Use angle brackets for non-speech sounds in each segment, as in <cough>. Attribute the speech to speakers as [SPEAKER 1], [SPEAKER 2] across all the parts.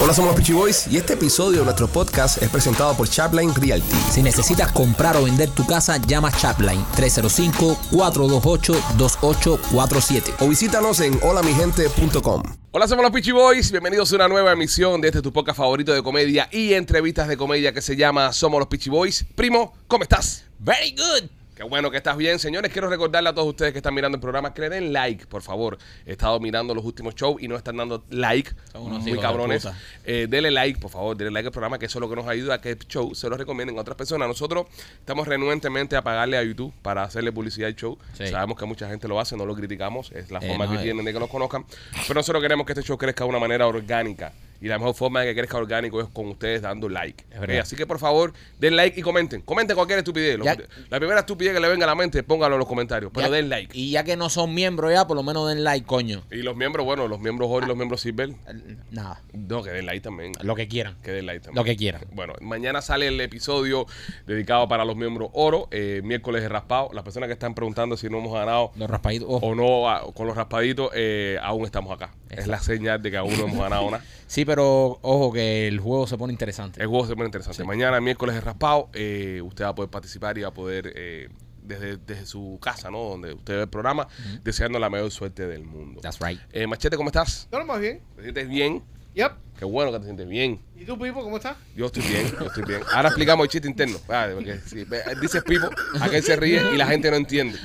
[SPEAKER 1] Hola, somos los Peachy Boys y este episodio de nuestro podcast es presentado por Chapline Realty.
[SPEAKER 2] Si necesitas comprar o vender tu casa, llama Chapline 305-428-2847.
[SPEAKER 1] O visítanos en holamigente.com.
[SPEAKER 3] Hola, somos los Peachy Boys. Bienvenidos a una nueva emisión de este tu podcast favorito de comedia y entrevistas de comedia que se llama Somos los Peachy Boys. Primo, ¿cómo estás?
[SPEAKER 2] Very good.
[SPEAKER 3] Qué bueno que estás bien, señores. Quiero recordarle a todos ustedes que están mirando el programa que le den like, por favor. He estado mirando los últimos shows y no están dando like.
[SPEAKER 2] Son unos
[SPEAKER 3] muy
[SPEAKER 2] hijos de
[SPEAKER 3] cabrones.
[SPEAKER 2] puta.
[SPEAKER 3] Eh, denle like, por favor, denle like al programa, que eso es lo que nos ayuda a que el show se lo recomienden a otras personas. Nosotros estamos renuentemente a pagarle a YouTube para hacerle publicidad al show.
[SPEAKER 2] Sí.
[SPEAKER 3] Sabemos que mucha gente lo hace, no lo criticamos, es la
[SPEAKER 2] Eh,
[SPEAKER 3] forma
[SPEAKER 2] no,
[SPEAKER 3] que
[SPEAKER 2] eh.
[SPEAKER 3] tienen de que nos conozcan. Pero nosotros queremos que este show crezca de una manera orgánica. Y la mejor forma de que crezca orgánico es con ustedes dando like.
[SPEAKER 2] Es verdad.
[SPEAKER 3] Eh, así que por favor, den like y comenten. Comenten cualquier estupidez. Lo-
[SPEAKER 2] Ya-
[SPEAKER 3] La primera estupidez que le venga a la mente, póngalo en los comentarios. Pero
[SPEAKER 2] Ya-
[SPEAKER 3] den like.
[SPEAKER 2] Y ya que no son miembros ya, por lo menos den like, coño.
[SPEAKER 3] Y los miembros, bueno, los miembros Ori y los miembros Silver,
[SPEAKER 2] Eh, Nada,
[SPEAKER 3] no, que den like también.
[SPEAKER 2] lo que quieran.
[SPEAKER 3] Que den like también.
[SPEAKER 2] Lo que quieran.
[SPEAKER 3] Bueno, mañana sale el episodio dedicado para los miembros oro. eh, miércoles de raspado. Las personas que están preguntando si no hemos ganado
[SPEAKER 2] Los raspaditos. ojo.
[SPEAKER 3] o no a- con los raspaditos, eh, aún estamos acá. Es la señal de que aún no hemos ganado nada.
[SPEAKER 2] Sí, pero ojo que el juego se pone interesante.
[SPEAKER 3] El juego se pone interesante. Mañana, miércoles de raspado, eh, usted va a poder participar y va a poder, eh, desde, desde su casa, ¿no? Donde usted ve el programa, deseando la mayor suerte del mundo.
[SPEAKER 2] That's right.
[SPEAKER 3] Eh, Machete, ¿cómo estás?
[SPEAKER 4] No, no, más bien.
[SPEAKER 3] ¿Te sientes bien?
[SPEAKER 4] Yep.
[SPEAKER 3] Qué bueno que te sientes bien.
[SPEAKER 4] ¿Y tú, Pipo, cómo estás?
[SPEAKER 3] Yo estoy bien, yo estoy bien. Ahora explicamos el chiste interno. Ah, porque si ve- dices Pipo, aquel se ríe y la gente no entiende.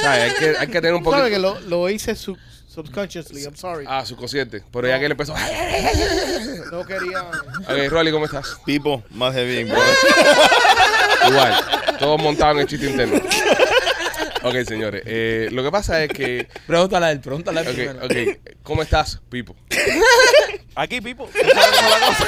[SPEAKER 3] ¿Sabes? Hay, que, hay que tener un
[SPEAKER 4] Claro que
[SPEAKER 3] poquito...
[SPEAKER 4] lo, lo hice sub- subconsciously, I'm sorry.
[SPEAKER 3] Ah, su consciente. Pero ya que él empezó... Ok,
[SPEAKER 4] No
[SPEAKER 3] <laughs>
[SPEAKER 4] quería.
[SPEAKER 3] Rolly, ¿cómo estás?
[SPEAKER 5] Pipo, más de bien, bro.
[SPEAKER 3] Igual, todos montados en el chiste interno. Ok, señores. eh, lo que pasa es que...
[SPEAKER 2] Pregúntale, a él, pregúntale. a él
[SPEAKER 3] Ok,
[SPEAKER 2] primero.
[SPEAKER 3] ok. ¿Cómo estás, Pipo?
[SPEAKER 5] Aquí, Pipo. ¿tú sabes cómo es la cosa?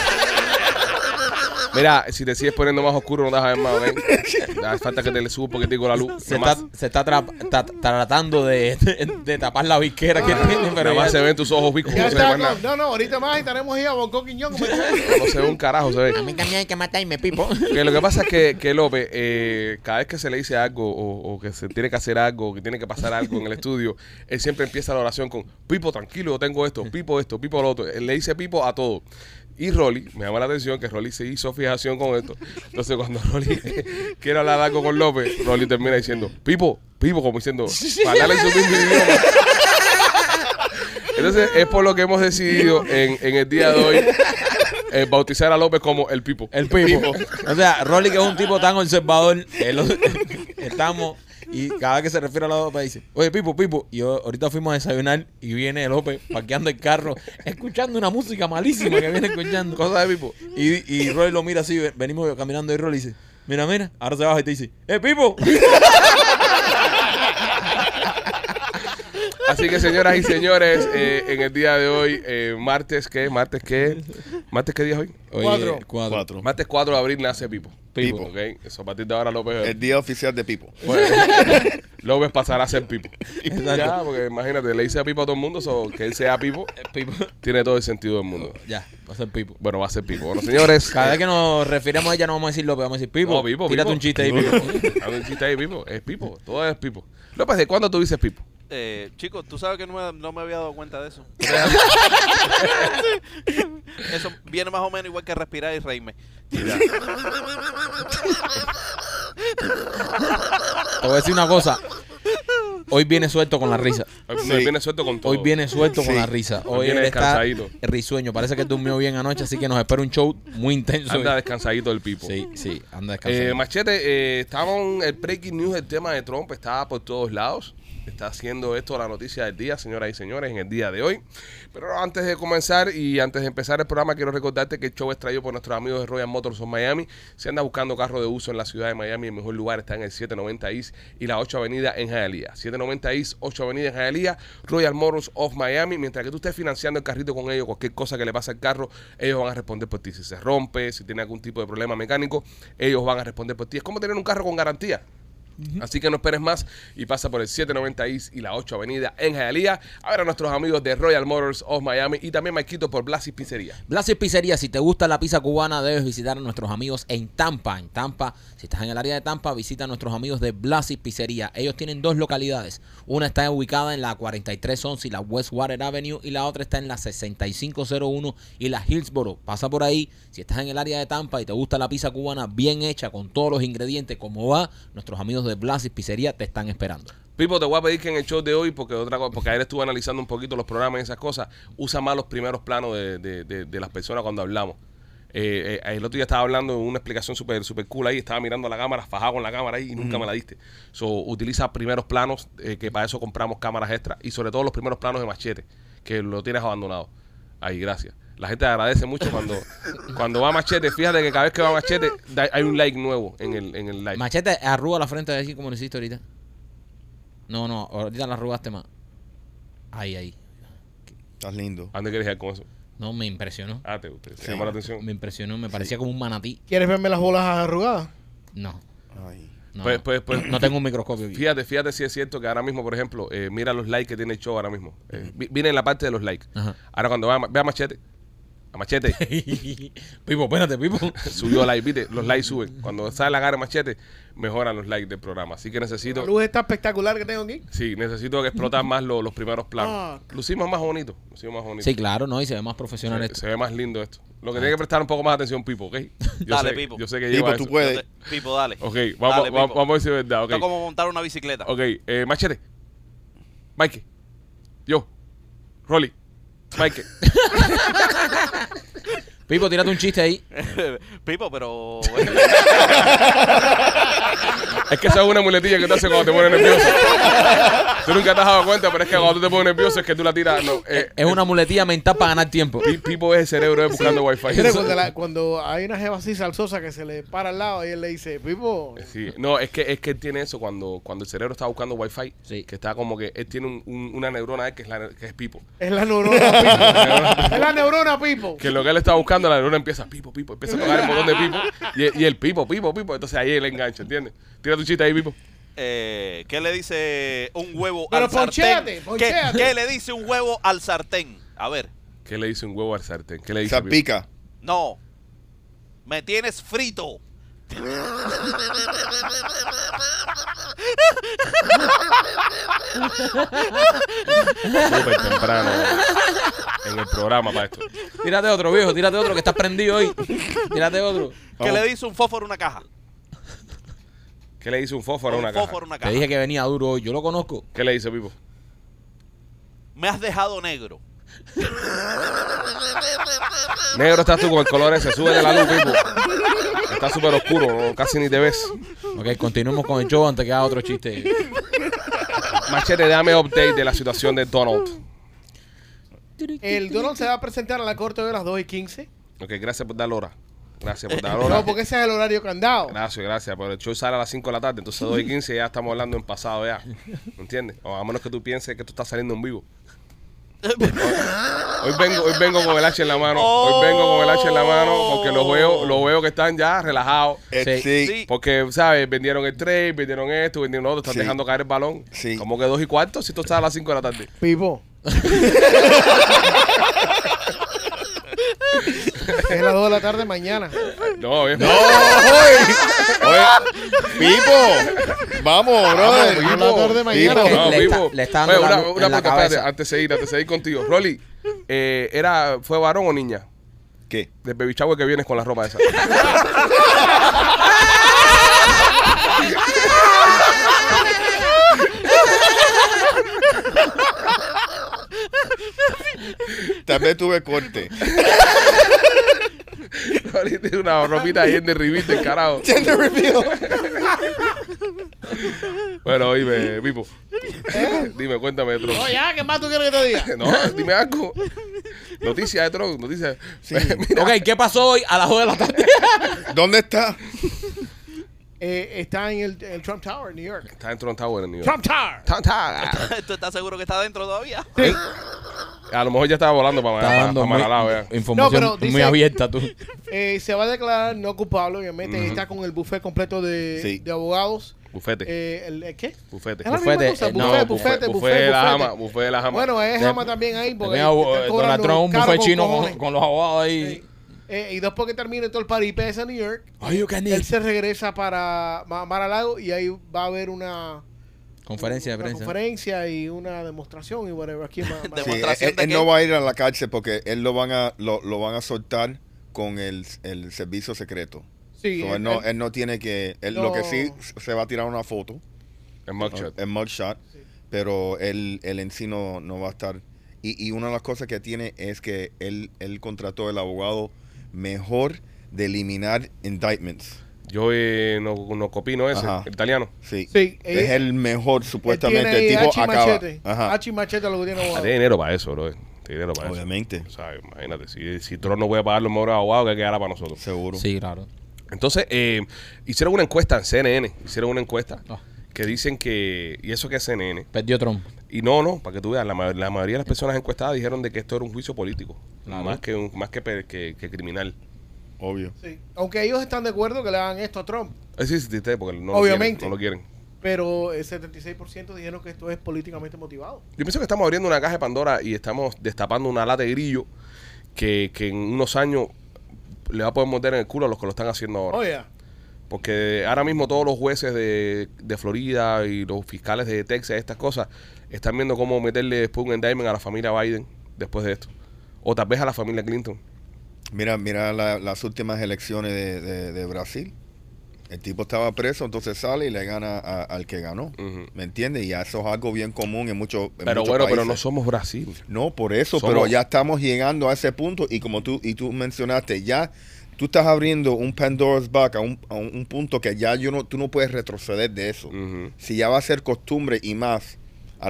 [SPEAKER 3] Mira, si te sigues poniendo más oscuro, no te vas a ver más, ¿ok? Da falta que te le suba un poquitico la luz.
[SPEAKER 2] Se
[SPEAKER 3] Nomás-
[SPEAKER 2] está, se está tra- ta- tratando de, <laughs> de- de tapar la visquera que tiene, pero
[SPEAKER 3] Nada más se
[SPEAKER 2] ya-
[SPEAKER 3] ven tus ojos bicos.
[SPEAKER 4] Ya
[SPEAKER 3] No se ve
[SPEAKER 4] está,
[SPEAKER 3] más
[SPEAKER 4] no,
[SPEAKER 3] nada.
[SPEAKER 4] no, no, ahorita más estaremos ahí a Bocó Quiñón.
[SPEAKER 3] <laughs>
[SPEAKER 4] como está.
[SPEAKER 3] No se ve un carajo, se ve.
[SPEAKER 2] también hay que matarme, Pipo.
[SPEAKER 3] Que lo que pasa es que, que López, eh, cada vez que se le dice algo o, o que se tiene que hacer algo, o que tiene que pasar algo en el estudio, él siempre empieza la oración con Pipo, tranquilo, yo tengo esto, Pipo esto, Pipo lo otro. Él le dice Pipo a todo. Y Rolly, me llama la atención que Rolly se hizo fijación con esto. Entonces, cuando Rolly <laughs> quiere hablar algo con López, Rolly termina diciendo Pipo, Pipo, como diciendo, para darle su mismo idioma. Entonces, es por lo que hemos decidido en, en el día de hoy eh, bautizar a López como el Pipo.
[SPEAKER 2] El Pipo. o sea, Rolly, que es un tipo tan observador, él lo- <laughs> estamos. Y cada vez que se refiere a los López dice, oye Pipo, Pipo, y yo- ahorita fuimos a desayunar y viene López parqueando el carro, escuchando una música malísima que viene escuchando. Cosa de Pipo. Y, y Rolly lo mira así, ve- venimos caminando y Rolly dice, mira, mira, ahora se baja y te dice, ¡eh Pipo!
[SPEAKER 3] Así que señoras y señores, eh, en el día de hoy, eh, martes qué, martes qué, martes qué día es hoy?
[SPEAKER 2] Oye,
[SPEAKER 4] Cuatro.
[SPEAKER 5] Cuatro.
[SPEAKER 3] Martes 4 de abril nace Pipo.
[SPEAKER 5] Pipo. Eh.
[SPEAKER 3] Ok, eso a partir de ahora López.
[SPEAKER 5] El día oficial de Pipo.
[SPEAKER 3] bueno, López pasará a ser
[SPEAKER 5] <laughs>
[SPEAKER 3] Pipo.
[SPEAKER 2] Exacto.
[SPEAKER 3] Ya, porque imagínate, le dice a Pipo a todo el mundo, so, que él sea Pipo,
[SPEAKER 2] Pipo.
[SPEAKER 3] tiene todo el sentido del mundo.
[SPEAKER 2] Ya, va a ser Pipo.
[SPEAKER 3] Bueno, va a ser Pipo. Bueno, señores.
[SPEAKER 2] Cada vez que nos refiramos a ella no vamos a decir López, vamos a decir Pipo.
[SPEAKER 3] Eh. No, Pipo,
[SPEAKER 2] tírate
[SPEAKER 3] Pipo.
[SPEAKER 2] un chiste ahí,
[SPEAKER 3] <laughs>
[SPEAKER 2] Pipo.
[SPEAKER 3] a ver si está ahí Pipo. Es Pipo, todo es Pipo. López, ¿de cuándo tú dices Pipo?
[SPEAKER 6] Eh, chicos, tú sabes que no me, no me había dado cuenta de eso. <laughs> eso viene más o menos igual que respirar y reírme.
[SPEAKER 2] Te voy a decir una cosa. Hoy viene suelto con la risa.
[SPEAKER 3] Hoy
[SPEAKER 5] Sí.
[SPEAKER 3] me viene suelto con todo.
[SPEAKER 2] Hoy viene suelto con
[SPEAKER 5] Sí.
[SPEAKER 2] la risa.
[SPEAKER 3] Hoy
[SPEAKER 2] Hoy
[SPEAKER 3] viene
[SPEAKER 2] él está
[SPEAKER 3] descansadito.
[SPEAKER 2] risueño. Parece que durmió bien anoche, así que nos espera un show muy intenso.
[SPEAKER 3] Anda descansadito el Pipo.
[SPEAKER 2] sí, sí, anda
[SPEAKER 3] Eh,
[SPEAKER 2] descansando.
[SPEAKER 3] machete, eh, estamos en el breaking news, el tema de Trump está por todos lados. Está haciendo esto la noticia del día, señoras y señores, en el día de hoy. Pero antes de comenzar y antes de empezar el programa, quiero recordarte que el show es traído por nuestros amigos de Royal Motors of Miami. Si anda buscando carro de uso en la ciudad de Miami, el mejor lugar está en el 790 East y la 8 Avenida en Hialeah. 790 East, 8 Avenida en Hialeah, Royal Motors of Miami. Mientras que tú estés financiando el carrito con ellos, cualquier cosa que le pase al carro, ellos van a responder por ti. Si se rompe, si tiene algún tipo de problema mecánico, ellos van a responder por ti. Es como tener un carro con garantía. Así que no esperes más y pasa por el 790 East y la 8 Avenida en Hialeah. A ver a nuestros amigos de Royal Motors of Miami y también Maikito por Blasi Pizzería.
[SPEAKER 2] Blasis Pizzería, si te gusta la pizza cubana, debes visitar a nuestros amigos en Tampa. En Tampa, si estás en el área de Tampa, visita a nuestros amigos de Blasis Pizzería. Ellos tienen dos localidades. Una está ubicada en la 4311 y la Westwater Avenue y la otra está en la 6501 y la Hillsboro. Pasa por ahí. Si estás en el área de Tampa y te gusta la pizza cubana bien hecha, con todos los ingredientes, como va, nuestros amigos de Blasis Pizzería te están esperando.
[SPEAKER 3] Pipo, te voy a pedir que en el show de hoy, porque otra cosa, porque ayer estuve analizando un poquito los programas y esas cosas, usa más los primeros planos de, de- de- de las personas cuando hablamos. Eh, eh, el otro día estaba hablando de una explicación súper super cool ahí, estaba mirando a la cámara, fajado con la cámara ahí y nunca me la diste. So, utiliza primeros planos, eh, que para eso compramos cámaras extra, y sobre todo los primeros planos de machete, que lo tienes abandonado. Ahí, gracias. La gente agradece mucho cuando, cuando va machete. Fíjate que cada vez que va machete, da- hay un like nuevo en el, en el like.
[SPEAKER 2] Machete, arruga la frente así como lo hiciste ahorita. No, no, ahorita la arrugaste más. Ahí, ahí.
[SPEAKER 5] Estás lindo.
[SPEAKER 3] ¿A dónde quieres ir con eso?
[SPEAKER 2] No, me impresionó.
[SPEAKER 3] Ah, te, te- te
[SPEAKER 5] Sí.
[SPEAKER 3] llama la atención.
[SPEAKER 2] Me impresionó, me parecía como un manatí.
[SPEAKER 4] ¿Quieres verme las bolas arrugadas?
[SPEAKER 2] No,
[SPEAKER 5] Ay.
[SPEAKER 2] no.
[SPEAKER 3] Pues- pues- pues-
[SPEAKER 2] no tengo un microscopio aquí.
[SPEAKER 3] Fíjate, fíjate si es cierto que ahora mismo, por ejemplo, eh, mira los likes que tiene el show ahora mismo. Eh, vi- viene en la parte de los likes.
[SPEAKER 2] Ajá.
[SPEAKER 3] Ahora cuando va a, ma- ve a Machete, a Machete,
[SPEAKER 2] <laughs> pipo, espérate,
[SPEAKER 3] <laughs>
[SPEAKER 2] Pipo.
[SPEAKER 3] subió like, viste, los likes suben. Cuando sale la cara de Machete, mejoran los likes del programa. Así que
[SPEAKER 4] La
[SPEAKER 3] necesito,
[SPEAKER 4] luz está espectacular que tengo aquí.
[SPEAKER 3] sí, necesito que explotar más lo- los primeros planos.
[SPEAKER 4] Ah.
[SPEAKER 3] Lucimos más bonito, lucimos más bonito.
[SPEAKER 2] Sí, claro, no, y se ve más profesional
[SPEAKER 3] se,
[SPEAKER 2] esto.
[SPEAKER 3] se ve más lindo esto. Lo que tiene que prestar un poco más atención, Pipo, ¿ok? Yo
[SPEAKER 6] Dale,
[SPEAKER 3] sé,
[SPEAKER 6] Pipo.
[SPEAKER 3] Yo sé que lleva
[SPEAKER 5] Pipo,
[SPEAKER 3] eso.
[SPEAKER 5] tú puedes.
[SPEAKER 6] Entonces, Pipo, dale.
[SPEAKER 3] Ok, vamos,
[SPEAKER 6] Dale,
[SPEAKER 3] vamos,
[SPEAKER 6] Pipo.
[SPEAKER 3] vamos a ver si es verdad, ok.
[SPEAKER 6] Esto es como montar una bicicleta.
[SPEAKER 3] Ok, eh, Machete. Mike. Yo. Rolly. Mike.
[SPEAKER 2] Pipo, tírate un chiste ahí.
[SPEAKER 6] <laughs> Pipo, pero...
[SPEAKER 3] <laughs> Es que esa es una muletilla que te hace cuando te pones nervioso. Tú nunca te has dado cuenta, pero es que cuando tú te pones nervioso es que tú la tiras. No, eh,
[SPEAKER 2] Es una muletilla mental para ganar tiempo.
[SPEAKER 3] Pi- Pipo es el cerebro de buscando wifi.
[SPEAKER 4] Mira, cuando, la- cuando hay una jeva así salsosa que se le para al lado y él le dice, Pipo,
[SPEAKER 3] Sí, no, es que, es que él tiene eso cuando, cuando el cerebro está buscando wifi.
[SPEAKER 2] Sí.
[SPEAKER 3] Que está como que él tiene un- un- una neurona que es, la, que es Pipo.
[SPEAKER 4] es la
[SPEAKER 3] <laughs>
[SPEAKER 4] neurona Pipo. es la neurona Pipo.
[SPEAKER 3] Que lo que él está buscando, la neurona empieza Pipo, Pipo, empieza a tocar el botón de Pipo. Y, y el Pipo, Pipo, Pipo. Entonces ahí él engancha, ¿entiendes? Tira tu chiste ahí, Pipo.
[SPEAKER 6] Eh, ¿Qué le dice un huevo
[SPEAKER 4] Pero
[SPEAKER 6] al sartén?
[SPEAKER 4] poncheate,
[SPEAKER 6] ¿Qué,
[SPEAKER 4] poncheate.
[SPEAKER 6] qué le dice un huevo al sartén? A ver.
[SPEAKER 3] ¿Qué le dice un huevo al sartén? ¿Qué le dice? Pipo?
[SPEAKER 5] Salpica.
[SPEAKER 6] No. Me tienes frito.
[SPEAKER 3] súper temprano en el programa para esto.
[SPEAKER 2] Tírate otro, viejo, tírate otro que estás prendido hoy. Tírate otro.
[SPEAKER 6] ¿Qué
[SPEAKER 3] Oh.
[SPEAKER 5] Vamos.
[SPEAKER 6] le dice un fósforo a una caja?
[SPEAKER 3] ¿Qué le dice un fósforo a
[SPEAKER 6] un
[SPEAKER 3] una caja?
[SPEAKER 6] fósforo a una
[SPEAKER 2] Te
[SPEAKER 6] caja.
[SPEAKER 2] dije que venía duro hoy, yo lo conozco.
[SPEAKER 3] ¿Qué le dice Pipo?
[SPEAKER 6] Me has dejado negro.
[SPEAKER 3] Negro estás tú con el color ese, sube de la luz, Pipo. Está súper oscuro, no, casi ni te ves.
[SPEAKER 2] Ok, continuemos con el show antes que haga otro chiste.
[SPEAKER 3] Machete, dame update de la situación de Donald.
[SPEAKER 4] El Donald se va a presentar a la corte de las 2 y 15.
[SPEAKER 3] Ok, gracias por dar hora. Gracias por dar
[SPEAKER 4] No,
[SPEAKER 3] hora.
[SPEAKER 4] porque ese es el horario candado.
[SPEAKER 3] Gracias, gracias. Pero el show sale a las 5 de la tarde, entonces 2 y 15 ya estamos hablando en pasado ya. ¿Entiendes? O a menos que tú pienses que tú estás saliendo en vivo. Hoy vengo, hoy vengo con el hacha en la mano. Hoy vengo con el hacha en la mano porque los veo, los veo que están ya relajados.
[SPEAKER 5] Eh,
[SPEAKER 2] Sí.
[SPEAKER 5] sí.
[SPEAKER 6] Sí. <laughs>
[SPEAKER 3] Porque, ¿sabes? Vendieron el trade, vendieron esto, vendieron lo otro, están
[SPEAKER 5] Sí.
[SPEAKER 3] dejando caer el balón.
[SPEAKER 5] Sí.
[SPEAKER 3] Como que dos y cuarto si tú estás a las 5 de la
[SPEAKER 2] <laughs>
[SPEAKER 3] tarde.
[SPEAKER 4] Pipo. es las 2 de la tarde mañana.
[SPEAKER 3] No, bien.
[SPEAKER 5] ¡No! Oh, ¡Oye! ¡Pipo!
[SPEAKER 4] Ah,
[SPEAKER 5] ¡Vamos, brother!
[SPEAKER 4] Vamos, Pipo. La tarde mañana.
[SPEAKER 5] Pipo.
[SPEAKER 3] No,
[SPEAKER 2] Le está-
[SPEAKER 3] vivo.
[SPEAKER 2] le está dando
[SPEAKER 3] Oye,
[SPEAKER 2] la
[SPEAKER 3] una,
[SPEAKER 2] luz
[SPEAKER 3] una
[SPEAKER 2] en la
[SPEAKER 3] pregunta, espérate,
[SPEAKER 2] cabeza.
[SPEAKER 3] antes de ir, antes de ir contigo. Rolly, eh, era, ¿fue varón o niña?
[SPEAKER 5] ¿Qué?
[SPEAKER 3] Del baby shower que vienes con la ropa esa. <laughs>
[SPEAKER 5] Tal vez
[SPEAKER 3] <laughs>
[SPEAKER 5] tuve corte.
[SPEAKER 3] Rolly tiene una ropita ahí en derribito, el carajo.
[SPEAKER 5] Gender reveal.
[SPEAKER 3] Bueno, dime, Pipo. Dime, cuéntame de Trump.
[SPEAKER 4] No, Oh, ya, ¿qué más tú quieres que te diga?
[SPEAKER 3] No, dime algo. Noticias de Trump, noticias. <laughs> Mira,
[SPEAKER 2] Ok, ¿qué pasó hoy a las 2 de la tarde?
[SPEAKER 5] ¿Dónde está?
[SPEAKER 4] Eh, está en el, el Trump Tower, New York.
[SPEAKER 3] Está en Trump Tower en New York.
[SPEAKER 4] Trump Tower.
[SPEAKER 3] Trump Tower.
[SPEAKER 6] ¿Tú estás seguro que está adentro todavía?
[SPEAKER 3] A lo mejor ya estaba volando para,
[SPEAKER 2] Está
[SPEAKER 3] para,
[SPEAKER 2] dando
[SPEAKER 3] para
[SPEAKER 2] muy-
[SPEAKER 3] Manalao, ya.
[SPEAKER 2] información
[SPEAKER 4] No, pero
[SPEAKER 2] muy
[SPEAKER 4] dice-
[SPEAKER 2] abierta
[SPEAKER 4] <laughs>
[SPEAKER 2] tú.
[SPEAKER 4] Eh, se va a declarar no culpable, obviamente. Está con el buffet completo de,
[SPEAKER 5] Sí.
[SPEAKER 4] de abogados.
[SPEAKER 3] Bufete.
[SPEAKER 4] Eh, el, ¿el ¿Qué?
[SPEAKER 3] bufete.
[SPEAKER 4] ¿Es la misma
[SPEAKER 2] Bufete,
[SPEAKER 4] cosa?
[SPEAKER 2] eh, no,
[SPEAKER 4] Bufete,
[SPEAKER 2] bufete,
[SPEAKER 4] bufete,
[SPEAKER 3] bufete,
[SPEAKER 4] bufete,
[SPEAKER 3] de la
[SPEAKER 4] bufete.
[SPEAKER 3] jama, bufete de la jama.
[SPEAKER 4] Bueno, es
[SPEAKER 2] De-
[SPEAKER 4] jama también ahí. Porque
[SPEAKER 2] También a-
[SPEAKER 4] te están
[SPEAKER 2] eh, Donald
[SPEAKER 4] cobrando
[SPEAKER 2] Trump, un
[SPEAKER 4] caro
[SPEAKER 2] buffet
[SPEAKER 4] con
[SPEAKER 2] chino con,
[SPEAKER 4] cojones.
[SPEAKER 2] con los abogados ahí.
[SPEAKER 4] Eh, y después que termine todo el paripé de New York,
[SPEAKER 2] Ay, you can
[SPEAKER 4] él
[SPEAKER 2] eat.
[SPEAKER 4] se regresa para Ma- Mar-a-Lago y ahí va a haber una
[SPEAKER 2] Conferencia de
[SPEAKER 4] una
[SPEAKER 2] prensa. Ah,
[SPEAKER 4] conferencia y una demostración y whatever aquí en Ma- Ma-
[SPEAKER 5] <laughs> Sí,
[SPEAKER 6] ¿Demostración
[SPEAKER 5] él,
[SPEAKER 6] de
[SPEAKER 5] él
[SPEAKER 6] qué?
[SPEAKER 5] no va a ir a la cárcel porque él lo van a lo, lo van a soltar con el, el servicio secreto.
[SPEAKER 4] Sí,
[SPEAKER 5] So, él,
[SPEAKER 4] él-
[SPEAKER 5] no,
[SPEAKER 4] él-
[SPEAKER 5] él no tiene que él lo
[SPEAKER 4] No.
[SPEAKER 5] que sí se va a tirar una foto
[SPEAKER 3] El mugshot.
[SPEAKER 5] en mugshot,
[SPEAKER 4] Sí.
[SPEAKER 5] pero él, él en sí no, no va a estar. Y, y una de las cosas que tiene es que él, él contrató el abogado mejor de eliminar indictments.
[SPEAKER 3] Yo eh, no, no copino ese,
[SPEAKER 5] Ajá.
[SPEAKER 3] el italiano.
[SPEAKER 5] Sí.
[SPEAKER 4] Sí,
[SPEAKER 5] es
[SPEAKER 4] eh,
[SPEAKER 5] el
[SPEAKER 4] él
[SPEAKER 5] mejor,
[SPEAKER 4] tiene
[SPEAKER 5] supuestamente.
[SPEAKER 4] ahí
[SPEAKER 5] el tipo
[SPEAKER 4] hacha y
[SPEAKER 5] acaba.
[SPEAKER 4] Machete.
[SPEAKER 5] Ajá.
[SPEAKER 4] Hacha y machete lo que tiene
[SPEAKER 3] Ah,
[SPEAKER 4] abogado.
[SPEAKER 3] tiene dinero para eso, bro. Tiene dinero para eso.
[SPEAKER 5] Obviamente,
[SPEAKER 3] O sea, imagínate, si, si Trump no puede pagar los mejores abogados, que quedará para nosotros.
[SPEAKER 5] seguro.
[SPEAKER 2] Sí, claro.
[SPEAKER 3] Entonces, eh, hicieron una encuesta en CNN. Hicieron una encuesta
[SPEAKER 2] Ah.
[SPEAKER 3] que dicen que. ¿Y eso que es CNN?
[SPEAKER 2] Perdió Trump.
[SPEAKER 3] Y no, no, para que tú veas, la, ma- la mayoría de las personas encuestadas dijeron de que esto era un juicio político.
[SPEAKER 2] Claro.
[SPEAKER 3] Más, que, un- más que, pe- que- que criminal.
[SPEAKER 5] Obvio.
[SPEAKER 4] Sí. Aunque ellos están de acuerdo que le hagan esto a Trump,
[SPEAKER 3] Eh, Sí, sí, sí, porque no
[SPEAKER 4] Obviamente.
[SPEAKER 3] Lo quieren, no lo quieren.
[SPEAKER 4] pero el 76% dijeron que esto es políticamente motivado.
[SPEAKER 3] Yo pienso que estamos abriendo una caja de Pandora y estamos destapando una lata de grillo que, que en unos años le va a poder morder en el culo a los que lo están haciendo ahora.
[SPEAKER 4] Oye,
[SPEAKER 3] Porque ahora mismo todos los jueces de, de Florida y los fiscales de Texas, estas cosas, están viendo cómo meterle después un indictment a la familia Biden después de esto. O tal vez a la familia Clinton.
[SPEAKER 5] Mira, mira la- las últimas elecciones de, de- de Brasil. El tipo estaba preso, entonces sale y le gana a- al que ganó.
[SPEAKER 3] Ujú.
[SPEAKER 5] ¿Me entiendes? Y ya eso es algo bien común en muchos en
[SPEAKER 3] Pero
[SPEAKER 5] muchos
[SPEAKER 3] bueno, pero no
[SPEAKER 5] países.
[SPEAKER 3] somos Brasil.
[SPEAKER 5] No, por eso,
[SPEAKER 3] Somos-
[SPEAKER 5] pero ya estamos llegando a ese punto y como tú y tú mencionaste, ya tú estás abriendo un Pandora's Back a un, a un- un punto que ya yo no, tú no puedes retroceder de eso.
[SPEAKER 3] Ujú.
[SPEAKER 5] Si ya va a ser costumbre y más,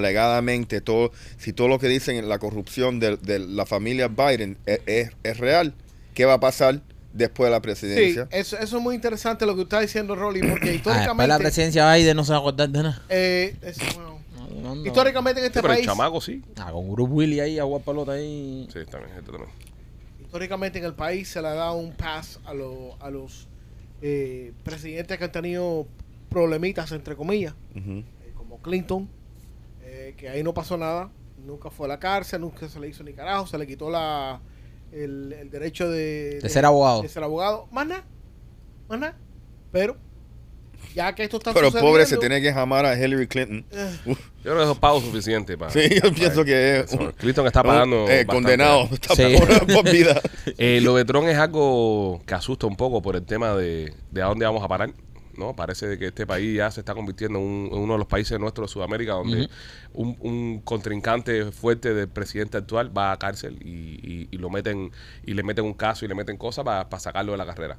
[SPEAKER 5] alegadamente, todo, si todo lo que dicen la corrupción de, de la familia Biden es, es- es real, ¿qué va a pasar después de la
[SPEAKER 4] sí,
[SPEAKER 5] presidencia?
[SPEAKER 4] eso, eso es muy interesante lo que está diciendo Rolly, porque
[SPEAKER 2] <clears throat> para la
[SPEAKER 4] históricamente...
[SPEAKER 2] presencia de Biden no se va a acordar de nada.
[SPEAKER 4] eh, eso, bueno,
[SPEAKER 2] No, no, no.
[SPEAKER 4] históricamente en
[SPEAKER 3] Sí,
[SPEAKER 4] este
[SPEAKER 3] pero el
[SPEAKER 4] país...
[SPEAKER 3] chamaco sí.
[SPEAKER 2] Ah, con Bruce Willis ahí, agua pelota ahí.
[SPEAKER 3] Sí, también, este también.
[SPEAKER 4] históricamente en el país se le ha dado un pass a, lo- a los eh, presidentes que han tenido problemitas, entre comillas,
[SPEAKER 5] Ujú.
[SPEAKER 4] eh, como Clinton, eh, que ahí no pasó nada, nunca fue a la cárcel, nunca se le hizo ni carajo, se le quitó la el, el derecho de,
[SPEAKER 2] De ser abogado.
[SPEAKER 4] de ser abogado. Más nada, más nada. Pero, ya que esto está
[SPEAKER 5] Pero
[SPEAKER 4] sucediendo,
[SPEAKER 5] pobre se tiene que jamar a Hillary Clinton.
[SPEAKER 4] eh,
[SPEAKER 3] Yo creo que eso es pago suficiente para.
[SPEAKER 5] <laughs> Sí, yo
[SPEAKER 3] para-
[SPEAKER 5] pienso que es
[SPEAKER 3] Ah, eso.
[SPEAKER 5] un-
[SPEAKER 3] Clinton está pagando.
[SPEAKER 5] Eh,
[SPEAKER 3] bastante.
[SPEAKER 5] condenado, <laughs> está
[SPEAKER 2] Sí.
[SPEAKER 5] por, por vida.
[SPEAKER 3] Eh, lo de Trump es algo que asusta un poco por el tema de, de a dónde vamos a parar. ¿no? Parece de que este país ya se está convirtiendo en, un- en uno de los países nuestros de Sudamérica donde un, un contrincante fuerte del presidente actual va a cárcel y, y- y lo meten y le meten un caso y le meten cosas para sacarlo de la carrera.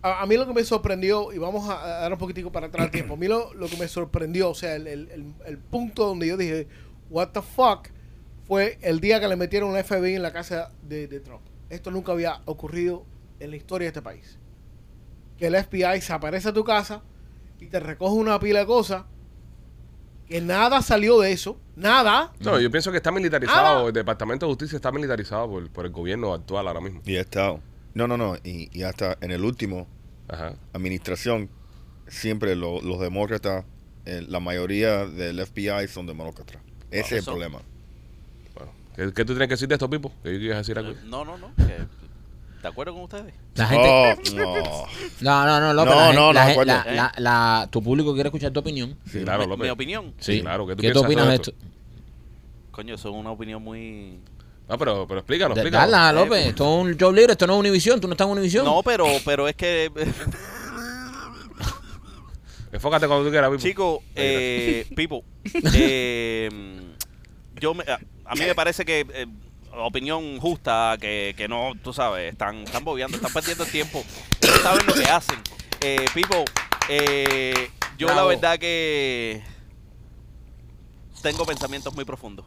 [SPEAKER 4] A, a mí lo que me sorprendió, y vamos a, a dar un poquitico para atrás el tiempo, a mí lo, lo que me sorprendió, o sea, el, el- el- el punto donde yo dije, what the fuck, fue el día que le metieron la FBI en la casa de, de Trump. Esto nunca había ocurrido en la historia de este país. Que el FBI se aparece a tu casa y te recoge una pila de cosas, que nada salió de eso, nada.
[SPEAKER 3] No, yo pienso que está militarizado,
[SPEAKER 4] Ah.
[SPEAKER 3] el Departamento de Justicia está militarizado por, por el gobierno actual ahora mismo.
[SPEAKER 5] Y ha estado. No, no, no. Y, y hasta en el último
[SPEAKER 3] Ajá.
[SPEAKER 5] administración, siempre lo- los demócratas, eh, la mayoría del FBI son demócratas. Ese es el
[SPEAKER 6] eso-
[SPEAKER 5] problema.
[SPEAKER 3] Bueno, ¿Qué, qué tú tienes que decir de esto, Pipo? ¿Qué ibas a decir algo?
[SPEAKER 6] Pues, No, no, no. que- ¿De acuerdo con ustedes?
[SPEAKER 2] La gente.
[SPEAKER 6] <laughs>
[SPEAKER 5] Oh, no.
[SPEAKER 2] No, no, no, López.
[SPEAKER 5] No,
[SPEAKER 2] la
[SPEAKER 5] no,
[SPEAKER 2] gen-
[SPEAKER 5] no,
[SPEAKER 2] la, gen-
[SPEAKER 5] acuerdo.
[SPEAKER 2] la- la- la- tu público quiere escuchar tu opinión.
[SPEAKER 3] Sí, claro,
[SPEAKER 6] mi,
[SPEAKER 3] López.
[SPEAKER 6] mi opinión.
[SPEAKER 3] Sí, claro. ¿Qué tú,
[SPEAKER 2] ¿Qué tú
[SPEAKER 3] piensas
[SPEAKER 2] opinas de esto?
[SPEAKER 6] Coño, eso es una opinión muy.
[SPEAKER 3] No, pero, pero explícanos,
[SPEAKER 2] Da-
[SPEAKER 3] explícanos.
[SPEAKER 2] Dala, López. Esto es un show libre, esto no es Univisión, tú no estás en Univisión.
[SPEAKER 6] No, pero, pero
[SPEAKER 3] <laughs>
[SPEAKER 6] es que.
[SPEAKER 3] Enfócate cuando tú quieras, Pipo.
[SPEAKER 6] Chico, eh,
[SPEAKER 3] <laughs>
[SPEAKER 6] Pipo, eh, yo me- a, a mí me parece que eh, opinión justa, que, que no, tú sabes, están, están bobeando, están perdiendo el tiempo, no saben lo que hacen. Eh, Pipo, eh, yo
[SPEAKER 2] Bravo.
[SPEAKER 6] la verdad que tengo pensamientos muy profundos.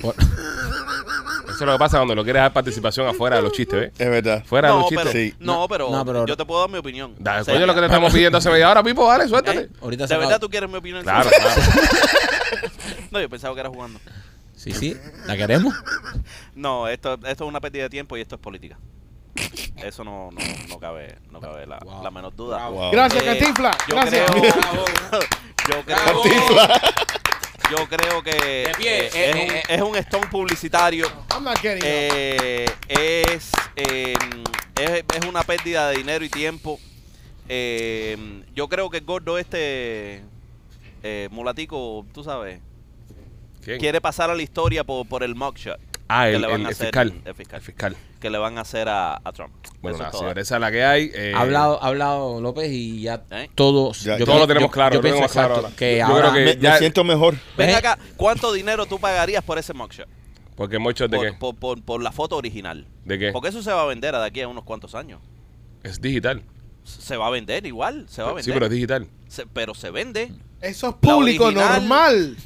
[SPEAKER 2] Por-
[SPEAKER 3] Eso es lo que pasa cuando lo quieres dar participación afuera de los chistes, ¿eh?
[SPEAKER 5] Es verdad.
[SPEAKER 3] Fuera de
[SPEAKER 6] no,
[SPEAKER 3] los
[SPEAKER 6] pero,
[SPEAKER 3] chistes.
[SPEAKER 5] Sí.
[SPEAKER 6] no, pero
[SPEAKER 2] No, pero-
[SPEAKER 6] yo te puedo dar mi opinión.
[SPEAKER 3] Dale,
[SPEAKER 6] Seria.
[SPEAKER 3] coño, lo que te estamos pidiendo hace media hora, Pipo, dale, suéltate.
[SPEAKER 6] ¿Eh?
[SPEAKER 2] Ahorita se
[SPEAKER 6] ¿De
[SPEAKER 2] acaba.
[SPEAKER 6] <laughs> verdad tú quieres mi opinión?
[SPEAKER 3] Claro, claro.
[SPEAKER 6] No, yo pensaba que era jugando.
[SPEAKER 2] Sí, sí, la queremos.
[SPEAKER 6] No, esto, esto es una pérdida de tiempo y esto es política. Eso no, no, no cabe, no cabe la,
[SPEAKER 2] Wow.
[SPEAKER 6] la menor duda. Eh,
[SPEAKER 2] Bravo.
[SPEAKER 5] Wow.
[SPEAKER 4] Gracias, Cantinflas.
[SPEAKER 6] Yo
[SPEAKER 4] Gracias.
[SPEAKER 6] creo, <laughs> yo creo, yo creo que
[SPEAKER 2] De pie.
[SPEAKER 6] eh, es,
[SPEAKER 2] Eh, eh,
[SPEAKER 6] un, es un stunt publicitario.
[SPEAKER 4] I'm not getting it.
[SPEAKER 6] Eh, es, eh, es, es una pérdida de dinero y tiempo. Eh, yo creo que el gordo este eh, mulatico, tú sabes,
[SPEAKER 3] ¿Quién?
[SPEAKER 6] quiere pasar a la historia por, por el mugshot
[SPEAKER 3] Ah,
[SPEAKER 6] que
[SPEAKER 3] el,
[SPEAKER 6] le van
[SPEAKER 3] el-
[SPEAKER 6] a
[SPEAKER 3] el
[SPEAKER 6] hacer-
[SPEAKER 3] fiscal.
[SPEAKER 6] el fiscal.
[SPEAKER 3] El fiscal.
[SPEAKER 6] que le van a hacer a, a Trump.
[SPEAKER 3] Bueno,
[SPEAKER 6] Eso es
[SPEAKER 3] nada,
[SPEAKER 6] todo.
[SPEAKER 3] señores, esa es la que hay. eh,
[SPEAKER 2] Ha hablado, ha hablado López y ya
[SPEAKER 6] ¿Eh?
[SPEAKER 2] todos.
[SPEAKER 5] Ya,
[SPEAKER 2] yo
[SPEAKER 3] todo lo
[SPEAKER 2] pienso-
[SPEAKER 3] tenemos
[SPEAKER 2] yo-
[SPEAKER 3] claro,
[SPEAKER 2] yo
[SPEAKER 3] lo tenemos
[SPEAKER 2] pienso
[SPEAKER 3] claro
[SPEAKER 2] exacto
[SPEAKER 3] ahora.
[SPEAKER 2] Que
[SPEAKER 3] Yo
[SPEAKER 2] ahora-
[SPEAKER 3] creo que-
[SPEAKER 5] Me,
[SPEAKER 3] ya-
[SPEAKER 5] me siento mejor.
[SPEAKER 6] Ven
[SPEAKER 2] ¿Ves?
[SPEAKER 6] acá, ¿cuánto dinero tú pagarías por ese mugshot?
[SPEAKER 3] Porque muchos de
[SPEAKER 6] Por,
[SPEAKER 3] qué?
[SPEAKER 6] por, por- por la foto original.
[SPEAKER 3] ¿De qué?
[SPEAKER 6] Porque eso se va a vender de aquí a unos cuantos años.
[SPEAKER 3] Es digital.
[SPEAKER 6] Se va a vender igual, se va a vender.
[SPEAKER 3] Sí, pero es
[SPEAKER 6] <laughs>
[SPEAKER 3] digital.
[SPEAKER 6] Se- pero se vende.
[SPEAKER 4] Eso es público
[SPEAKER 6] original.
[SPEAKER 4] normal.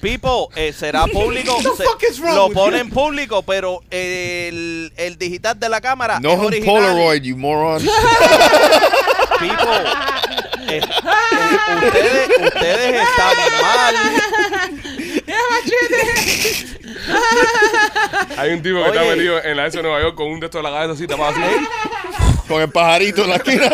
[SPEAKER 6] Pipo,
[SPEAKER 4] <laughs>
[SPEAKER 6] eh, será público.
[SPEAKER 4] What the
[SPEAKER 6] se-
[SPEAKER 4] fuck is wrong
[SPEAKER 6] lo
[SPEAKER 4] with
[SPEAKER 6] ponen
[SPEAKER 4] you?
[SPEAKER 6] público, pero el, el digital de la cámara.
[SPEAKER 5] No
[SPEAKER 6] es
[SPEAKER 5] es un
[SPEAKER 6] Ah, original.
[SPEAKER 5] Polaroid, you
[SPEAKER 6] <laughs>
[SPEAKER 5] moron.
[SPEAKER 6] Pipo, eh, eh, ustedes, ustedes están mal.
[SPEAKER 3] Hay un tipo que está
[SPEAKER 6] Oye. ¿Eh?
[SPEAKER 3] metido en la S de Nueva York con un de estos en la cabeza así tapado así.
[SPEAKER 5] Con el pajarito en la
[SPEAKER 6] <laughs>
[SPEAKER 5] esquina.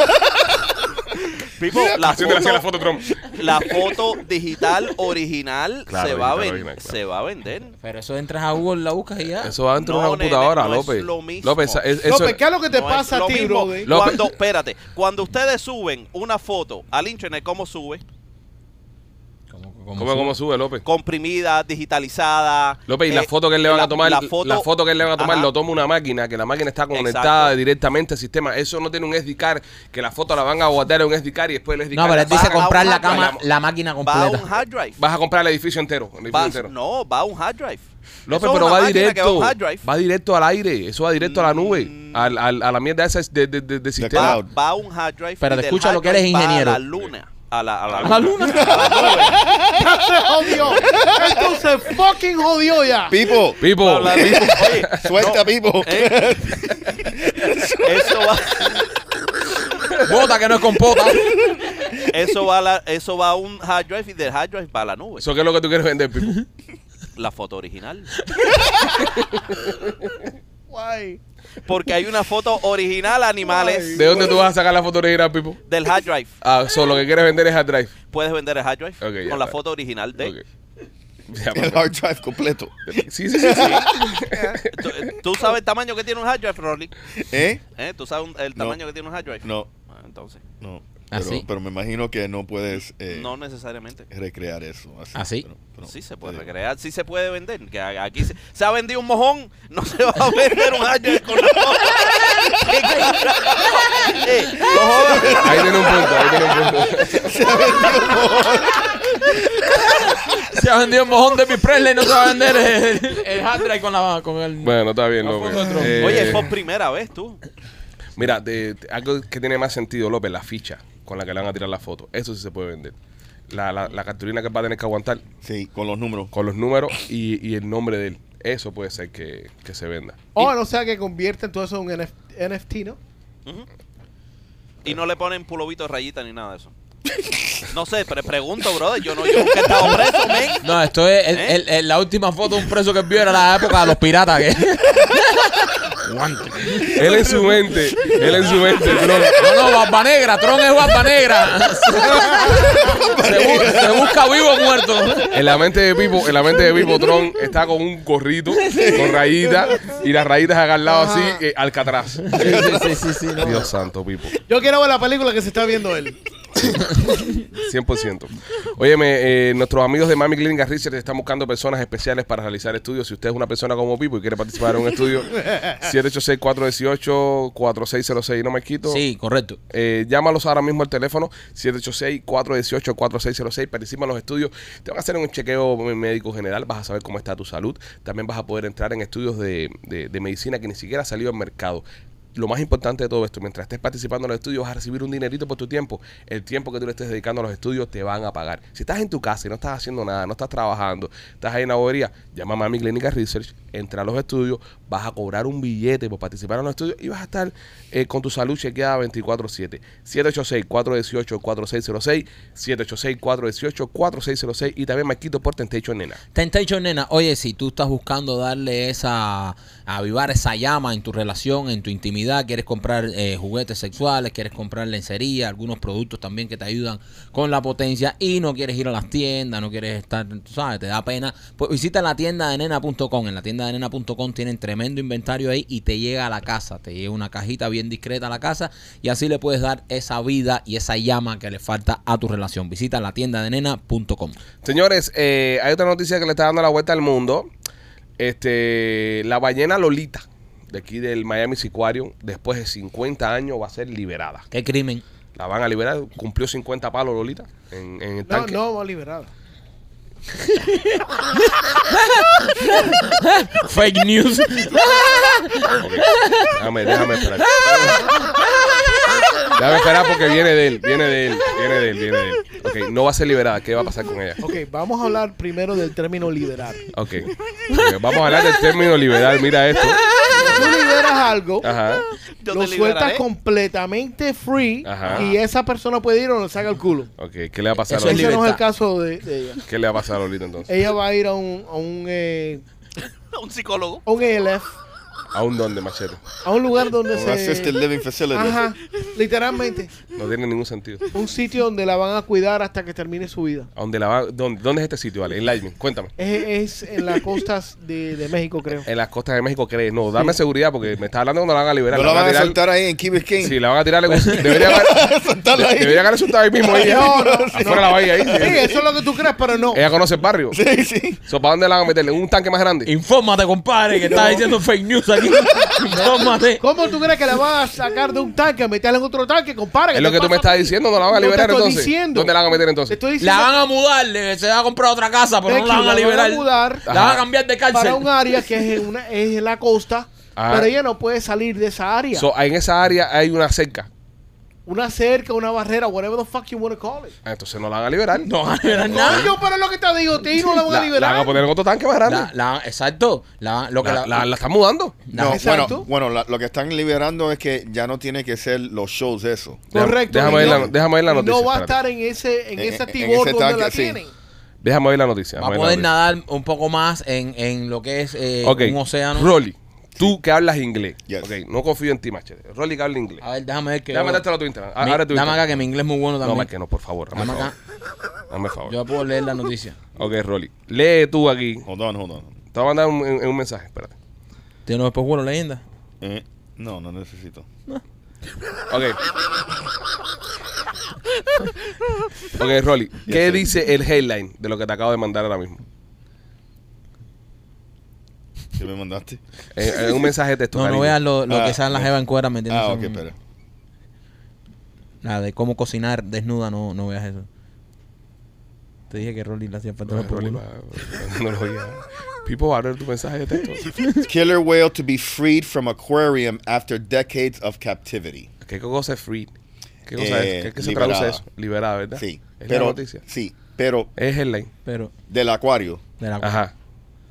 [SPEAKER 6] Pipo, la
[SPEAKER 3] Haciéndole así
[SPEAKER 6] foto,
[SPEAKER 3] la foto Trump.
[SPEAKER 6] la foto digital original
[SPEAKER 3] Claro,
[SPEAKER 6] se, va a
[SPEAKER 3] digital
[SPEAKER 6] ven-
[SPEAKER 3] original, claro.
[SPEAKER 6] se va a vender.
[SPEAKER 2] Pero eso entras a Google, la buscas y ya.
[SPEAKER 3] Eso va dentro de
[SPEAKER 6] No,
[SPEAKER 3] una
[SPEAKER 6] nene,
[SPEAKER 3] computadora,
[SPEAKER 6] no es
[SPEAKER 3] López.
[SPEAKER 6] lo mismo.
[SPEAKER 3] López, esa- es- eso.
[SPEAKER 4] López, ¿qué es lo que te
[SPEAKER 6] No es
[SPEAKER 4] pasa a
[SPEAKER 6] lo
[SPEAKER 4] ti,
[SPEAKER 6] mismo.
[SPEAKER 4] brother?
[SPEAKER 3] Lo-
[SPEAKER 6] Cuando, espérate, cuando ustedes suben una foto al internet, ¿cómo sube?
[SPEAKER 2] Como- como
[SPEAKER 3] ¿Cómo,
[SPEAKER 2] si-
[SPEAKER 3] ¿Cómo sube, López?
[SPEAKER 6] Comprimida, digitalizada.
[SPEAKER 3] López, y
[SPEAKER 6] eh,
[SPEAKER 3] la foto que le van
[SPEAKER 6] la-
[SPEAKER 3] a tomar, la foto, que le van a tomar
[SPEAKER 6] Ajá.
[SPEAKER 3] lo toma una máquina, que la máquina está conectada
[SPEAKER 6] Exacto.
[SPEAKER 3] directamente al sistema. Eso no tiene un SD card, que la foto la van a guardar en un SD card y después el SD
[SPEAKER 2] No,
[SPEAKER 3] card
[SPEAKER 2] pero
[SPEAKER 3] la
[SPEAKER 2] él dice
[SPEAKER 3] saca.
[SPEAKER 6] a
[SPEAKER 2] comprar
[SPEAKER 6] un
[SPEAKER 2] la,
[SPEAKER 6] hard drive.
[SPEAKER 2] cama, la máquina
[SPEAKER 6] Va a un
[SPEAKER 2] completa.
[SPEAKER 6] hard drive.
[SPEAKER 3] Vas a comprar el edificio entero. El edificio
[SPEAKER 6] Va-
[SPEAKER 3] entero.
[SPEAKER 6] no, va a un hard drive.
[SPEAKER 3] López,
[SPEAKER 6] Eso es
[SPEAKER 3] pero
[SPEAKER 6] una
[SPEAKER 3] va
[SPEAKER 6] máquina que
[SPEAKER 3] directo.
[SPEAKER 6] Va a un hard drive. Mm.
[SPEAKER 3] Va directo al aire. Eso va directo a la nube. Al, al- a la mierda esa de, de, de- de sistema.
[SPEAKER 5] cloud.
[SPEAKER 6] Va, va a un hard drive.
[SPEAKER 2] Espérate,
[SPEAKER 6] y del
[SPEAKER 2] escucha
[SPEAKER 6] hard
[SPEAKER 2] lo que eres
[SPEAKER 6] drive va
[SPEAKER 2] ingeniero.
[SPEAKER 6] A la luna. A la, a la
[SPEAKER 2] ¿A la luna?
[SPEAKER 6] A la nube.
[SPEAKER 2] <laughs>
[SPEAKER 4] Se jodió. Esto se fucking jodió ya.
[SPEAKER 5] Pipo,
[SPEAKER 3] Pipo,
[SPEAKER 2] <laughs>
[SPEAKER 6] Oye,
[SPEAKER 5] suelta, Pipo.
[SPEAKER 6] eh, eso va, <laughs>
[SPEAKER 2] Bota que no es compota.
[SPEAKER 6] eso va, a la- eso va a un hard drive y del hard drive va a la nube.
[SPEAKER 3] ¿eso qué es lo que tú quieres vender, Pipo?
[SPEAKER 6] La foto original.
[SPEAKER 4] Guay.
[SPEAKER 6] Porque hay una foto original, animales,
[SPEAKER 3] ¿De dónde tú vas a sacar la foto original, Pipo?
[SPEAKER 6] del hard drive.
[SPEAKER 3] Ah, solo lo que quieres vender es hard drive.
[SPEAKER 6] Puedes vender el hard drive
[SPEAKER 3] Ok, ya
[SPEAKER 6] con la
[SPEAKER 3] está.
[SPEAKER 6] foto original de.
[SPEAKER 3] Ok. <laughs> Ya,
[SPEAKER 5] <laughs> El hard drive
[SPEAKER 6] <laughs>
[SPEAKER 5] completo.
[SPEAKER 3] Sí, sí, sí. sí.
[SPEAKER 6] ¿Tú, tú sabes el tamaño que tiene un hard drive, Rolly?
[SPEAKER 5] ¿Eh?
[SPEAKER 6] ¿Eh? ¿Tú sabes un- el
[SPEAKER 5] No.
[SPEAKER 6] tamaño que tiene un hard drive?
[SPEAKER 5] No,
[SPEAKER 6] Ah, Entonces,
[SPEAKER 5] no.
[SPEAKER 2] Así.
[SPEAKER 5] Pero, pero me imagino que no puedes eh,
[SPEAKER 6] ¿Ah, no necesariamente.
[SPEAKER 5] recrear eso. Así.
[SPEAKER 2] Así.
[SPEAKER 5] pero- pero-
[SPEAKER 6] Sí se
[SPEAKER 5] te
[SPEAKER 6] puede
[SPEAKER 5] digo.
[SPEAKER 6] recrear, sí se puede vender. Que a- aquí se, se ha vendido un mojón, no se va a vender un hard drive con
[SPEAKER 4] <laughs>
[SPEAKER 6] la foto. Eh, no jodas.
[SPEAKER 3] Ahí tiene un punto, ahí tiene un punto.
[SPEAKER 2] Se ha vendido un mojón de mi Presley, no se va a vender el, el hard drive con, la, con
[SPEAKER 3] <laughs>
[SPEAKER 2] el.
[SPEAKER 3] Bueno, está bien,
[SPEAKER 2] No,
[SPEAKER 3] López.
[SPEAKER 2] fue otro.
[SPEAKER 3] Eh,
[SPEAKER 6] Oye, es por primera vez tú.
[SPEAKER 3] Mira, de- de- algo que tiene más sentido, López, la ficha con la que le van a tirar la foto. Eso sí se puede vender. La, la, la cartulina que va a tener que aguantar
[SPEAKER 5] Sí, con los números.
[SPEAKER 3] con los números y, y el nombre de él. Eso puede ser que, que se venda.
[SPEAKER 4] O Oh, no sea que convierten todo eso en un NF- NFT, ¿no?
[SPEAKER 6] Y no le ponen pulovito rayita ni nada de eso. No sé, pero pregunto, brother. Yo no, yo nunca he estado preso, men.
[SPEAKER 2] No, esto es el-
[SPEAKER 6] ¿Eh?
[SPEAKER 2] el- el- la última foto de un preso que vio era la época de los piratas. que-
[SPEAKER 3] Él en su mente, él en su mente, bro.
[SPEAKER 2] No, no, Barba Negra, Tron es Barba Negra. Se, bu- se busca vivo o muerto.
[SPEAKER 3] En la mente de Pipo, en la mente de Pipo Tron está con un gorrito, con rayitas y las rayitas acá al lado así, eh, alcatraz.
[SPEAKER 2] Sí, sí, sí, sí, sí, no.
[SPEAKER 3] Dios santo, Pipo.
[SPEAKER 4] Yo quiero ver la película que se está viendo él.
[SPEAKER 3] 100%. Óyeme, eh, nuestros amigos de Mami Clínica Research están buscando personas especiales para realizar estudios. Si usted es una persona como Pipo y quiere participar en un estudio, 786-418-4606, no me quito.
[SPEAKER 2] Sí, correcto.
[SPEAKER 3] Eh, llámalos ahora mismo al teléfono 786-418-4606. Participa en los estudios. Te van a hacer un chequeo médico general. Vas a saber cómo está tu salud. También vas a poder entrar en estudios de, de- de medicina que ni siquiera ha salido al mercado. lo más importante de todo esto, mientras estés participando en los estudios, vas a recibir un dinerito por tu tiempo. El tiempo que tú le estés dedicando a los estudios te van a pagar. Si estás en tu casa y no estás haciendo nada, no estás trabajando, estás ahí en la bobería, llama a mi clínica research, entra a los estudios, vas a cobrar un billete por participar en los estudios y vas a estar eh, con tu salud chequeada 24-7. 786-418-4606, 786-418-4606 y también Marquito por Tentation Nena.
[SPEAKER 2] Temptation, nena, oye, si tú estás buscando darle esa, avivar esa llama en tu relación, en tu intimidad, quieres comprar eh, juguetes sexuales, quieres comprar lencería, algunos productos también que te ayudan con la potencia y no quieres ir a las tiendas, no quieres estar, tú sabes, te da pena, pues visita la tienda de nena.com. En la tienda de nena.com tienen tremendo inventario ahí y te llega a la casa, te llega una cajita bien discreta a la casa y así le puedes dar esa vida y esa llama que le falta a tu relación. Visita la tienda de nena.com.
[SPEAKER 3] Señores, eh, hay otra noticia que le está dando la vuelta al mundo. Este, la ballena Lolita, de aquí del Miami Seaquarium, después de 50 años va a ser liberada.
[SPEAKER 2] ¿Qué crimen?
[SPEAKER 3] La van a liberar, cumplió 50 palos Lolita en, en el
[SPEAKER 4] No,
[SPEAKER 3] tanque.
[SPEAKER 4] no, va liberada.
[SPEAKER 2] Fake news.
[SPEAKER 3] Ok. Déjame, déjame esperar. Déjame esperar porque viene de él, viene de él, viene de él, viene de él. Ok, no va a ser liberada, ¿qué va a pasar con ella?
[SPEAKER 4] Ok, vamos a hablar primero del término liberar.
[SPEAKER 3] Ok, Ok, vamos a hablar del término liberal, mira esto.
[SPEAKER 4] Tú liberas algo,
[SPEAKER 3] Ajá.
[SPEAKER 6] Yo
[SPEAKER 4] lo
[SPEAKER 6] te
[SPEAKER 4] sueltas
[SPEAKER 6] liberaré.
[SPEAKER 4] completamente free
[SPEAKER 3] Ajá.
[SPEAKER 4] y esa persona puede ir o le saca el culo.
[SPEAKER 3] Ok, ¿qué le va a pasar a
[SPEAKER 2] Eso es
[SPEAKER 4] Ese
[SPEAKER 3] Lolita?
[SPEAKER 4] no es
[SPEAKER 2] libertad.
[SPEAKER 4] el caso de, de ella.
[SPEAKER 3] ¿Qué le va a pasar a Lolita entonces?
[SPEAKER 4] Ella va a ir a un, a un, eh,
[SPEAKER 6] <laughs> Un psicólogo.
[SPEAKER 4] a un ELF,
[SPEAKER 3] ¿A un don de machete?
[SPEAKER 4] a un lugar donde
[SPEAKER 5] Un assisted
[SPEAKER 4] se...
[SPEAKER 5] living facility.
[SPEAKER 4] Pues, eh, Ajá, literalmente.
[SPEAKER 3] No tiene ningún sentido.
[SPEAKER 4] Un sitio donde la van a cuidar hasta que termine su vida.
[SPEAKER 3] ¿A dónde la va? ¿Dónde, dónde es este sitio, Ale? Enlighten, cuéntame.
[SPEAKER 4] Es, es en las costas de, de México, creo.
[SPEAKER 3] En las costas de México, ¿crees? No, dame seguridad porque me está hablando cuando la van a liberar.
[SPEAKER 5] No la van a
[SPEAKER 3] tirar-
[SPEAKER 5] soltar ahí en Key Biscayne. <laughs>
[SPEAKER 3] Sí, la van a tirar.
[SPEAKER 2] <laughs>
[SPEAKER 3] Debería haber,
[SPEAKER 5] Soltarla ahí.
[SPEAKER 3] debería haber asustado ahí mismo. Ella,
[SPEAKER 4] No, no,
[SPEAKER 3] eh, afuera de la bahía ahí. Eh,
[SPEAKER 4] Sí, eso es lo que tú crees, pero no.
[SPEAKER 3] Ella conoce el barrio.
[SPEAKER 5] Sí, sí.
[SPEAKER 3] So, ¿Para dónde la van a meterle? ¿Un tanque más grande?
[SPEAKER 2] Infórmate, compadre, que estás diciendo fake news aquí. Infórmate.
[SPEAKER 4] ¿Cómo tú crees que la van a sacar de un tanque, a meterla en otro tanque, compadre? ¿qué
[SPEAKER 3] Es lo
[SPEAKER 4] te
[SPEAKER 3] que tú
[SPEAKER 4] pasa
[SPEAKER 3] me
[SPEAKER 4] a
[SPEAKER 3] estás
[SPEAKER 4] ti?
[SPEAKER 3] diciendo. No la van a
[SPEAKER 4] No te
[SPEAKER 3] liberar
[SPEAKER 4] estoy
[SPEAKER 3] entonces.
[SPEAKER 4] diciendo.
[SPEAKER 3] ¿Dónde la van a meter
[SPEAKER 4] Te
[SPEAKER 3] entonces?
[SPEAKER 4] estoy diciendo
[SPEAKER 2] La van a mudar, le- se va a comprar otra casa, pero no
[SPEAKER 4] Techo,
[SPEAKER 2] la van a liberar.
[SPEAKER 4] mudar
[SPEAKER 2] La van a cambiar de cárcel.
[SPEAKER 4] para un área que es en, una, es en la costa,
[SPEAKER 3] Ajá.
[SPEAKER 4] pero ella no puede salir de esa área.
[SPEAKER 3] So, en esa área hay una cerca.
[SPEAKER 4] una cerca, una barrera, whatever the fuck you want to call it.
[SPEAKER 3] Ah, Entonces no la van a liberar.
[SPEAKER 2] No van a liberar nada.
[SPEAKER 4] Coño, pero es lo que te digo, te no
[SPEAKER 3] La,
[SPEAKER 4] la van a
[SPEAKER 3] la van a
[SPEAKER 4] liberar.
[SPEAKER 3] poner en otro tanque más grande.
[SPEAKER 2] La- la- exacto. La, lo que
[SPEAKER 3] La,
[SPEAKER 2] la,
[SPEAKER 3] la- la están mudando.
[SPEAKER 5] No,
[SPEAKER 4] Exacto.
[SPEAKER 5] bueno, bueno la- lo que están liberando es que ya no tiene que ser los shows eso.
[SPEAKER 3] Déjame-
[SPEAKER 4] Correcto.
[SPEAKER 3] Déjame ver,
[SPEAKER 4] y no-
[SPEAKER 3] la, déjame ver la
[SPEAKER 4] y
[SPEAKER 3] noticia.
[SPEAKER 4] No va a
[SPEAKER 3] espérate.
[SPEAKER 4] estar en ese, en
[SPEAKER 5] En-
[SPEAKER 4] ese
[SPEAKER 5] en- en
[SPEAKER 4] tibor
[SPEAKER 5] ese
[SPEAKER 4] donde la
[SPEAKER 5] tanque, sí.
[SPEAKER 4] tienen.
[SPEAKER 3] Déjame ver la noticia.
[SPEAKER 2] va a
[SPEAKER 3] déjame ver la
[SPEAKER 2] poder
[SPEAKER 3] noticia.
[SPEAKER 2] nadar un poco más en, en lo que es eh,
[SPEAKER 3] Ok.
[SPEAKER 2] un océano.
[SPEAKER 3] Rolly, tú que hablas inglés.
[SPEAKER 5] Yes.
[SPEAKER 3] Ok, no confío en ti, Machete. Rolly que habla inglés.
[SPEAKER 2] A ver, déjame ver que.
[SPEAKER 3] Déjame dártelo a tu Instagram. Ah,
[SPEAKER 2] Ah, Mi-
[SPEAKER 3] Ahora tu
[SPEAKER 2] dame acá
[SPEAKER 3] Instagram.
[SPEAKER 2] que mi inglés es muy bueno
[SPEAKER 3] No,
[SPEAKER 2] también.
[SPEAKER 3] más que no, por favor. Dame
[SPEAKER 2] Dame
[SPEAKER 3] favor.
[SPEAKER 2] acá.
[SPEAKER 3] Dame favor.
[SPEAKER 2] Yo puedo leer la noticia.
[SPEAKER 3] Ok, Rolly. Lee tú aquí.
[SPEAKER 5] Hold on, hold on.
[SPEAKER 3] Te voy a mandar un, un- un mensaje. Espérate.
[SPEAKER 2] ¿Tiene unos después bueno leyenda?
[SPEAKER 5] Eh, no, no necesito.
[SPEAKER 3] Ok. Ok, Rolly. ¿Qué dice el headline de lo que te acabo de mandar ahora mismo?
[SPEAKER 5] ¿Qué me mandaste?
[SPEAKER 3] Eh, eh, un mensaje de texto.
[SPEAKER 2] No, no
[SPEAKER 3] cariño.
[SPEAKER 2] veas lo, lo
[SPEAKER 5] Ah,
[SPEAKER 2] que sean las
[SPEAKER 5] eh.
[SPEAKER 2] jeva en cuera metiendo.
[SPEAKER 5] Ah, ok, espera.
[SPEAKER 2] La de cómo cocinar desnuda, no, no veas eso. Te dije que Rolly le hacía falta
[SPEAKER 3] No,
[SPEAKER 2] una por
[SPEAKER 3] Rolly,
[SPEAKER 2] culo.
[SPEAKER 3] va- no lo oía. Pipo, abre tu mensaje de texto.
[SPEAKER 5] Killer whale to be freed from aquarium after decades of captivity.
[SPEAKER 3] ¿Qué cosa es free? ¿Qué cosa
[SPEAKER 5] Eh,
[SPEAKER 3] es? ¿Qué, qué se
[SPEAKER 5] liberada.
[SPEAKER 3] traduce eso? Liberada, ¿verdad?
[SPEAKER 5] Sí,
[SPEAKER 3] Es
[SPEAKER 5] pero
[SPEAKER 3] la noticia.
[SPEAKER 5] sí, pero
[SPEAKER 3] Es headline.
[SPEAKER 2] Pero,
[SPEAKER 5] del acuario.
[SPEAKER 2] de la
[SPEAKER 3] Ajá.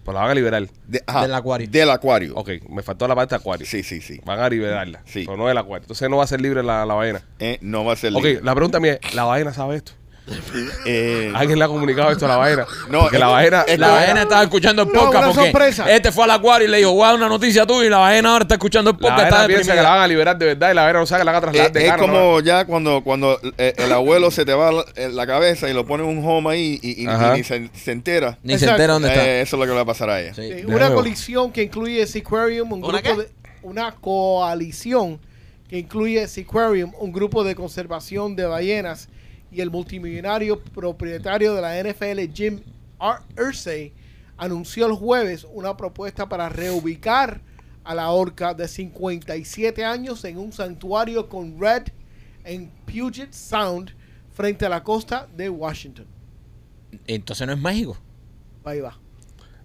[SPEAKER 3] Pues la van a liberar.
[SPEAKER 5] De- ajá,
[SPEAKER 2] Del acuario.
[SPEAKER 5] Del acuario.
[SPEAKER 3] Ok, me faltó la parte de acuario.
[SPEAKER 5] Sí, sí, sí.
[SPEAKER 3] Van a liberarla.
[SPEAKER 5] Sí.
[SPEAKER 3] Pero no del acuario. Entonces no va a ser libre la, la ballena.
[SPEAKER 5] Eh, no va a ser
[SPEAKER 3] Ok,
[SPEAKER 5] libre.
[SPEAKER 3] la pregunta mía es, ¿la ballena sabe esto?
[SPEAKER 5] Eh,
[SPEAKER 3] ¿Alguien le ha comunicado esto a la ballena?
[SPEAKER 5] No,
[SPEAKER 3] Porque la
[SPEAKER 5] es-
[SPEAKER 3] ballena...
[SPEAKER 5] es-
[SPEAKER 2] La ballena estaba escuchando el
[SPEAKER 4] No,
[SPEAKER 2] podcast
[SPEAKER 4] una
[SPEAKER 2] porque
[SPEAKER 4] sorpresa.
[SPEAKER 2] este fue al acuario y le dijo, guau, una noticia tuya y la ballena ahora está escuchando el
[SPEAKER 3] la
[SPEAKER 2] podcast.
[SPEAKER 3] ballena
[SPEAKER 2] Está
[SPEAKER 3] piensa que la
[SPEAKER 2] deprimida.
[SPEAKER 3] van a liberar de verdad y la ballena no sabe que la van a
[SPEAKER 5] eh,
[SPEAKER 3] trasladar de
[SPEAKER 5] es
[SPEAKER 3] carro,
[SPEAKER 5] como ya cuando cuando eh, el abuelo se te va la, eh, la cabeza y lo pone un home ahí y, y- y
[SPEAKER 3] Ajá.
[SPEAKER 5] ni se, se entera.
[SPEAKER 2] Ni se
[SPEAKER 4] Exacto.
[SPEAKER 2] entera dónde está.
[SPEAKER 5] Eh, eso es lo que le va a pasar a ella.
[SPEAKER 2] Sí.
[SPEAKER 4] Eh,
[SPEAKER 3] De
[SPEAKER 4] una
[SPEAKER 3] nuevo.
[SPEAKER 4] coalición que incluye Seaquarium, un
[SPEAKER 6] ¿Una
[SPEAKER 4] grupo
[SPEAKER 6] qué?
[SPEAKER 4] de una coalición que incluye Seaquarium, un grupo de conservación de ballenas y el multimillonario propietario de la NFL Jim R. Irsay anunció el jueves una propuesta para reubicar a la orca de 57 años en un santuario con red en Puget Sound frente a la costa de Washington.
[SPEAKER 2] Entonces no es mágico.
[SPEAKER 4] Ahí va.
[SPEAKER 3] no.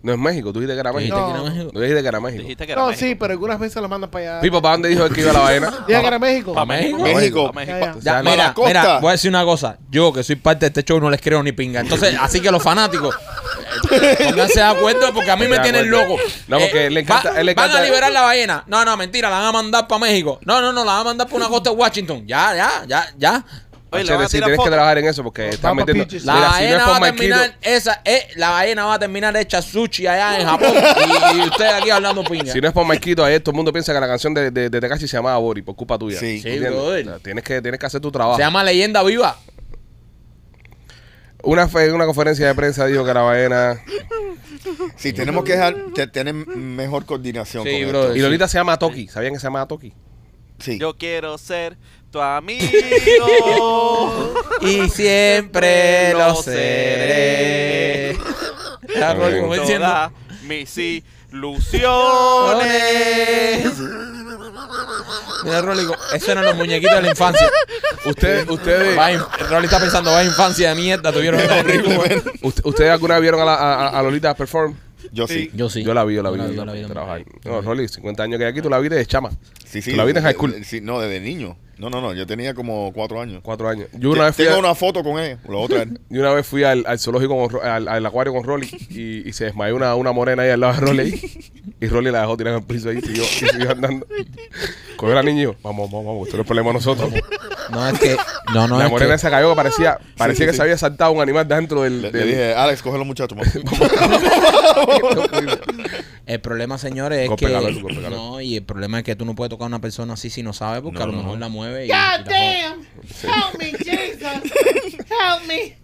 [SPEAKER 3] No es México, tú dijiste que era
[SPEAKER 2] ¿Tú
[SPEAKER 3] México.
[SPEAKER 4] No.
[SPEAKER 2] dijiste que era México?
[SPEAKER 3] Tú dijiste que era México.
[SPEAKER 6] Dijiste que era
[SPEAKER 4] No,
[SPEAKER 6] México.
[SPEAKER 4] sí, pero algunas veces lo mandan para allá.
[SPEAKER 3] Pipo, ¿para dónde dijo él que iba la vaina?
[SPEAKER 4] Diga que era México.
[SPEAKER 2] ¿Para México?
[SPEAKER 5] México.
[SPEAKER 6] Pa'
[SPEAKER 4] Ya, ya.
[SPEAKER 3] O sea,
[SPEAKER 2] Ya,
[SPEAKER 3] no,
[SPEAKER 2] mira,
[SPEAKER 5] la costa.
[SPEAKER 2] mira, voy a decir una cosa. Yo, que soy parte de este show, no les creo ni
[SPEAKER 3] <laughs>
[SPEAKER 2] pinga. Entonces, así que los fanáticos, eh, pónganse de acuerdo porque a mí me
[SPEAKER 3] De
[SPEAKER 2] tienen
[SPEAKER 3] acuerdo.
[SPEAKER 2] loco. Eh,
[SPEAKER 3] No, porque le encanta- él le
[SPEAKER 2] van
[SPEAKER 3] encanta-
[SPEAKER 2] a liberar la ballena. No, no, mentira, la van a mandar para México. No, no, no, la van a mandar para una costa de Washington. Ya, ya, ya, ya.
[SPEAKER 6] Oye, le
[SPEAKER 3] Chévere,
[SPEAKER 6] van a
[SPEAKER 3] sí,
[SPEAKER 6] tirar
[SPEAKER 3] tienes que
[SPEAKER 6] fotos.
[SPEAKER 3] trabajar en eso porque estás
[SPEAKER 4] Papa
[SPEAKER 3] metiendo.
[SPEAKER 4] Peaches.
[SPEAKER 2] La
[SPEAKER 3] Mira, si no
[SPEAKER 2] ballena
[SPEAKER 3] es
[SPEAKER 2] va
[SPEAKER 3] por
[SPEAKER 2] a terminar,
[SPEAKER 3] Marquito,
[SPEAKER 2] esa, eh, la ballena va a terminar hecha sushi allá en Japón. y, y ustedes aquí hablando pinga.
[SPEAKER 3] si no es por Marquito, ahí todo el mundo piensa que la canción de, de, de Tekashi se llamaba Bori, por culpa tuya.
[SPEAKER 5] Sí.
[SPEAKER 2] Sí,
[SPEAKER 3] ¿Entiendes?
[SPEAKER 2] brother.
[SPEAKER 3] O sea, Tienes que, tienes que hacer tu
[SPEAKER 2] Se
[SPEAKER 3] trabajo.
[SPEAKER 2] llama leyenda viva.
[SPEAKER 3] Una fe, en una conferencia de prensa dijo que la ballena.
[SPEAKER 5] Si tenemos que dejar, te- tener mejor coordinación.
[SPEAKER 2] Sí,
[SPEAKER 5] con esto.
[SPEAKER 2] brother.
[SPEAKER 3] Y Lolita se llama Toki. ¿Sabían que se llamaba Toki?
[SPEAKER 5] Sí.
[SPEAKER 6] Yo quiero ser tu
[SPEAKER 3] <laughs>
[SPEAKER 6] amigo.
[SPEAKER 2] Y siempre lo seré. Ya,
[SPEAKER 3] Muy
[SPEAKER 2] Rolly,
[SPEAKER 3] bien.
[SPEAKER 2] como diciendo,
[SPEAKER 6] Todas
[SPEAKER 3] <laughs>
[SPEAKER 6] mis ilusiones.
[SPEAKER 2] Mira, Rolly, eso eran los muñequitos de la infancia.
[SPEAKER 3] Ustedes, ustedes.
[SPEAKER 2] Va, in- Rolly está pensando, vaya infancia de
[SPEAKER 3] <laughs>
[SPEAKER 2] mierda, tuvieron una
[SPEAKER 5] Horriblemente.
[SPEAKER 3] ¿Ust- ¿Ustedes alguna vez vieron a, la- a- a- a Lolita perform?
[SPEAKER 5] Yo sí.
[SPEAKER 2] Yo sí.
[SPEAKER 3] Yo la vi, yo la vi.
[SPEAKER 2] Yo la vi,
[SPEAKER 3] yo
[SPEAKER 2] yo la vi
[SPEAKER 3] trabajar.
[SPEAKER 2] también.
[SPEAKER 3] No, Rolly, 50 años que hay aquí, tú la viste de chama.
[SPEAKER 5] Sí, sí.
[SPEAKER 3] ¿Tú la viste en high school?
[SPEAKER 5] Eh, Sí, no, desde niño. No, no, no. Yo tenía como cuatro años.
[SPEAKER 3] Cuatro años. Yo una vez fui,
[SPEAKER 5] tengo
[SPEAKER 3] a-
[SPEAKER 5] una foto con ella. La otra.
[SPEAKER 3] yo una vez fui al, al zoológico, con Ro- al, al acuario con Rolly y, y se desmayó una, una morena ahí al lado de Rolly. Y Rolly la dejó tirar en el piso ahí y siguió, y siguió andando. Cogió la niña y yo, vamos, vamos, vamos, esto no es problema de nosotros.
[SPEAKER 2] No, es que. No, no,
[SPEAKER 3] la
[SPEAKER 2] es
[SPEAKER 3] morena
[SPEAKER 2] que.
[SPEAKER 3] esa cayó que parecía, parecía
[SPEAKER 5] sí,
[SPEAKER 3] que
[SPEAKER 5] sí.
[SPEAKER 3] se había saltado un animal dentro del.
[SPEAKER 5] Le, le
[SPEAKER 3] del-
[SPEAKER 5] dije, Alex, coge los
[SPEAKER 3] <laughs>
[SPEAKER 5] muchachos. mamá".
[SPEAKER 2] El problema, señores, es
[SPEAKER 3] Golpe
[SPEAKER 2] que.
[SPEAKER 3] calor, golpe calor.
[SPEAKER 2] No, y el problema es que tú no puedes tocar a una persona así si no sabes, porque
[SPEAKER 3] No,
[SPEAKER 2] a lo
[SPEAKER 3] no,
[SPEAKER 2] mejor
[SPEAKER 3] no.
[SPEAKER 2] la mueve. Y, y la
[SPEAKER 7] God
[SPEAKER 2] jode.
[SPEAKER 7] damn! Help me, Jesus! Help me!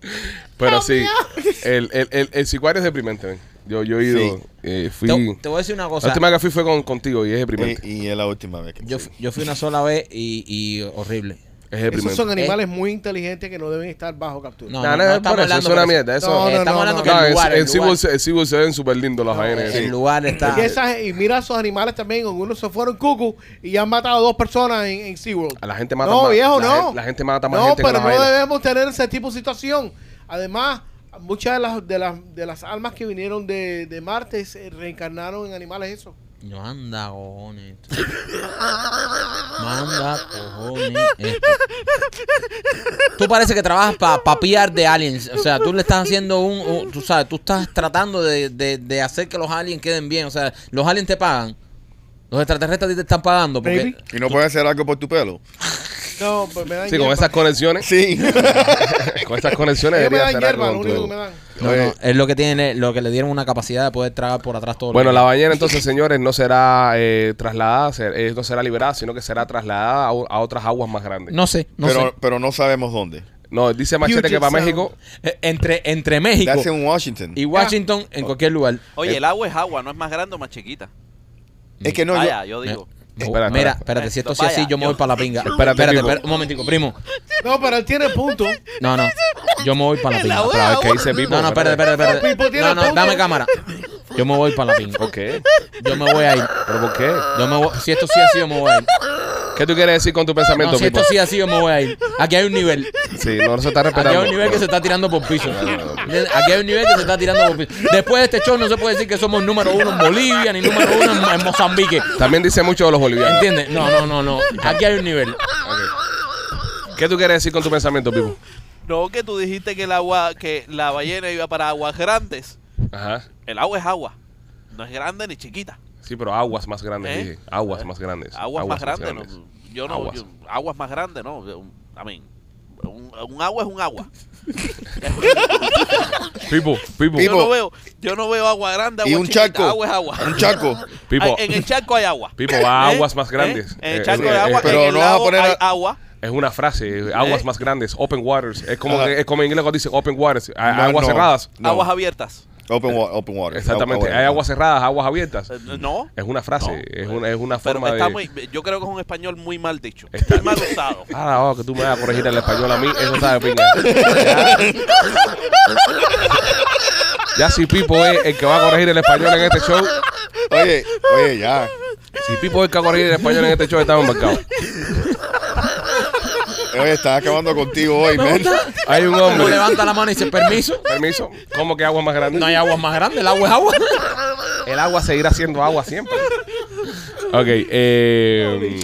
[SPEAKER 3] Pero
[SPEAKER 7] Oh,
[SPEAKER 3] sí,
[SPEAKER 7] Dios.
[SPEAKER 3] el, el, el, el sicario es deprimente. ven. Yo, yo he ido,
[SPEAKER 5] Sí.
[SPEAKER 3] eh, fui.
[SPEAKER 2] Te, te voy a decir una
[SPEAKER 3] la
[SPEAKER 2] cosa.
[SPEAKER 3] última que fui fue con, contigo y es
[SPEAKER 4] Eh,
[SPEAKER 5] y,
[SPEAKER 3] deprimente.
[SPEAKER 5] y es la última vez. que-
[SPEAKER 2] Yo, fu- yo fui una sola vez y, y horrible.
[SPEAKER 3] es
[SPEAKER 4] Esos
[SPEAKER 3] deprimente. ¿Eh?
[SPEAKER 4] son animales muy inteligentes que no deben estar bajo captura.
[SPEAKER 2] No,
[SPEAKER 3] No, no,
[SPEAKER 2] no, no
[SPEAKER 3] es-
[SPEAKER 2] estamos
[SPEAKER 3] bueno, eso
[SPEAKER 2] hablando.
[SPEAKER 3] es una
[SPEAKER 2] por
[SPEAKER 3] mierda, eso-
[SPEAKER 4] No, no,
[SPEAKER 2] estamos
[SPEAKER 4] no,
[SPEAKER 2] hablando
[SPEAKER 4] no.
[SPEAKER 2] que
[SPEAKER 3] No,
[SPEAKER 2] el
[SPEAKER 3] en-
[SPEAKER 2] lugar.
[SPEAKER 3] en
[SPEAKER 2] El
[SPEAKER 3] Seaworld
[SPEAKER 2] lugar,
[SPEAKER 3] se- en Seaworld pues, se ven súper lindos los ANS.
[SPEAKER 2] el lugar está.
[SPEAKER 4] Y, esas- y mira esos animales también, algunos se fueron cucu y ya han matado a dos personas en, en SeaWorld.
[SPEAKER 3] A la gente mata
[SPEAKER 4] no,
[SPEAKER 3] más-
[SPEAKER 4] viejo,
[SPEAKER 3] la
[SPEAKER 4] no.
[SPEAKER 3] gen- la gente mata más
[SPEAKER 4] No,
[SPEAKER 3] gente que
[SPEAKER 4] pero
[SPEAKER 3] las
[SPEAKER 4] no
[SPEAKER 3] ballenas.
[SPEAKER 4] debemos tener ese tipo de situación. Además, muchas de las, de las, de las almas que vinieron de, de Marte se reencarnaron en animales eso.
[SPEAKER 2] No anda, cojones. <laughs> esto. No anda, cojones. esto. Tú parece que trabajas para papiar de aliens. O sea, tú le estás haciendo un, un- Tú sabes, tú estás tratando de, de- de hacer que los aliens queden bien. O sea, los aliens te pagan. Los extraterrestres a ti te están pagando. Porque,
[SPEAKER 4] Baby.
[SPEAKER 5] ¿Y no puedes hacer algo por tu pelo?
[SPEAKER 4] No, pues me dan
[SPEAKER 3] Sí, con
[SPEAKER 4] hierba.
[SPEAKER 3] esas conexiones.
[SPEAKER 5] Sí.
[SPEAKER 3] Con esas conexiones
[SPEAKER 4] Ellos me
[SPEAKER 3] debería
[SPEAKER 4] dan
[SPEAKER 3] hacer algo Eh,
[SPEAKER 4] hierba, lo
[SPEAKER 3] con
[SPEAKER 4] único
[SPEAKER 3] tu-
[SPEAKER 4] que me dan.
[SPEAKER 2] No, no, es lo que tiene, lo que le dieron una capacidad de poder tragar por atrás todo. lo
[SPEAKER 3] Bueno,
[SPEAKER 2] que-
[SPEAKER 3] la <laughs> ballena entonces, señores, no será eh, trasladada, se- eh, no será liberada, sino que será trasladada a, o- a otras aguas más grandes. <laughs> No,
[SPEAKER 2] No sé, no
[SPEAKER 5] pero,
[SPEAKER 2] sé.
[SPEAKER 5] pero no sabemos dónde.
[SPEAKER 3] dice Machete que
[SPEAKER 4] Puget
[SPEAKER 3] para
[SPEAKER 4] Sound.
[SPEAKER 3] México.
[SPEAKER 2] Eh, Entre, entre México
[SPEAKER 5] That's en Washington.
[SPEAKER 2] y
[SPEAKER 3] Ah.
[SPEAKER 2] Washington, en cualquier lugar.
[SPEAKER 6] Oye, el agua es agua, no es más grande o más chiquita.
[SPEAKER 5] Es que no,
[SPEAKER 6] Vaya,
[SPEAKER 5] yo-
[SPEAKER 6] yo digo.
[SPEAKER 2] Me-
[SPEAKER 3] Espera,
[SPEAKER 2] mira,
[SPEAKER 3] espera.
[SPEAKER 2] espérate, si esto es
[SPEAKER 6] Vaya,
[SPEAKER 2] así, yo me voy
[SPEAKER 6] yo-
[SPEAKER 2] para la pinga.
[SPEAKER 3] Espérate,
[SPEAKER 2] Espérate,
[SPEAKER 3] primo.
[SPEAKER 2] espera- un momentico, primo.
[SPEAKER 4] No, pero él tiene
[SPEAKER 2] <laughs>
[SPEAKER 4] punto.
[SPEAKER 2] No, no, yo me voy para la pinga.
[SPEAKER 3] Otra vez que dice Pipo.
[SPEAKER 2] No, no, espérate, espérate,
[SPEAKER 4] Pipo
[SPEAKER 2] espérate.
[SPEAKER 4] tiene
[SPEAKER 2] No, no,
[SPEAKER 4] punto.
[SPEAKER 2] dame cámara. Yo me voy para la pinga.
[SPEAKER 3] ¿Por qué?
[SPEAKER 2] Yo me voy a ir.
[SPEAKER 3] ¿Pero por qué?
[SPEAKER 2] Yo me voy- si esto sí es así, yo me voy a ir.
[SPEAKER 3] ¿Qué tú quieres decir con tu pensamiento,
[SPEAKER 2] No, si
[SPEAKER 3] Pipo?
[SPEAKER 2] esto sí es así, yo me voy a ir. Aquí hay un nivel.
[SPEAKER 3] Sí, no, no se está
[SPEAKER 2] Aquí hay
[SPEAKER 3] respetando.
[SPEAKER 2] un nivel que se está tirando por piso. ¿Entiendes? Aquí hay un nivel que se está tirando por piso. Después de este show no se puede decir que somos número uno en Bolivia ni número uno en, en Mozambique.
[SPEAKER 3] También dice mucho de los bolivianos.
[SPEAKER 2] ¿Entiendes? No, no, no, no. Aquí hay un nivel.
[SPEAKER 3] ¿Qué tú quieres decir con tu pensamiento,
[SPEAKER 4] <laughs>
[SPEAKER 3] Pipo?
[SPEAKER 6] No, que tú dijiste que el agua, que la ballena iba para aguas grandes.
[SPEAKER 3] Ajá.
[SPEAKER 6] El agua es agua. No es grande ni chiquita.
[SPEAKER 3] Sí, pero aguas más grandes,
[SPEAKER 6] ¿Eh?
[SPEAKER 3] dije. Aguas más grandes.
[SPEAKER 6] Aguas, más grandes. no. Yo no,
[SPEAKER 3] Aguas.
[SPEAKER 6] yo- aguas más grandes, no. Yo- I mean, un, un agua es un agua.
[SPEAKER 3] Pipo, Pipo.
[SPEAKER 5] Pipo.
[SPEAKER 6] Yo no veo, yo no veo agua grande, agua
[SPEAKER 5] y un
[SPEAKER 6] chiquita.
[SPEAKER 5] charco.
[SPEAKER 6] Agua es agua.
[SPEAKER 5] Un charco.
[SPEAKER 3] Pipo.
[SPEAKER 6] Ay, Ah, en el charco hay agua.
[SPEAKER 3] Pipo, va a
[SPEAKER 6] ¿Eh?
[SPEAKER 3] aguas más
[SPEAKER 6] ¿Eh?
[SPEAKER 3] grandes.
[SPEAKER 6] En el
[SPEAKER 3] Eh,
[SPEAKER 6] charco
[SPEAKER 3] eh,
[SPEAKER 6] hay agua.
[SPEAKER 5] pero
[SPEAKER 6] en el
[SPEAKER 5] no vas a
[SPEAKER 6] lago
[SPEAKER 5] poner a-
[SPEAKER 6] hay agua.
[SPEAKER 3] Es una frase, eh, aguas
[SPEAKER 6] ¿Eh?
[SPEAKER 3] más grandes, open waters. Es como,
[SPEAKER 5] Ajá.
[SPEAKER 3] que- es como en inglés cuando dice open waters, a-
[SPEAKER 5] No,
[SPEAKER 3] aguas
[SPEAKER 5] no.
[SPEAKER 3] cerradas.
[SPEAKER 5] No.
[SPEAKER 6] Aguas abiertas.
[SPEAKER 5] Open, wa- open water.
[SPEAKER 3] Exactamente,
[SPEAKER 5] Open
[SPEAKER 3] hay aguas
[SPEAKER 5] water.
[SPEAKER 3] cerradas, aguas abiertas.
[SPEAKER 6] Eh, No.
[SPEAKER 3] Es una frase,
[SPEAKER 6] No. eh,
[SPEAKER 3] es, una, es una
[SPEAKER 6] Pero
[SPEAKER 3] forma
[SPEAKER 6] está
[SPEAKER 3] de...
[SPEAKER 6] muy, yo creo que es un español muy mal dicho. Muy mal
[SPEAKER 3] <laughs>
[SPEAKER 6] usado.
[SPEAKER 3] Ah, no, que tú me vas a corregir el español a mí, eso sabe
[SPEAKER 6] <laughs>
[SPEAKER 3] pinga. Ya si Pipo es el que va a corregir el español en este show,
[SPEAKER 5] Oye, oye, ya.
[SPEAKER 3] si Pipo es el que va a corregir el español en este show, estamos embarcados.
[SPEAKER 5] Oye, estás acabando contigo hoy, men.
[SPEAKER 2] Hay un hombre. levanta la mano y dice, permiso.
[SPEAKER 3] Permiso. ¿Cómo que agua más grande?
[SPEAKER 2] No hay agua más grande, el agua es agua.
[SPEAKER 3] <laughs> El agua seguirá siendo agua siempre. Ok, eh,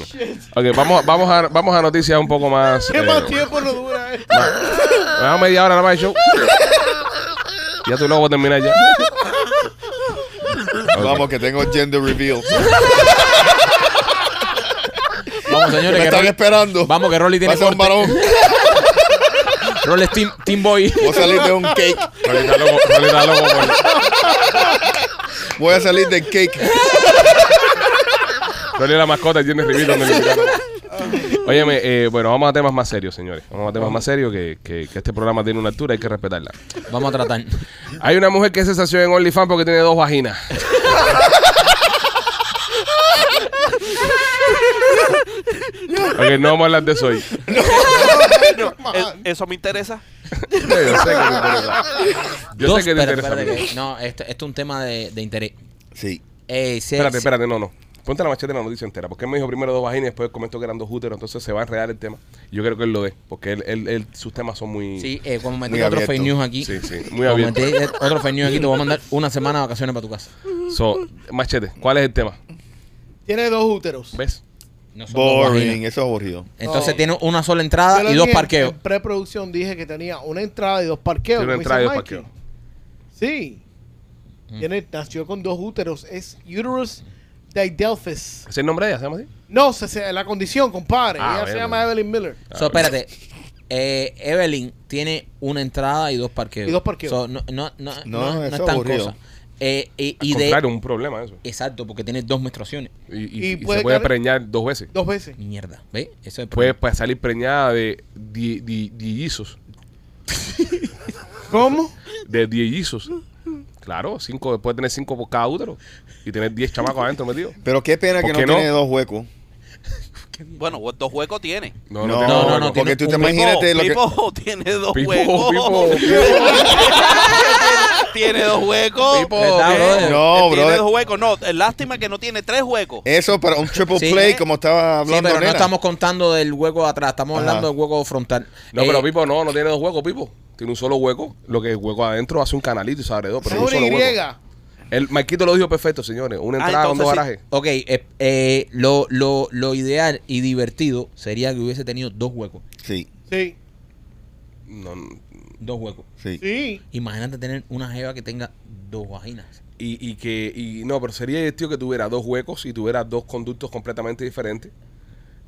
[SPEAKER 3] ok, vamos, vamos, a, vamos a noticias un poco más.
[SPEAKER 4] ¿Qué
[SPEAKER 3] eh,
[SPEAKER 4] más tiempo nos dura esto?
[SPEAKER 3] Me da media hora nada más de show. Ya tu logo termina ya.
[SPEAKER 5] Vamos, que tengo gender reveal.
[SPEAKER 2] Vamos,
[SPEAKER 5] Me
[SPEAKER 2] señores, que
[SPEAKER 5] están
[SPEAKER 2] Rolly,
[SPEAKER 5] esperando.
[SPEAKER 2] vamos, que
[SPEAKER 5] Va
[SPEAKER 2] Rolly tiene
[SPEAKER 5] a ser un
[SPEAKER 2] corte.
[SPEAKER 5] varón.
[SPEAKER 2] Rolly es <laughs> team, team Boy.
[SPEAKER 5] Voy a salir de un cake.
[SPEAKER 3] Rolly está loco, Rolly está loco por,
[SPEAKER 5] Voy a salir del cake.
[SPEAKER 3] Rolly es la mascota, tiene ribito. Óyeme, eh, bueno, vamos a temas más serios, señores. Vamos a temas más serios que, que, que este programa tiene una altura, hay que respetarla.
[SPEAKER 2] Vamos a tratar.
[SPEAKER 3] Hay una mujer que se sació en OnlyFans porque tiene dos vaginas. ok, no vamos a hablar de eso hoy.
[SPEAKER 6] Eh, Eso me interesa.
[SPEAKER 3] Yo sé que te interesa. Yo
[SPEAKER 2] Dos,
[SPEAKER 3] sé que te interesa.
[SPEAKER 2] espera, espérate,
[SPEAKER 3] Pipo.
[SPEAKER 2] que- no, esto, esto es un tema de, de interés.
[SPEAKER 5] Sí.
[SPEAKER 2] Eh, se-
[SPEAKER 3] Espérate,
[SPEAKER 2] se-
[SPEAKER 3] espérate, no, no. Ponte la machete en la noticia entera. Porque él me dijo primero dos vaginas y después comentó que eran dos úteros. Entonces se va a enredar el tema. Yo creo que él lo dé. Porque él, él- él- sus temas son muy.
[SPEAKER 2] Sí, eh, como metí
[SPEAKER 5] Muy
[SPEAKER 2] otro
[SPEAKER 5] abierto.
[SPEAKER 2] fake news aquí.
[SPEAKER 3] Sí, sí, muy
[SPEAKER 2] Como
[SPEAKER 3] abierto.
[SPEAKER 2] metí otro fake news aquí, te voy a mandar una semana de vacaciones para tu casa.
[SPEAKER 3] So, machete, ¿cuál es el tema?
[SPEAKER 4] Tiene dos úteros.
[SPEAKER 3] ¿Ves?
[SPEAKER 2] No son dos
[SPEAKER 5] Boring.
[SPEAKER 2] vaginas.
[SPEAKER 5] Eso es aburrido.
[SPEAKER 2] Entonces
[SPEAKER 4] No.
[SPEAKER 2] tiene una sola
[SPEAKER 4] Oh. Yo
[SPEAKER 2] entrada
[SPEAKER 4] lo
[SPEAKER 2] ah, y dos
[SPEAKER 4] dije en-
[SPEAKER 2] parqueos.
[SPEAKER 4] En preproducción dije que tenía una entrada y dos parqueos.
[SPEAKER 3] Tiene una
[SPEAKER 4] como
[SPEAKER 3] entrada y dos
[SPEAKER 4] dice Mikey. Sí.
[SPEAKER 2] Mm.
[SPEAKER 4] Tiene, nació con dos úteros. Es uterus didelphys.
[SPEAKER 3] ¿Es el nombre de ella? ¿Se llama así?
[SPEAKER 4] No, se- se- la condición, compadre.
[SPEAKER 3] Ah,
[SPEAKER 4] Ella se
[SPEAKER 3] bueno.
[SPEAKER 4] llama Evelyn Miller.
[SPEAKER 2] So, espérate. Eh, Evelyn tiene una entrada y dos parqueos.
[SPEAKER 4] Y dos parqueos.
[SPEAKER 2] So, no, no, no, no,
[SPEAKER 5] No,
[SPEAKER 2] no
[SPEAKER 5] eso
[SPEAKER 2] es tan
[SPEAKER 5] aburrido.
[SPEAKER 2] cosa. Eh, y,
[SPEAKER 3] Al
[SPEAKER 2] y de,
[SPEAKER 3] contrario, un problema eso.
[SPEAKER 2] Exacto, porque tiene dos menstruaciones.
[SPEAKER 3] Y, y-
[SPEAKER 4] Y
[SPEAKER 3] y
[SPEAKER 4] puede
[SPEAKER 3] se puede
[SPEAKER 4] caer-
[SPEAKER 3] preñar dos veces.
[SPEAKER 4] Dos veces.
[SPEAKER 2] Mierda, ¿ves? Eso es el
[SPEAKER 3] Puede
[SPEAKER 2] problema.
[SPEAKER 3] pa- salir preñada de di- di- diellizos.
[SPEAKER 4] ¿Cómo?
[SPEAKER 3] De diellizos. Claro, cinco, después tener cinco por cada útero y tener diez chamacos adentro metidos.
[SPEAKER 5] Pero qué pena
[SPEAKER 3] ¿Por
[SPEAKER 5] que no,
[SPEAKER 3] qué no?
[SPEAKER 5] tiene dos huecos.
[SPEAKER 6] Bueno, dos huecos tiene.
[SPEAKER 5] No,
[SPEAKER 3] tiene
[SPEAKER 2] no,
[SPEAKER 3] hueco.
[SPEAKER 2] no, no,
[SPEAKER 5] Porque
[SPEAKER 2] tiene
[SPEAKER 5] tú te
[SPEAKER 2] un
[SPEAKER 5] imagínate lo que.
[SPEAKER 6] Pipo <laughs> tiene dos
[SPEAKER 3] Pipo,
[SPEAKER 2] <laughs>
[SPEAKER 6] huecos.
[SPEAKER 3] Pipo, Pipo.
[SPEAKER 6] <laughs> tiene dos huecos.
[SPEAKER 3] Pipo,
[SPEAKER 2] ¿Verdad,
[SPEAKER 6] Eh,
[SPEAKER 2] brother?
[SPEAKER 5] No,
[SPEAKER 6] Tiene
[SPEAKER 5] brother.
[SPEAKER 6] dos huecos. No, eh, lástima que no tiene tres huecos.
[SPEAKER 3] Eh.
[SPEAKER 5] Eso para un triple
[SPEAKER 2] Sí.
[SPEAKER 5] play, como estaba
[SPEAKER 2] Sí,
[SPEAKER 5] hablando
[SPEAKER 2] pero no
[SPEAKER 5] nena.
[SPEAKER 2] estamos contando del hueco de atrás, estamos
[SPEAKER 5] Ajá.
[SPEAKER 2] hablando del hueco frontal.
[SPEAKER 3] No,
[SPEAKER 2] Eh,
[SPEAKER 3] pero Pipo no, no tiene dos huecos, Pipo. Tiene un solo hueco. Lo que el hueco adentro hace un canalito y se abre dos, pero
[SPEAKER 4] Es
[SPEAKER 3] es un
[SPEAKER 4] una
[SPEAKER 3] solo
[SPEAKER 4] Y.
[SPEAKER 3] hueco. El Marquito lo dijo perfecto, señores. Una
[SPEAKER 6] Ah,
[SPEAKER 3] entrada con
[SPEAKER 6] entonces
[SPEAKER 3] dos
[SPEAKER 6] sí.
[SPEAKER 3] garajes.
[SPEAKER 2] Ok, eh, eh, lo, lo, lo ideal y divertido sería que hubiese tenido dos huecos.
[SPEAKER 5] Sí,
[SPEAKER 4] Sí.
[SPEAKER 3] No, no.
[SPEAKER 2] Dos huecos.
[SPEAKER 5] sí.
[SPEAKER 2] Eh,
[SPEAKER 4] Sí.
[SPEAKER 2] Imagínate tener una jeva que tenga dos vaginas.
[SPEAKER 3] Y, y que, y no, pero sería divertido que tuviera dos huecos y tuviera dos conductos completamente diferentes.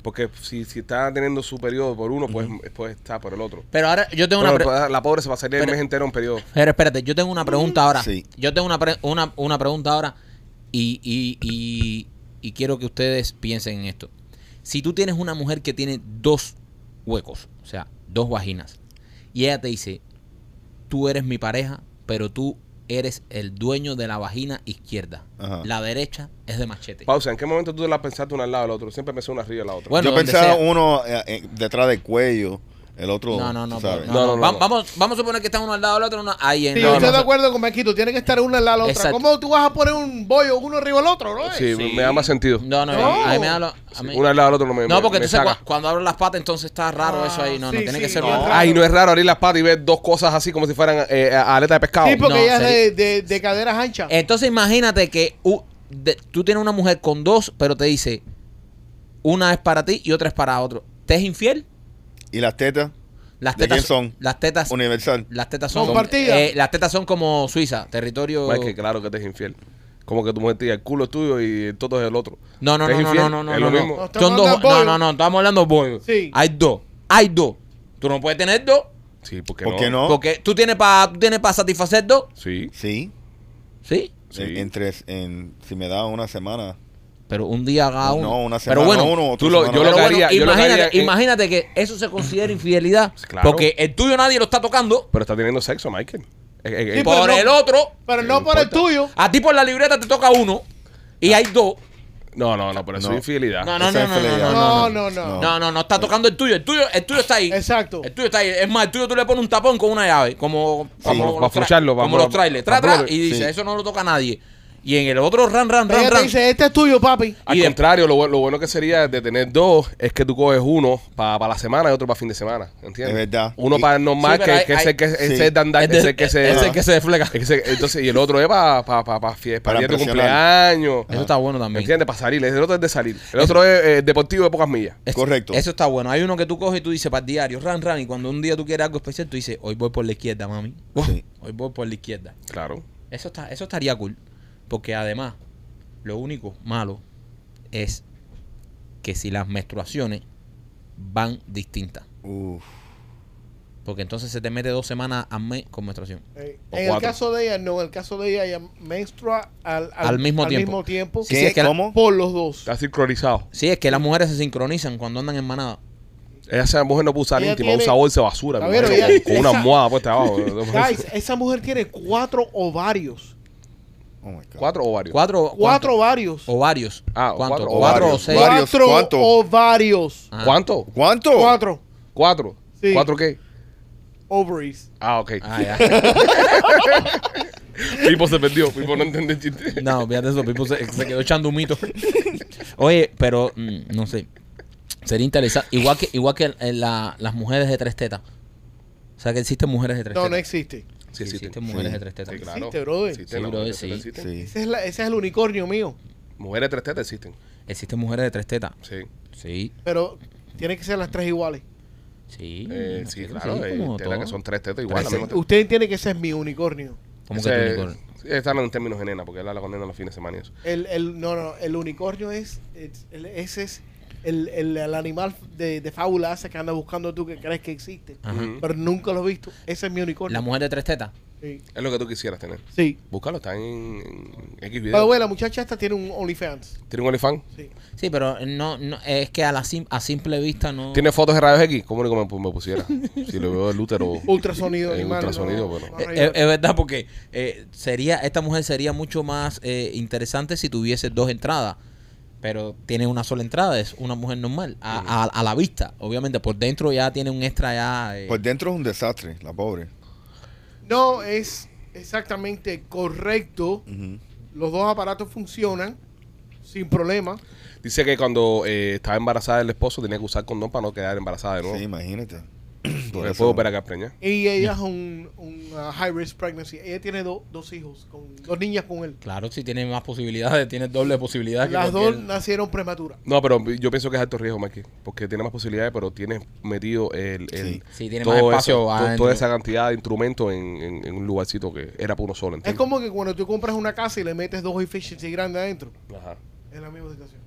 [SPEAKER 3] Porque si, si está teniendo su periodo por uno, pues, pues está por el otro.
[SPEAKER 2] Pero ahora yo tengo
[SPEAKER 3] Pero
[SPEAKER 2] una pre-
[SPEAKER 3] la- la pobre se pasaría el
[SPEAKER 2] pero-
[SPEAKER 3] mes entero un periodo.
[SPEAKER 2] Pero espérate, yo tengo una pregunta ahora.
[SPEAKER 5] Sí.
[SPEAKER 2] Yo tengo una, pre- una, una pregunta ahora y, y, y, y quiero que ustedes piensen en esto. Si tú tienes una mujer que tiene dos huecos, o sea, dos vaginas, y ella te dice, tú eres mi pareja, pero tú eres el dueño de la vagina izquierda.
[SPEAKER 5] Ajá.
[SPEAKER 2] La derecha es de machete.
[SPEAKER 3] Pausa, ¿en qué momento tú te la pensaste una al lado del otro? Siempre pensé una arriba y la otra.
[SPEAKER 2] Bueno,
[SPEAKER 5] Yo
[SPEAKER 2] donde
[SPEAKER 5] pensaba
[SPEAKER 2] sea.
[SPEAKER 5] uno eh, eh, detrás del cuello, el otro.
[SPEAKER 2] No, no, no.
[SPEAKER 5] tú sabes.
[SPEAKER 2] no,
[SPEAKER 3] No, no,
[SPEAKER 2] no.
[SPEAKER 3] no,
[SPEAKER 2] Va-
[SPEAKER 3] no.
[SPEAKER 2] Vamos, vamos a suponer que están uno al lado del otro. uno- ahí en
[SPEAKER 4] Sí,
[SPEAKER 2] no,
[SPEAKER 4] yo estoy
[SPEAKER 2] no,
[SPEAKER 4] de acuerdo con Maquito. Tiene que estar una al lado de la otra.
[SPEAKER 2] Exacto.
[SPEAKER 4] ¿Cómo tú vas a poner un bollo uno arriba del otro, no?
[SPEAKER 3] sí,
[SPEAKER 6] Sí.
[SPEAKER 3] me da más sentido.
[SPEAKER 2] No, no,
[SPEAKER 4] No.
[SPEAKER 2] a mí me da lo- a
[SPEAKER 3] Sí,
[SPEAKER 2] mí-
[SPEAKER 3] una al lado del otro no me
[SPEAKER 2] No,
[SPEAKER 3] me-
[SPEAKER 2] porque
[SPEAKER 3] me
[SPEAKER 2] entonces
[SPEAKER 3] saca.
[SPEAKER 2] cua- cuando abro las patas, entonces está raro eso ahí. No, no,
[SPEAKER 4] Ah, sí,
[SPEAKER 2] tiene
[SPEAKER 4] sí,
[SPEAKER 2] que ser.
[SPEAKER 4] no.
[SPEAKER 2] un-
[SPEAKER 4] Ay,
[SPEAKER 3] Ay, no es raro abrir las patas y ver dos cosas así como si fueran eh, aletas de pescado.
[SPEAKER 4] Sí, porque
[SPEAKER 2] No,
[SPEAKER 4] ella
[SPEAKER 2] sería-
[SPEAKER 4] es de, de- de caderas anchas.
[SPEAKER 2] Entonces imagínate que u- de- tú tienes una mujer con dos, pero te dice una es para ti y otra es para otro. ¿Te es infiel?
[SPEAKER 5] ¿Y las tetas?
[SPEAKER 2] Las
[SPEAKER 5] ¿De
[SPEAKER 2] tetas
[SPEAKER 5] quién son?
[SPEAKER 2] Las tetas.
[SPEAKER 5] Universal.
[SPEAKER 2] Las tetas son.
[SPEAKER 4] Compartidas.
[SPEAKER 2] eh, las tetas son como Suiza, territorio.
[SPEAKER 3] No, Pues es que claro que te es infiel. Como que tu mujer te diga, el culo es tuyo y el toto es el otro.
[SPEAKER 2] No, no,
[SPEAKER 3] Te es
[SPEAKER 2] no, no,
[SPEAKER 3] infiel,
[SPEAKER 2] no, no, no,
[SPEAKER 3] es
[SPEAKER 2] no,
[SPEAKER 3] lo
[SPEAKER 2] no.
[SPEAKER 3] mismo.
[SPEAKER 4] No, estamos
[SPEAKER 2] Son dos.
[SPEAKER 4] hablando de
[SPEAKER 2] No,
[SPEAKER 4] bollo.
[SPEAKER 2] no, no, estamos hablando de bollo.
[SPEAKER 4] Sí.
[SPEAKER 2] Hay dos. Hay dos. Tú no puedes tener dos.
[SPEAKER 3] Sí, porque
[SPEAKER 5] ¿Por qué no?
[SPEAKER 2] Porque tú tienes para tienes para satisfacer dos.
[SPEAKER 3] Sí,
[SPEAKER 5] Sí.
[SPEAKER 2] Sí.
[SPEAKER 3] sí.
[SPEAKER 5] En, en tres- en- si me da una semana.
[SPEAKER 2] Pero un día cada uno.
[SPEAKER 5] No, una semana
[SPEAKER 2] Pero bueno,
[SPEAKER 5] uno, otra
[SPEAKER 3] tú lo-
[SPEAKER 5] semana
[SPEAKER 3] yo lo
[SPEAKER 2] Pero
[SPEAKER 5] otra.
[SPEAKER 3] que
[SPEAKER 2] bueno,
[SPEAKER 3] haría- yo lo que
[SPEAKER 2] imagínate,
[SPEAKER 3] haría en-
[SPEAKER 2] imagínate que eso se considera infidelidad.
[SPEAKER 3] Claro.
[SPEAKER 2] Porque el tuyo nadie lo está tocando.
[SPEAKER 3] Pero está teniendo sexo, Michael. Eh, eh, eh,
[SPEAKER 4] Sí,
[SPEAKER 5] pues.
[SPEAKER 2] por
[SPEAKER 4] pero no.
[SPEAKER 2] el otro.
[SPEAKER 4] Pero no
[SPEAKER 3] No
[SPEAKER 4] por el
[SPEAKER 3] importa.
[SPEAKER 4] tuyo.
[SPEAKER 2] A ti por la libreta te toca uno. Y hay dos.
[SPEAKER 3] No, no, no, pero eso
[SPEAKER 5] No.
[SPEAKER 3] es infidelidad.
[SPEAKER 2] No, no,
[SPEAKER 5] Esa
[SPEAKER 2] no,
[SPEAKER 5] es
[SPEAKER 2] no, no,
[SPEAKER 5] infidelidad.
[SPEAKER 4] No,
[SPEAKER 2] no,
[SPEAKER 4] no,
[SPEAKER 2] no.
[SPEAKER 4] no.
[SPEAKER 5] Oh.
[SPEAKER 2] No, no, no está tocando el tuyo. El tuyo, el tuyo está ahí.
[SPEAKER 4] Exacto.
[SPEAKER 2] El tuyo está ahí. Es más, el tuyo tú le pones un tapón con una llave. Como, como
[SPEAKER 3] pa-
[SPEAKER 2] los
[SPEAKER 3] pa'
[SPEAKER 2] tra-
[SPEAKER 3] frucharlo, pa-
[SPEAKER 2] como
[SPEAKER 3] pa-
[SPEAKER 2] los trailers.
[SPEAKER 3] pa-
[SPEAKER 2] Tra, tra,
[SPEAKER 3] pa-
[SPEAKER 2] y dice,
[SPEAKER 5] sí.
[SPEAKER 2] eso no lo toca a nadie. Y en el otro ran, ran, ran,
[SPEAKER 4] Ella te
[SPEAKER 2] ran.
[SPEAKER 4] dice, este es tuyo, papi.
[SPEAKER 3] Al
[SPEAKER 2] Y de-
[SPEAKER 3] contrario, lo, bu- lo bueno que sería de tener dos es que tú coges uno para la semana y otro para fin de semana. ¿Entiendes?
[SPEAKER 5] Es verdad.
[SPEAKER 3] Uno
[SPEAKER 5] Y-
[SPEAKER 3] para el normal,
[SPEAKER 2] Sí,
[SPEAKER 3] que,
[SPEAKER 2] pero hay-
[SPEAKER 3] que es el que
[SPEAKER 5] hay-
[SPEAKER 3] es
[SPEAKER 5] sí.
[SPEAKER 3] el dandai,
[SPEAKER 2] Es de-
[SPEAKER 3] es el que se.
[SPEAKER 2] es el que se desfleca.
[SPEAKER 3] es el- entonces, y el otro es para pa, pa, pa, fie- para
[SPEAKER 5] Para
[SPEAKER 3] el día de tu
[SPEAKER 5] presionar.
[SPEAKER 3] cumpleaños.
[SPEAKER 2] Eso está bueno también.
[SPEAKER 3] ¿Entiendes? Para salir. El otro es de salir. El otro es eh, deportivo de pocas millas.
[SPEAKER 2] Es-
[SPEAKER 5] Correcto.
[SPEAKER 2] Eso está bueno. Hay uno que tú coges y tú dices para el diario, ran, ran. Y cuando un día tú quieres algo especial, tú dices, hoy voy por la izquierda, mami.
[SPEAKER 5] Sí.
[SPEAKER 2] Hoy voy por la izquierda.
[SPEAKER 3] Claro.
[SPEAKER 2] Eso, está, eso estaría cool. Porque además, lo único malo es que si las menstruaciones van distintas.
[SPEAKER 5] Uf.
[SPEAKER 2] Porque entonces se te mete dos semanas al mes con menstruación.
[SPEAKER 4] Eh,
[SPEAKER 2] O
[SPEAKER 4] en el
[SPEAKER 2] cuatro.
[SPEAKER 4] caso de ella, no. En el caso de ella, ella menstrua al,
[SPEAKER 2] Al mismo tiempo.
[SPEAKER 4] mismo tiempo
[SPEAKER 2] Sí, sí, es que la-
[SPEAKER 5] ¿Cómo?
[SPEAKER 4] por los dos.
[SPEAKER 3] Está sincronizado.
[SPEAKER 2] Sí, es que las mujeres se sincronizan cuando andan en manada.
[SPEAKER 3] Esa mujer no puede usar
[SPEAKER 4] Ella
[SPEAKER 3] íntima,
[SPEAKER 4] tiene-
[SPEAKER 3] usa bolsa de basura.
[SPEAKER 4] Está
[SPEAKER 3] me
[SPEAKER 4] bien,
[SPEAKER 3] imagino,
[SPEAKER 4] ella-
[SPEAKER 3] con una
[SPEAKER 4] esa-
[SPEAKER 3] almohada puesta
[SPEAKER 4] <laughs>
[SPEAKER 3] abajo.
[SPEAKER 4] Guys, esa mujer tiene cuatro ovarios.
[SPEAKER 5] Oh my God.
[SPEAKER 3] Cuatro ovarios.
[SPEAKER 2] Cuatro.
[SPEAKER 4] Cuatro
[SPEAKER 2] ¿cuánto?
[SPEAKER 4] ovarios.
[SPEAKER 2] ovarios.
[SPEAKER 3] Ah,
[SPEAKER 2] ¿Cuánto?
[SPEAKER 3] cuatro
[SPEAKER 2] Cuatro o
[SPEAKER 5] ovarios.
[SPEAKER 2] seis.
[SPEAKER 5] Ovarios,
[SPEAKER 4] Cuatro
[SPEAKER 5] ¿cuánto?
[SPEAKER 4] ovarios.
[SPEAKER 2] Ah.
[SPEAKER 3] ¿Cuánto?
[SPEAKER 5] ¿Cuánto?
[SPEAKER 4] Cuatro
[SPEAKER 3] ¿Cuatro?
[SPEAKER 4] Sí.
[SPEAKER 3] ¿Cuatro qué?
[SPEAKER 4] ovaries.
[SPEAKER 3] Ah, ok.
[SPEAKER 2] Ah, ya.
[SPEAKER 3] Pipo se perdió. Pipo no entendió el chiste.
[SPEAKER 2] No, fíjate eso, Pipo se, se quedó echando un mito. Oye, pero mm, no sé. Sería interesante. Igual que, igual que eh, la- las mujeres de tres tetas. O sea que existen mujeres de tres
[SPEAKER 4] No,
[SPEAKER 2] tetas.
[SPEAKER 4] no existe.
[SPEAKER 2] Sí, existen, mujeres de tres tetas.
[SPEAKER 3] Sí, claro.
[SPEAKER 4] Existe, brother.
[SPEAKER 3] Existen,
[SPEAKER 2] Sí,
[SPEAKER 3] las
[SPEAKER 2] brother,
[SPEAKER 3] mujeres de
[SPEAKER 2] sí.
[SPEAKER 3] tres tetas existen.
[SPEAKER 5] Sí.
[SPEAKER 4] Ese es, la- ese es el unicornio mío.
[SPEAKER 3] Mujeres de tres tetas existen.
[SPEAKER 2] Existen mujeres de tres tetas.
[SPEAKER 3] Sí.
[SPEAKER 2] Sí,
[SPEAKER 4] Pero tiene que ser las tres iguales.
[SPEAKER 2] sí.
[SPEAKER 3] Eh, sí, claro. eh,
[SPEAKER 2] como
[SPEAKER 3] tetas que
[SPEAKER 2] todo.
[SPEAKER 3] son tres tetas igual.
[SPEAKER 2] Tres
[SPEAKER 3] la misma
[SPEAKER 4] Usted entiende que ese es mi unicornio.
[SPEAKER 2] Como que
[SPEAKER 3] Ese-
[SPEAKER 2] tú, Nicole.
[SPEAKER 3] sí, Están en términos de nena, porque él habla con nena los fines de semana y eso.
[SPEAKER 4] El, el, no, no, el unicornio es, es- el- ese es el, el- el animal de, de fábula esa que anda buscando tú que crees que existe.
[SPEAKER 2] Ajá.
[SPEAKER 3] Ujú.
[SPEAKER 4] Pero nunca lo he visto. Ese es mi unicornio.
[SPEAKER 2] La mujer de tres tetas.
[SPEAKER 4] Sí.
[SPEAKER 3] Es lo que tú quisieras tener.
[SPEAKER 4] sí.
[SPEAKER 3] Búscalo, está en en X
[SPEAKER 4] Pero
[SPEAKER 3] video.
[SPEAKER 4] bueno, la muchacha esta tiene un OnlyFans.
[SPEAKER 3] ¿Tiene un OnlyFans?
[SPEAKER 4] Sí.
[SPEAKER 2] Sí, pero no, no es que a, la sim- a simple vista no.
[SPEAKER 3] ¿Tiene fotos de rayos X? ¿Cómo le- me, me
[SPEAKER 2] <laughs>
[SPEAKER 3] pusiera? si le veo el útero.
[SPEAKER 4] Ultrasonido.
[SPEAKER 3] Eh,
[SPEAKER 4] animal,
[SPEAKER 3] ultrasonido,
[SPEAKER 4] no,
[SPEAKER 3] bueno.
[SPEAKER 4] no,
[SPEAKER 2] Eh,
[SPEAKER 4] no,
[SPEAKER 2] eh, es, verdad porque eh, sería esta mujer sería mucho más eh, interesante si tuviese dos entradas pero tiene una sola entrada es una mujer normal a, a- a la vista obviamente por dentro ya tiene un extra ya eh,
[SPEAKER 4] Pues
[SPEAKER 5] Por Pues dentro es un desastre, la pobre.
[SPEAKER 4] No es exactamente correcto.
[SPEAKER 5] Ujú.
[SPEAKER 4] Los dos aparatos funcionan sin problema.
[SPEAKER 3] Dice que cuando eh, estaba embarazada del esposo tenía que usar condón para no quedar embarazada de nuevo.
[SPEAKER 5] Sí, imagínate. Por
[SPEAKER 3] porque
[SPEAKER 5] eso-
[SPEAKER 3] después opera acá preña.
[SPEAKER 4] Y ella es un, un, uh, high risk pregnancy. Ella tiene do- dos hijos, con dos niñas con él.
[SPEAKER 2] claro si tiene más posibilidades tiene doble posibilidad Ah, que
[SPEAKER 4] Las dos
[SPEAKER 2] cualquier-
[SPEAKER 4] nacieron prematuras.
[SPEAKER 3] No, pero yo pienso que es alto riesgo, Mikey, porque tiene más posibilidades, pero tienes metido el, el
[SPEAKER 5] Sí.
[SPEAKER 2] Sí, tiene más espacio
[SPEAKER 3] eso, to-
[SPEAKER 2] adentro.
[SPEAKER 3] toda esa cantidad de instrumentos en, en- en un lugarcito que era para uno solo.
[SPEAKER 4] Es
[SPEAKER 3] ¿entiendes?
[SPEAKER 4] como que cuando tú compras una casa y le metes dos efficiency grandes adentro.
[SPEAKER 3] Ajá.
[SPEAKER 4] Es la misma situación.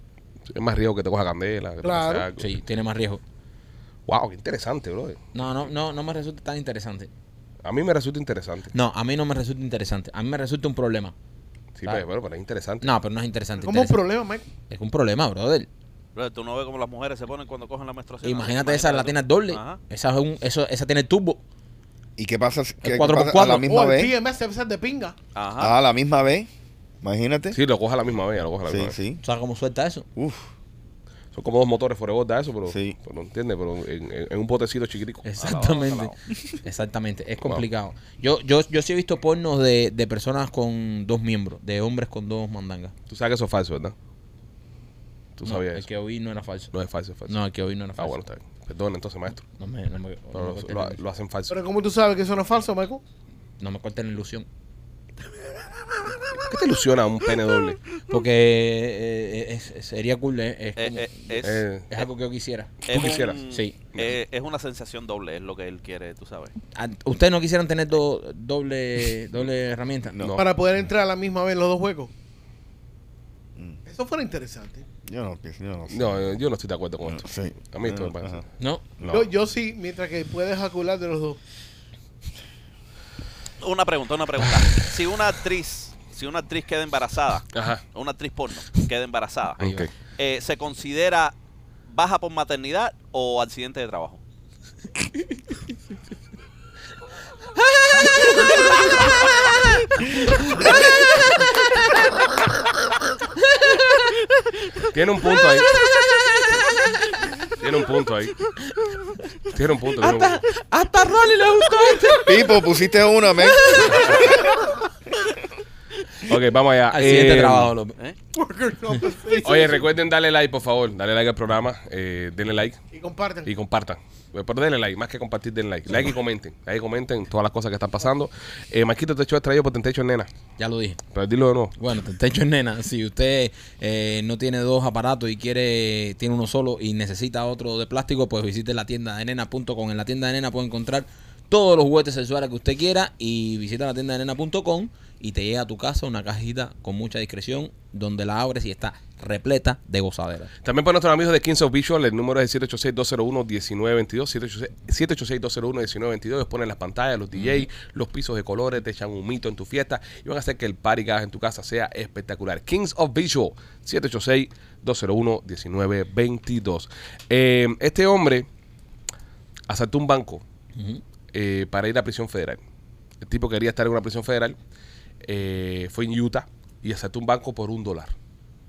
[SPEAKER 3] Es más riesgo que te coja candela. que te
[SPEAKER 4] Claro.
[SPEAKER 3] pase algo.
[SPEAKER 2] sí tiene más riesgo
[SPEAKER 3] Wow, qué interesante, brother.
[SPEAKER 2] no no no no me resulta tan interesante
[SPEAKER 3] A mí me resulta interesante.
[SPEAKER 2] no a mí no me resulta interesante a mí me resulta un problema
[SPEAKER 3] Sí,
[SPEAKER 2] Claro.
[SPEAKER 3] pero, pero es interesante.
[SPEAKER 2] no pero no es interesante,
[SPEAKER 4] Como un
[SPEAKER 2] interesante.
[SPEAKER 4] problema, Mike.
[SPEAKER 2] es un problema brother
[SPEAKER 6] Bro, tú no ves cómo las mujeres se ponen cuando cogen la menstruación.
[SPEAKER 2] imagínate esa
[SPEAKER 6] tú.
[SPEAKER 2] la tiene doble
[SPEAKER 6] Ajá.
[SPEAKER 2] esa es un- eso esa tiene turbo
[SPEAKER 5] ¿Y qué pasa? si- qué- qué
[SPEAKER 2] cuatro por
[SPEAKER 5] pasa a
[SPEAKER 2] cuatro.
[SPEAKER 5] la misma
[SPEAKER 4] Oh, el
[SPEAKER 5] vez?
[SPEAKER 4] TMS debe ser de pinga.
[SPEAKER 6] Ajá.
[SPEAKER 5] Ah, a la misma vez. Imagínate.
[SPEAKER 3] Sí, lo coja a la misma vez, lo coja a la
[SPEAKER 5] sí.
[SPEAKER 3] misma vez.
[SPEAKER 5] sí.
[SPEAKER 2] ¿Sabes cómo suelta eso?
[SPEAKER 5] Uf.
[SPEAKER 3] Son como dos motores forever da eso, pero,
[SPEAKER 5] Sí.
[SPEAKER 3] pero no entiende, pero en, en- en un botecito chiquitico.
[SPEAKER 2] Exactamente. <laughs> Exactamente. Es complicado. Yo, yo, yo sí he visto pornos de, de personas con dos miembros, de hombres con dos mandangas.
[SPEAKER 3] Ah, Tú sabes que eso es falso, ¿verdad? Tú
[SPEAKER 2] No,
[SPEAKER 3] sabías
[SPEAKER 2] El
[SPEAKER 3] eso.
[SPEAKER 2] que oí no era falso.
[SPEAKER 3] No es falso, es falso.
[SPEAKER 2] No, el que oí no era
[SPEAKER 3] Ah,
[SPEAKER 2] falso.
[SPEAKER 3] bueno, está bien. Perdón, entonces, maestro.
[SPEAKER 2] No me, no me- no me
[SPEAKER 3] Pero lo,
[SPEAKER 2] corten
[SPEAKER 3] lo-
[SPEAKER 2] la ilusión.
[SPEAKER 3] lo hacen falso.
[SPEAKER 4] Pero como tú sabes que eso no es falso, Michael.
[SPEAKER 2] No me corten la ilusión.
[SPEAKER 3] ¿Por qué te ilusiona un pene doble?
[SPEAKER 2] Porque eh, eh, es- sería cool. eh, Es,
[SPEAKER 6] Eh,
[SPEAKER 2] como-
[SPEAKER 6] eh, es,
[SPEAKER 3] Eh,
[SPEAKER 2] <laughs> es algo que yo quisiera.
[SPEAKER 6] es un-
[SPEAKER 3] quisieras?
[SPEAKER 2] Sí.
[SPEAKER 6] eh, es una sensación doble, es lo que él quiere, tú sabes.
[SPEAKER 2] Ah, ¿Ustedes no quisieran tener do- doble, doble herramienta?
[SPEAKER 5] No.
[SPEAKER 3] No.
[SPEAKER 4] Para poder entrar a la misma vez en los dos juegos.
[SPEAKER 5] Mm.
[SPEAKER 4] Eso fuera interesante.
[SPEAKER 5] Yo no pienso. Yo no sé.
[SPEAKER 3] No, eh, yo no estoy de acuerdo con esto.
[SPEAKER 5] Sí.
[SPEAKER 3] A mí esto me
[SPEAKER 5] Ajá.
[SPEAKER 3] parece.
[SPEAKER 2] ¿No?
[SPEAKER 3] No.
[SPEAKER 4] Yo, yo sí, mientras que puedes ejacular de los dos.
[SPEAKER 6] Una pregunta,
[SPEAKER 3] <laughs>
[SPEAKER 6] una pregunta. Si una actriz, si una actriz queda embarazada,
[SPEAKER 3] Ajá.
[SPEAKER 6] una actriz porno queda embarazada,
[SPEAKER 2] Ahí va.
[SPEAKER 3] Ok.
[SPEAKER 6] eh, ¿se considera baja por maternidad o accidente de trabajo?
[SPEAKER 3] Tiene un punto ahí. Tiene un punto ahí. Tiene un punto. tiene un punto.
[SPEAKER 2] Hasta
[SPEAKER 3] Eh.
[SPEAKER 2] Rolly le gustó este.
[SPEAKER 5] Pipo, pusiste una, men.
[SPEAKER 3] Ok, vamos allá.
[SPEAKER 2] Al siguiente
[SPEAKER 3] Eh,
[SPEAKER 2] trabajo, López.
[SPEAKER 6] ¿Eh?
[SPEAKER 3] Oye, recuerden darle like, por favor. Dale like al programa. eh, denle like
[SPEAKER 4] Y comparten.
[SPEAKER 3] y compartan. Eh, Pero denle like, más que compartir, denle like. Like y comenten. Like y comenten todas las cosas que están pasando. Eh, Marquito, te he hecho extraído por Tentation Nena.
[SPEAKER 2] Ya lo dije.
[SPEAKER 3] Pero dilo de nuevo.
[SPEAKER 2] Bueno, te- te hecho es nena. Si usted eh, no tiene dos aparatos y quiere, tiene uno solo y necesita otro de plástico, pues visite la tienda de nena.com. En la tienda de nena puede encontrar todos los juguetes sexuales que usted quiera y visita la tienda de nena.com y te llega a tu casa una cajita con mucha discreción donde la abres y está repleta de gozaderas.
[SPEAKER 3] También para nuestros amigos de Kings of Visual, el número es el 786-201-1922. 786-201-1922. Ellos ponen las pantallas, los DJ, los pisos de colores, te echan un mito en tu fiesta y van a hacer que el party que hagas en tu casa sea espectacular. Kings of Visual, 786-201-1922. Eh, este hombre asaltó un banco eh, para ir a prisión federal. El tipo quería estar en una prisión federal. eh, fue en Utah y asaltó un banco por un dólar.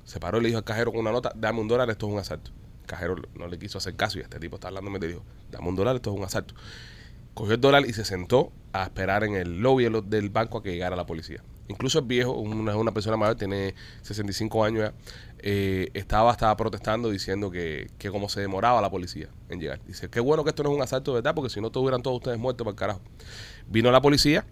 [SPEAKER 3] Se paró y le dijo al cajero con una nota, dame un dólar, esto es un asalto. El cajero no le quiso hacer caso y este tipo está hablándome y le dijo, dame un dólar, esto es un asalto. Cogió el dólar y se sentó a esperar en el lobby del- del banco a que llegara la policía. Incluso el viejo, una, una persona mayor, tiene 65 años ya, eh, estaba, estaba protestando diciendo que, que como se demoraba la policía en llegar. Dice, qué bueno que esto no es un asalto, ¿verdad? Porque si no, estuvieran todos ustedes muertos para el carajo. Vino la policía,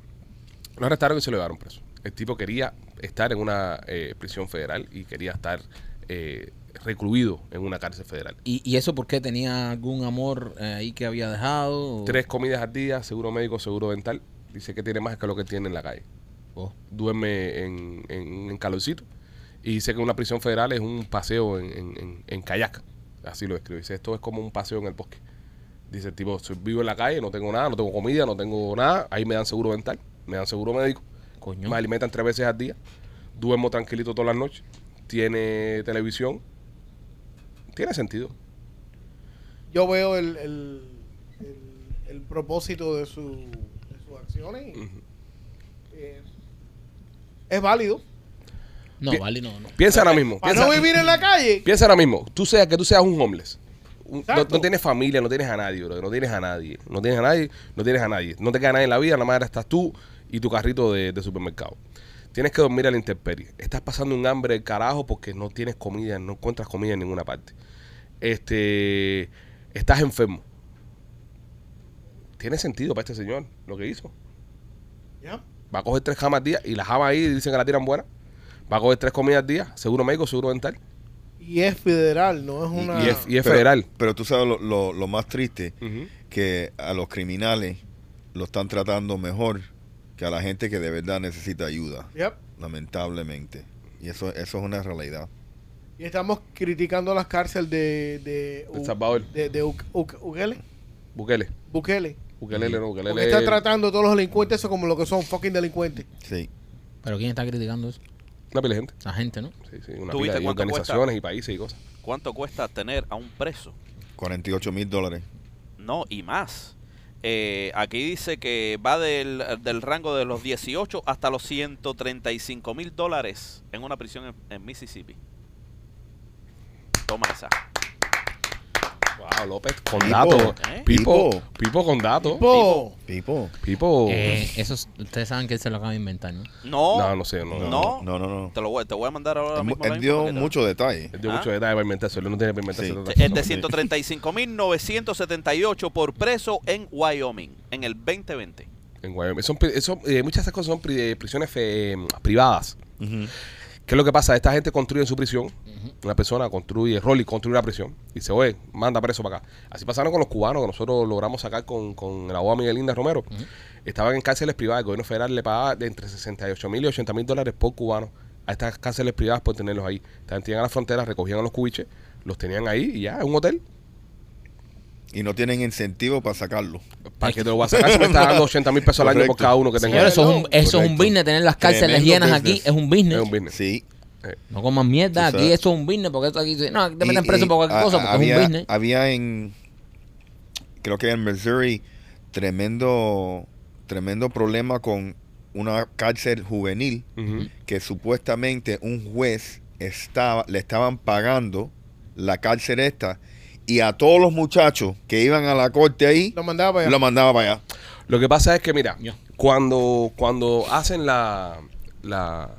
[SPEAKER 3] lo arrestaron y se lo llevaron preso. El tipo quería estar en una eh, prisión federal y quería estar eh, recluido en una cárcel federal.
[SPEAKER 2] ¿Y, y eso porque tenía algún amor eh, ahí que había dejado?
[SPEAKER 3] Tres comidas al día, seguro médico, seguro dental. Dice que tiene más que lo que tiene en la calle.
[SPEAKER 2] Oh.
[SPEAKER 3] Duerme en, en, en calorcito. Y dice que una prisión federal es un paseo en, en, en- en kayak. Así lo escribe. Dice, esto es como un paseo en el bosque. Dice el tipo, "Soy- vivo en la calle, no tengo nada, no tengo comida, no tengo nada. Ahí me dan seguro dental, me dan seguro médico.
[SPEAKER 2] Coño.
[SPEAKER 3] Me alimentan tres veces al día. Duermo tranquilito todas las noches. Tiene televisión. Tiene sentido.
[SPEAKER 4] Yo veo el, el, el- el propósito de, su, de sus acciones. y, eh, es válido.
[SPEAKER 2] No,
[SPEAKER 3] Pi-
[SPEAKER 2] vale, no, no.
[SPEAKER 3] Piensa ahora mismo.
[SPEAKER 4] Para
[SPEAKER 3] Piensa,
[SPEAKER 4] no vivir en la calle.
[SPEAKER 3] piensa ahora mismo. Tú seas que tú seas un homeless. Un- no,
[SPEAKER 4] Exacto.
[SPEAKER 3] no tienes familia, no tienes a nadie, bro. No tienes a nadie. No tienes a nadie, no tienes a nadie. No te queda nadie en la vida, nada más estás tú y tu carrito de, de supermercado. Tienes que dormir a la intemperie. Estás pasando un hambre del carajo porque no tienes comida, no encuentras comida en ninguna parte. Este, estás enfermo. Tiene sentido para este señor lo que hizo.
[SPEAKER 4] Ya.
[SPEAKER 3] Va a coger tres camas al día y las jamas ahí dicen que la tiran buena. Va a coger tres comidas al día, seguro médico, seguro dental.
[SPEAKER 4] Y es federal, no es una.
[SPEAKER 3] Y es, y es
[SPEAKER 5] Pero-
[SPEAKER 3] federal.
[SPEAKER 5] Pero tú sabes lo, lo- lo más triste,
[SPEAKER 3] Ujú.
[SPEAKER 5] que a los criminales lo están tratando mejor que a la gente que de verdad necesita ayuda,
[SPEAKER 4] Yep.
[SPEAKER 5] lamentablemente. Y eso, eso es una realidad.
[SPEAKER 4] Y estamos criticando las cárceles de. De,
[SPEAKER 3] De
[SPEAKER 4] U-
[SPEAKER 3] Salvador.
[SPEAKER 4] De, de Uc- Uc- Ukele,
[SPEAKER 3] Bukele.
[SPEAKER 4] Bukele.
[SPEAKER 3] Bukele no, Bukele.
[SPEAKER 4] Porque está tratando a todos los delincuentes eso como lo que son fucking delincuentes.
[SPEAKER 5] Sí.
[SPEAKER 2] Pero ¿quién está criticando eso?
[SPEAKER 3] Una pila de gente.
[SPEAKER 2] La gente, ¿no?
[SPEAKER 3] Sí, sí, una
[SPEAKER 6] ¿Tú
[SPEAKER 3] pila
[SPEAKER 6] viste
[SPEAKER 3] de
[SPEAKER 6] cuánto
[SPEAKER 3] organizaciones
[SPEAKER 6] cuesta?
[SPEAKER 3] y países y cosas.
[SPEAKER 6] ¿Cuánto cuesta tener a un preso?
[SPEAKER 5] 48 mil dólares.
[SPEAKER 6] No, y más. Eh, aquí dice que va del, del rango de los 18 hasta los 135 mil dólares en una prisión en, en Mississippi. Toma esa.
[SPEAKER 3] Wow, López. Con
[SPEAKER 5] Pipo,
[SPEAKER 3] datos.
[SPEAKER 6] ¿eh?
[SPEAKER 3] Pipo.
[SPEAKER 5] Pipo.
[SPEAKER 3] Pipo con datos.
[SPEAKER 4] Po.
[SPEAKER 5] Pipo.
[SPEAKER 3] Pipo.
[SPEAKER 2] Eh, eso es- ustedes saben que él se lo acaba de inventar, ¿no?
[SPEAKER 6] No,
[SPEAKER 3] No, no sé. No. no.
[SPEAKER 6] No.
[SPEAKER 5] No, no, no.
[SPEAKER 6] Te, lo voy, te voy a mandar ahora
[SPEAKER 5] Él, mu-
[SPEAKER 6] mismo. la
[SPEAKER 5] él
[SPEAKER 6] misma
[SPEAKER 5] dio
[SPEAKER 6] porque te-
[SPEAKER 5] mucho detalle.
[SPEAKER 3] Él dio
[SPEAKER 6] Ah.
[SPEAKER 3] mucho detalle para inventarse. Él no tiene para inventarse.
[SPEAKER 5] Sí.
[SPEAKER 3] tantas
[SPEAKER 6] Es
[SPEAKER 3] cosas.
[SPEAKER 6] de 135.978 por preso en Wyoming en el 2020.
[SPEAKER 3] En Wyoming. Son, pri- son, eh, muchas de esas cosas son pri- eh, prisiones eh, privadas.
[SPEAKER 5] Ujú.
[SPEAKER 3] ¿Qué es lo que pasa? Esta gente construye en su prisión. Una persona construye, Rolly construye una prisión y se oye, manda preso para acá. Así pasaron con los cubanos que nosotros logramos sacar con, con la abogada Miguelinda Romero. Estaban en cárceles privadas. El gobierno federal le pagaba de entre 68 mil y 80 mil dólares por cubano a estas cárceles privadas por tenerlos ahí. También tenían a la frontera, recogían a los cubiches, los tenían ahí y ya, en un hotel.
[SPEAKER 5] Y no tienen incentivo para sacarlo.
[SPEAKER 3] ¿Para que te
[SPEAKER 2] <laughs>
[SPEAKER 3] lo voy a sacar? Se me está dando 80 mil pesos al año por
[SPEAKER 5] Correcto.
[SPEAKER 3] cada uno que tenga.
[SPEAKER 2] Señores, eso es un, eso es un
[SPEAKER 5] Correcto.
[SPEAKER 2] business, tener las cárceles
[SPEAKER 5] Tremendo
[SPEAKER 2] llenas aquí,
[SPEAKER 5] business.
[SPEAKER 2] es un business.
[SPEAKER 3] Es un business.
[SPEAKER 5] Sí.
[SPEAKER 2] No coman mierda,
[SPEAKER 5] Tú
[SPEAKER 2] aquí
[SPEAKER 5] sabes.
[SPEAKER 2] esto es un business, porque esto aquí, no, aquí te
[SPEAKER 5] Y-
[SPEAKER 2] meten preso
[SPEAKER 5] y
[SPEAKER 2] por cualquier
[SPEAKER 5] a-
[SPEAKER 2] cosa, porque
[SPEAKER 5] había,
[SPEAKER 2] es un business.
[SPEAKER 5] Había en, creo que en Missouri, tremendo, tremendo problema con una cárcel juvenil
[SPEAKER 3] Ujú.
[SPEAKER 5] que supuestamente un juez estaba, le estaban pagando la cárcel esta y a todos los muchachos que iban a la corte ahí
[SPEAKER 4] Lo mandaba para allá.
[SPEAKER 5] lo mandaba para allá.
[SPEAKER 3] Lo que pasa es que, mira,
[SPEAKER 2] Ya.
[SPEAKER 3] cuando, cuando hacen la, la,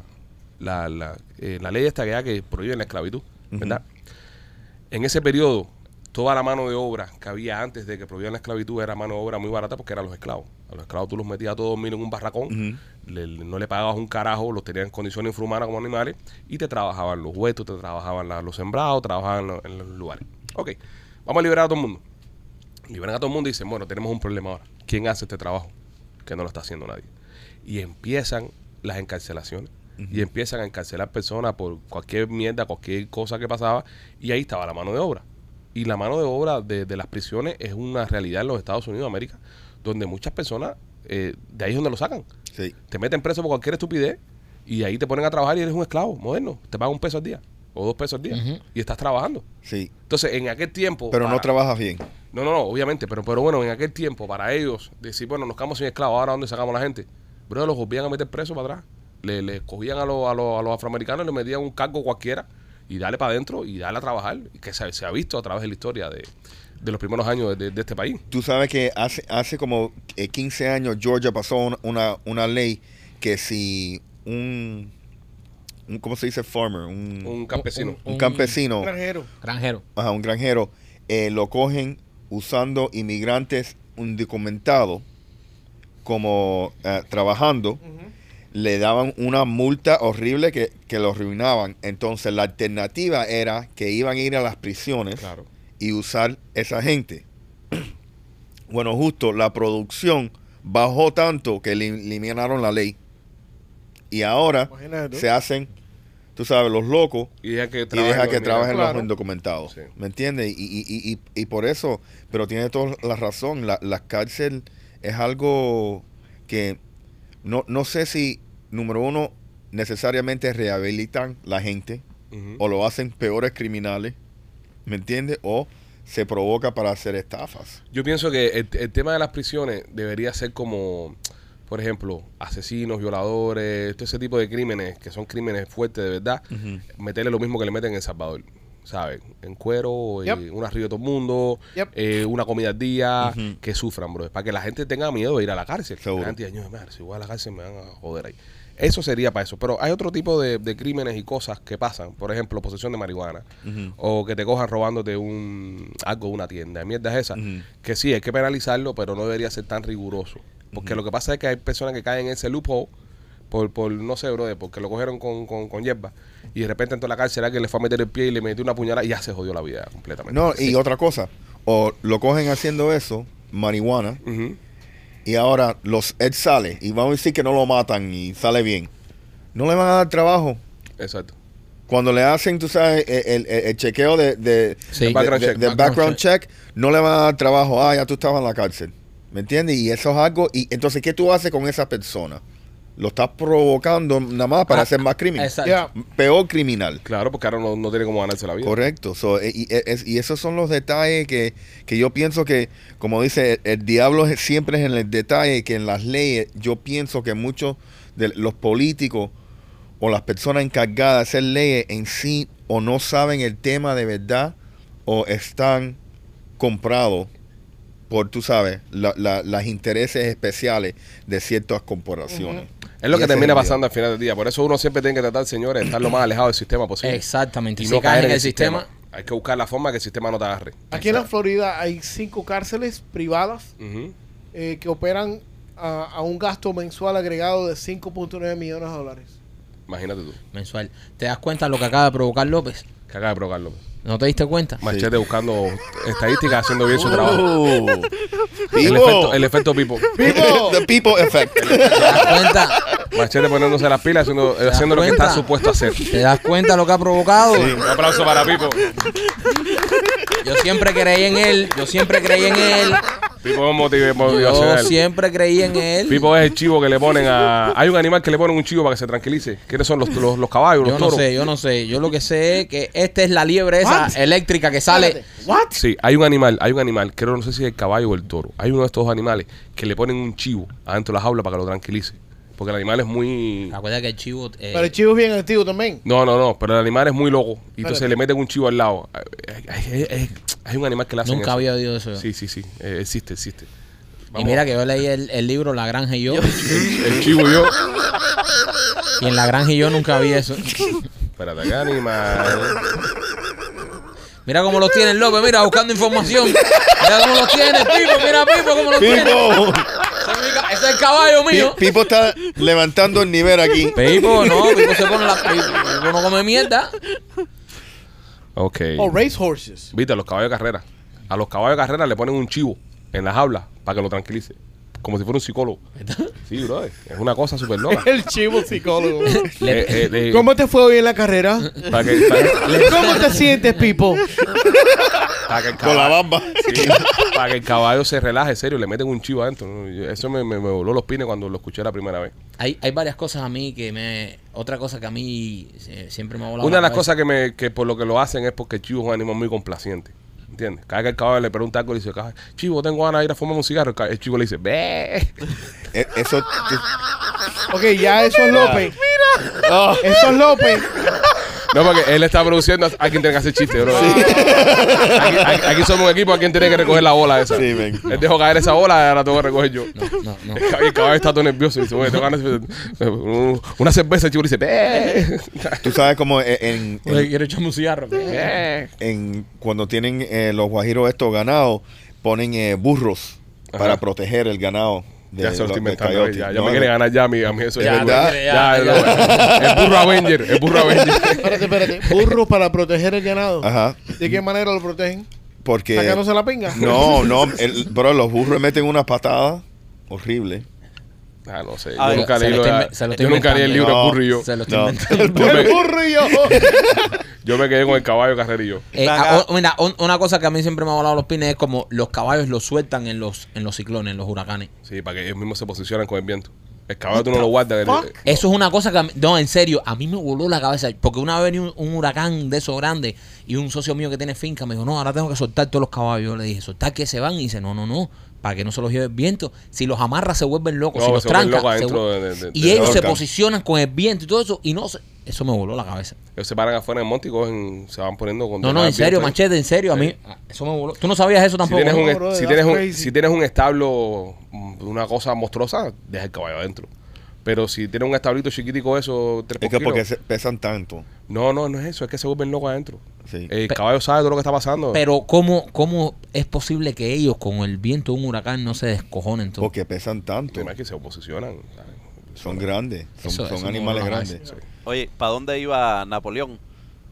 [SPEAKER 3] la, la, eh, la ley esta que, hay que prohíbe la esclavitud, ¿verdad? En ese periodo, toda la mano de obra que había antes de que prohibieran la esclavitud era mano de obra muy barata porque eran los esclavos. A los esclavos tú los metías a todos mil en un barracón, le- le- no le pagabas un carajo, los tenían en condiciones infrahumanas como animales y te trabajaban los huertos, te trabajaban la- los sembrados, trabajaban lo- en los lugares. Ok, vamos a liberar a todo el mundo. Liberan a todo el mundo y dicen, bueno, tenemos un problema ahora. ¿Quién hace este trabajo? Que no lo está haciendo nadie. Y empiezan las encarcelaciones. Y empiezan a encarcelar personas por cualquier mierda, cualquier cosa que pasaba. Y ahí estaba la mano de obra. Y la mano de obra de, de las prisiones es una realidad en los Estados Unidos de América, donde muchas personas, eh, de ahí es donde lo sacan.
[SPEAKER 5] Sí.
[SPEAKER 3] Te meten preso por cualquier estupidez y ahí te ponen a trabajar y eres un esclavo moderno. Te pagan un peso al día o dos pesos al día y estás trabajando.
[SPEAKER 5] Sí.
[SPEAKER 3] Entonces, en aquel
[SPEAKER 2] Oh,
[SPEAKER 3] tiempo...
[SPEAKER 5] Pero no
[SPEAKER 3] para-
[SPEAKER 5] trabajas bien.
[SPEAKER 3] no, no, no, obviamente, pero, pero bueno, en aquel tiempo, para ellos, decir, bueno, nos quedamos sin esclavos, ahora ¿dónde sacamos la gente? Bro, los volvían a meter presos para atrás. Le, le cogían a, los- a los- a los afroamericanos, le metían un cargo cualquiera y dale para adentro y dale a trabajar, que se, se ha visto a través de la historia de, de los primeros años de, de este país.
[SPEAKER 5] Tú sabes que hace, hace como eh, 15 años Georgia pasó un- una, una ley que si un, un- ¿cómo se dice? Farmer, un, Mm. un,
[SPEAKER 3] Un campesino.
[SPEAKER 2] un-
[SPEAKER 5] campesino,
[SPEAKER 4] Extranjero.
[SPEAKER 2] Granjero.
[SPEAKER 5] ajá, un granjero, eh, lo cogen usando inmigrantes indocumentados como eh, trabajando, le daban una multa horrible que, que lo arruinaban. Entonces la alternativa era que iban a ir a las prisiones
[SPEAKER 3] Claro.
[SPEAKER 5] y usar esa gente. <clears throat> Bueno, justo la producción bajó tanto que elim- eliminaron la ley. Y ahora
[SPEAKER 4] Imagínate.
[SPEAKER 5] se hacen, tú sabes, los locos
[SPEAKER 3] Y deja que
[SPEAKER 5] y deja que
[SPEAKER 3] dominando.
[SPEAKER 5] trabajen
[SPEAKER 4] Claro.
[SPEAKER 5] los indocumentados.
[SPEAKER 3] Sí.
[SPEAKER 5] ¿Me entiendes? Y, y- y- y- y por eso, pero tiene toda la razón. La, la cárcel es algo que no, no sé si, número uno, necesariamente rehabilitan la gente
[SPEAKER 3] Ujú.
[SPEAKER 5] o lo hacen peores criminales, ¿me entiendes? O se provoca para hacer estafas.
[SPEAKER 3] Yo pienso que el, el tema de las prisiones debería ser como, por ejemplo, asesinos, violadores, todo ese tipo de crímenes, que son crímenes fuertes de verdad, meterle lo mismo que le meten en El Salvador. ¿Sabes? En cuero, eh,
[SPEAKER 4] Yep.
[SPEAKER 3] un arriba de todo el mundo,
[SPEAKER 4] Yep.
[SPEAKER 3] eh, una comida al día,
[SPEAKER 5] Ujú.
[SPEAKER 3] que sufran, bro. Para que la gente tenga miedo de ir a la cárcel.
[SPEAKER 5] Seguro.
[SPEAKER 3] La gente diga, "Ño, madre, si voy a la cárcel me van a joder ahí. Eso sería para eso. Pero hay otro tipo de, de crímenes y cosas que pasan. Por ejemplo, posesión de marihuana. O que te cojan robándote un algo de una tienda. Mierdas esas.
[SPEAKER 5] Ujú.
[SPEAKER 3] Que sí, hay que penalizarlo, pero no debería ser tan riguroso. Porque lo que pasa es que hay personas que caen en ese loophole por, por no sé, brother, porque lo cogieron con, con, con hierba. Y de repente entró a la cárcel alguien le fue a meter el pie y le metió una puñalada y ya se jodió la vida completamente.
[SPEAKER 5] No, y
[SPEAKER 3] Sí.
[SPEAKER 5] otra cosa, o lo cogen haciendo eso, marihuana,
[SPEAKER 3] Ujú.
[SPEAKER 5] y ahora los él sale y vamos a decir que no lo matan y sale bien. No le van a dar trabajo.
[SPEAKER 3] Exacto.
[SPEAKER 5] Cuando le hacen, tú sabes, el, el- el chequeo de, de-
[SPEAKER 2] Sí.
[SPEAKER 5] de-
[SPEAKER 3] Background
[SPEAKER 5] de-
[SPEAKER 3] check,
[SPEAKER 5] de
[SPEAKER 2] background
[SPEAKER 5] background check, no le van a dar trabajo. Ah, ya tú estabas en la cárcel. ¿Me entiendes? Y eso es algo. Y entonces, ¿qué tú haces con esa persona? Lo estás provocando nada más para
[SPEAKER 2] Ah,
[SPEAKER 5] hacer más crimen.
[SPEAKER 2] Exacto.
[SPEAKER 4] Ya.
[SPEAKER 5] Peor criminal.
[SPEAKER 3] Claro, porque ahora no, no tiene cómo ganarse la vida.
[SPEAKER 5] Correcto. So, e- y, e- es- y esos son los detalles que, que yo pienso que, como dice, el, el diablo es- siempre es en el detalle, que en las leyes, yo pienso que muchos de los políticos o las personas encargadas de hacer leyes en sí o no saben el tema de verdad o están comprados por, tú sabes, la- la- las intereses especiales de ciertas corporaciones.
[SPEAKER 3] Es lo
[SPEAKER 5] Y
[SPEAKER 3] que
[SPEAKER 5] ese
[SPEAKER 3] termina
[SPEAKER 5] el
[SPEAKER 3] pasando al final del día. Por eso uno siempre tiene que tratar, señores, de estar lo más alejado del sistema posible.
[SPEAKER 8] Exactamente.
[SPEAKER 3] Y
[SPEAKER 8] Y
[SPEAKER 3] no
[SPEAKER 8] si
[SPEAKER 3] caer en el
[SPEAKER 8] sistema,
[SPEAKER 3] sistema. Hay que buscar la forma que el sistema no te agarre.
[SPEAKER 4] Aquí en la Florida hay cinco cárceles privadas
[SPEAKER 3] Ujú.
[SPEAKER 4] eh, que operan a, a un gasto mensual agregado de 5.9 millones de dólares.
[SPEAKER 3] Imagínate tú.
[SPEAKER 8] mensual, ¿te das cuenta lo que acaba de provocar López?
[SPEAKER 3] Que acaba de provocarlo.
[SPEAKER 8] ¿No te diste cuenta?
[SPEAKER 3] Machete buscando estadísticas, haciendo bien su trabajo.
[SPEAKER 5] Uh,
[SPEAKER 3] El
[SPEAKER 5] Pipo.
[SPEAKER 3] efecto, el efecto pipo.
[SPEAKER 5] The people
[SPEAKER 3] <laughs>
[SPEAKER 5] effect.
[SPEAKER 8] ¿Te das cuenta?
[SPEAKER 3] Machete poniéndose las pilas, haciendo,
[SPEAKER 8] das
[SPEAKER 3] haciendo lo que
[SPEAKER 8] cuenta?
[SPEAKER 3] está supuesto a hacer.
[SPEAKER 8] ¿Te das cuenta lo que ha provocado?
[SPEAKER 3] Un aplauso para Pipo.
[SPEAKER 8] Yo siempre creí en él, yo siempre creí en él,
[SPEAKER 3] Pipo es motiv-
[SPEAKER 8] yo
[SPEAKER 3] motivacional.
[SPEAKER 8] siempre creí en él.
[SPEAKER 3] Pipo es el chivo que le ponen a. Hay un animal que le ponen un chivo para que se tranquilice. ¿Quiénes son los, los, los caballos,
[SPEAKER 8] Yo
[SPEAKER 3] los
[SPEAKER 8] no
[SPEAKER 3] toros?
[SPEAKER 8] sé, yo no sé. Yo lo que sé es que esta es la liebre esa eléctrica que sale.
[SPEAKER 3] Sí, hay un animal, hay un animal, creo no sé si es el caballo o el toro. Hay uno de estos dos animales que le ponen un chivo adentro de la jaula para que lo tranquilice. Porque el animal es muy.
[SPEAKER 8] Recuerda que el chivo. eh,
[SPEAKER 4] Pero el chivo es bien antiguo también.
[SPEAKER 3] No, no, no, pero el animal es muy loco. Y entonces
[SPEAKER 4] Espérate.
[SPEAKER 3] le meten un chivo al lado. Hay, hay- hay- hay- hay un animal que le hace
[SPEAKER 8] nunca había oído eso.
[SPEAKER 3] Sí, sí, sí. eh, existe, existe. Vamos.
[SPEAKER 2] Y mira que yo leí el, el libro La Granja y yo.
[SPEAKER 3] El chivo y yo.
[SPEAKER 2] y en La Granja y yo nunca vi eso.
[SPEAKER 3] Espérate, qué animal.
[SPEAKER 2] Mira cómo los tiene López, mira, buscando información. Mira cómo los tiene, Pipo, mira Pipo cómo los tiene. <laughs>
[SPEAKER 5] Pipo,
[SPEAKER 2] Ese es mi ca- Ese es el caballo mío.
[SPEAKER 5] Pi- Pipo está levantando el nivel aquí.
[SPEAKER 2] Pipo, no, Pipo se pone la. Pipo no come mierda.
[SPEAKER 3] Ok.
[SPEAKER 4] O Oh, race horses.
[SPEAKER 3] Viste, a los caballos de carrera. A los caballos de carrera le ponen un chivo en las jaula para que lo tranquilice. Como si fuera un psicólogo. Sí, brother. Es una cosa súper loca.
[SPEAKER 4] <laughs>
[SPEAKER 8] <laughs>
[SPEAKER 4] El chivo psicólogo.
[SPEAKER 3] Eh, eh, le-
[SPEAKER 4] ¿Cómo te fue hoy en la carrera?
[SPEAKER 3] para que, para que-
[SPEAKER 4] ¿Cómo te sientes, Pipo?
[SPEAKER 3] para que el
[SPEAKER 5] Con la
[SPEAKER 3] caballo,
[SPEAKER 5] bamba.
[SPEAKER 3] sí, para que el caballo se relaje, serio, le meten un chivo adentro. ¿no? Yo- Eso me, me- me voló los pines cuando lo escuché la primera vez.
[SPEAKER 8] Hay, hay varias cosas a mí que me. Otra cosa que a mí eh, siempre me ha volado.
[SPEAKER 3] Una de
[SPEAKER 8] la
[SPEAKER 3] las
[SPEAKER 8] cabeza.
[SPEAKER 3] cosas que, me, que por lo que lo hacen es porque el chivo es un animal muy complaciente. ¿Entiendes? Cada vez que el caballo le pregunta algo, le dice, "Ay, chivo, tengo ganas de ir a fumar un cigarro. El ca- El chivo le dice, ve. <laughs>
[SPEAKER 5] E- Eso.
[SPEAKER 4] Ok, ya eso es López.
[SPEAKER 5] Ah,
[SPEAKER 4] Eso es López.
[SPEAKER 3] No, porque él está produciendo. Hay quien tiene que hacer chiste, bro. Aquí, aquí- aquí somos un equipo. Hay quien tiene que recoger la bola esa.
[SPEAKER 5] Sí, ven.
[SPEAKER 3] Él dejó caer esa bola, ahora tengo que recoger yo.
[SPEAKER 8] No,
[SPEAKER 3] <laughs>
[SPEAKER 8] no.
[SPEAKER 3] El cab- El caballo está todo nervioso. Dice, "Oye, tengo ganas de- de- una cerveza. El chico le dice,
[SPEAKER 2] <laughs>
[SPEAKER 3] "Ve,
[SPEAKER 5] Tú sabes cómo e, en, en-
[SPEAKER 2] Oye, quiero echarme un cigarro.
[SPEAKER 3] ve".
[SPEAKER 5] en- cuando tienen eh, los guajiros estos ganados, ponen eh, burros
[SPEAKER 3] Ajá.
[SPEAKER 5] para proteger el ganado. De,
[SPEAKER 3] Ya se lo estoy
[SPEAKER 5] los- del
[SPEAKER 3] inventando.
[SPEAKER 5] coyote.
[SPEAKER 3] Ya, ya
[SPEAKER 5] No,
[SPEAKER 3] me quiere ganar ya a mí, a mí eso.
[SPEAKER 5] ¿De
[SPEAKER 3] Ya,
[SPEAKER 5] verdad?
[SPEAKER 3] ya,
[SPEAKER 2] Ya,
[SPEAKER 3] no, El burro Avenger. El
[SPEAKER 2] <laughs>
[SPEAKER 3] burro Avenger.
[SPEAKER 4] Espérate, espérate. Burro para proteger el ganado.
[SPEAKER 5] Ajá.
[SPEAKER 4] ¿De qué manera lo protegen?
[SPEAKER 5] Porque.
[SPEAKER 4] ¿Sacándose la pinga?
[SPEAKER 5] No, no, el- bro, los burros meten una patada horrible.
[SPEAKER 3] Ah, no sé.
[SPEAKER 6] Ah,
[SPEAKER 3] Yo nunca
[SPEAKER 2] se
[SPEAKER 3] leí
[SPEAKER 2] lo
[SPEAKER 3] la-
[SPEAKER 2] estoy inve- se lo estoy
[SPEAKER 3] yo nunca leí el libro El
[SPEAKER 5] inventando.
[SPEAKER 3] burro y yo.
[SPEAKER 2] Se lo estoy
[SPEAKER 5] No. <laughs>
[SPEAKER 2] inventando.
[SPEAKER 3] Yo
[SPEAKER 4] El
[SPEAKER 3] me,
[SPEAKER 4] burro y yo.
[SPEAKER 3] yo me quedé con el caballo carrera y yo.
[SPEAKER 2] Eh,
[SPEAKER 6] Acá.
[SPEAKER 2] ah, o- mira, un- una cosa que a mí siempre me ha volado los pines es como los caballos los sueltan en los, en los ciclones, en los huracanes.
[SPEAKER 3] Sí, para que ellos mismos se posicionen con el viento. El caballo tú no lo guardas. el-
[SPEAKER 4] fuck?
[SPEAKER 2] Eso es una cosa que, a mí- no, en serio, a mí me voló la cabeza. Porque una vez venía un, un huracán de esos grandes y un socio mío que tiene finca me dijo, no, ahora tengo que soltar todos los caballos. Yo le dije, soltar que se van. Y dice, no, no, no, para que no se los lleve el viento. Si los amarra se vuelven locos,
[SPEAKER 3] No,
[SPEAKER 2] si los
[SPEAKER 3] se vuelven
[SPEAKER 2] tranca.
[SPEAKER 3] locos
[SPEAKER 2] se
[SPEAKER 3] adentro de-
[SPEAKER 2] vuel-
[SPEAKER 3] de- de-
[SPEAKER 2] y
[SPEAKER 3] del
[SPEAKER 2] ellos se
[SPEAKER 5] huracán.
[SPEAKER 2] posicionan con el viento y todo eso. Y no, se- eso me voló la cabeza.
[SPEAKER 3] Ellos se paran afuera en el monte y cogen, se van poniendo con
[SPEAKER 2] No, no, en serio, machete, en serio, a mí ah, eso me voló. Tú no sabías eso
[SPEAKER 3] Si
[SPEAKER 2] tampoco.
[SPEAKER 3] tienes,
[SPEAKER 2] ¿no?
[SPEAKER 3] un,
[SPEAKER 4] bro,
[SPEAKER 3] si,
[SPEAKER 4] that's
[SPEAKER 3] tienes un,
[SPEAKER 4] crazy.
[SPEAKER 3] si tienes un establo, mm, una cosa monstruosa, deja el caballo adentro. Pero si tienes un establito chiquitico, eso, tres
[SPEAKER 5] Es
[SPEAKER 3] por
[SPEAKER 5] que
[SPEAKER 3] kilo,
[SPEAKER 5] porque se- pesan tanto.
[SPEAKER 3] No, no, no es eso, es que se vuelven locos adentro.
[SPEAKER 5] Sí.
[SPEAKER 3] El
[SPEAKER 2] Pe-
[SPEAKER 3] caballo sabe todo lo que está pasando.
[SPEAKER 2] Pero ¿cómo, ¿cómo es posible que ellos con el viento de un huracán no se descojonen? todo?
[SPEAKER 5] Porque pesan
[SPEAKER 3] El
[SPEAKER 5] tanto.
[SPEAKER 3] tema es que se posicionan. ¿sabes?
[SPEAKER 5] Son grandes. Son,
[SPEAKER 2] Eso-
[SPEAKER 5] son
[SPEAKER 2] eso me
[SPEAKER 5] animales
[SPEAKER 2] voló la
[SPEAKER 5] grandes.
[SPEAKER 3] cabeza.
[SPEAKER 6] Oye, ¿para dónde iba Napoleón?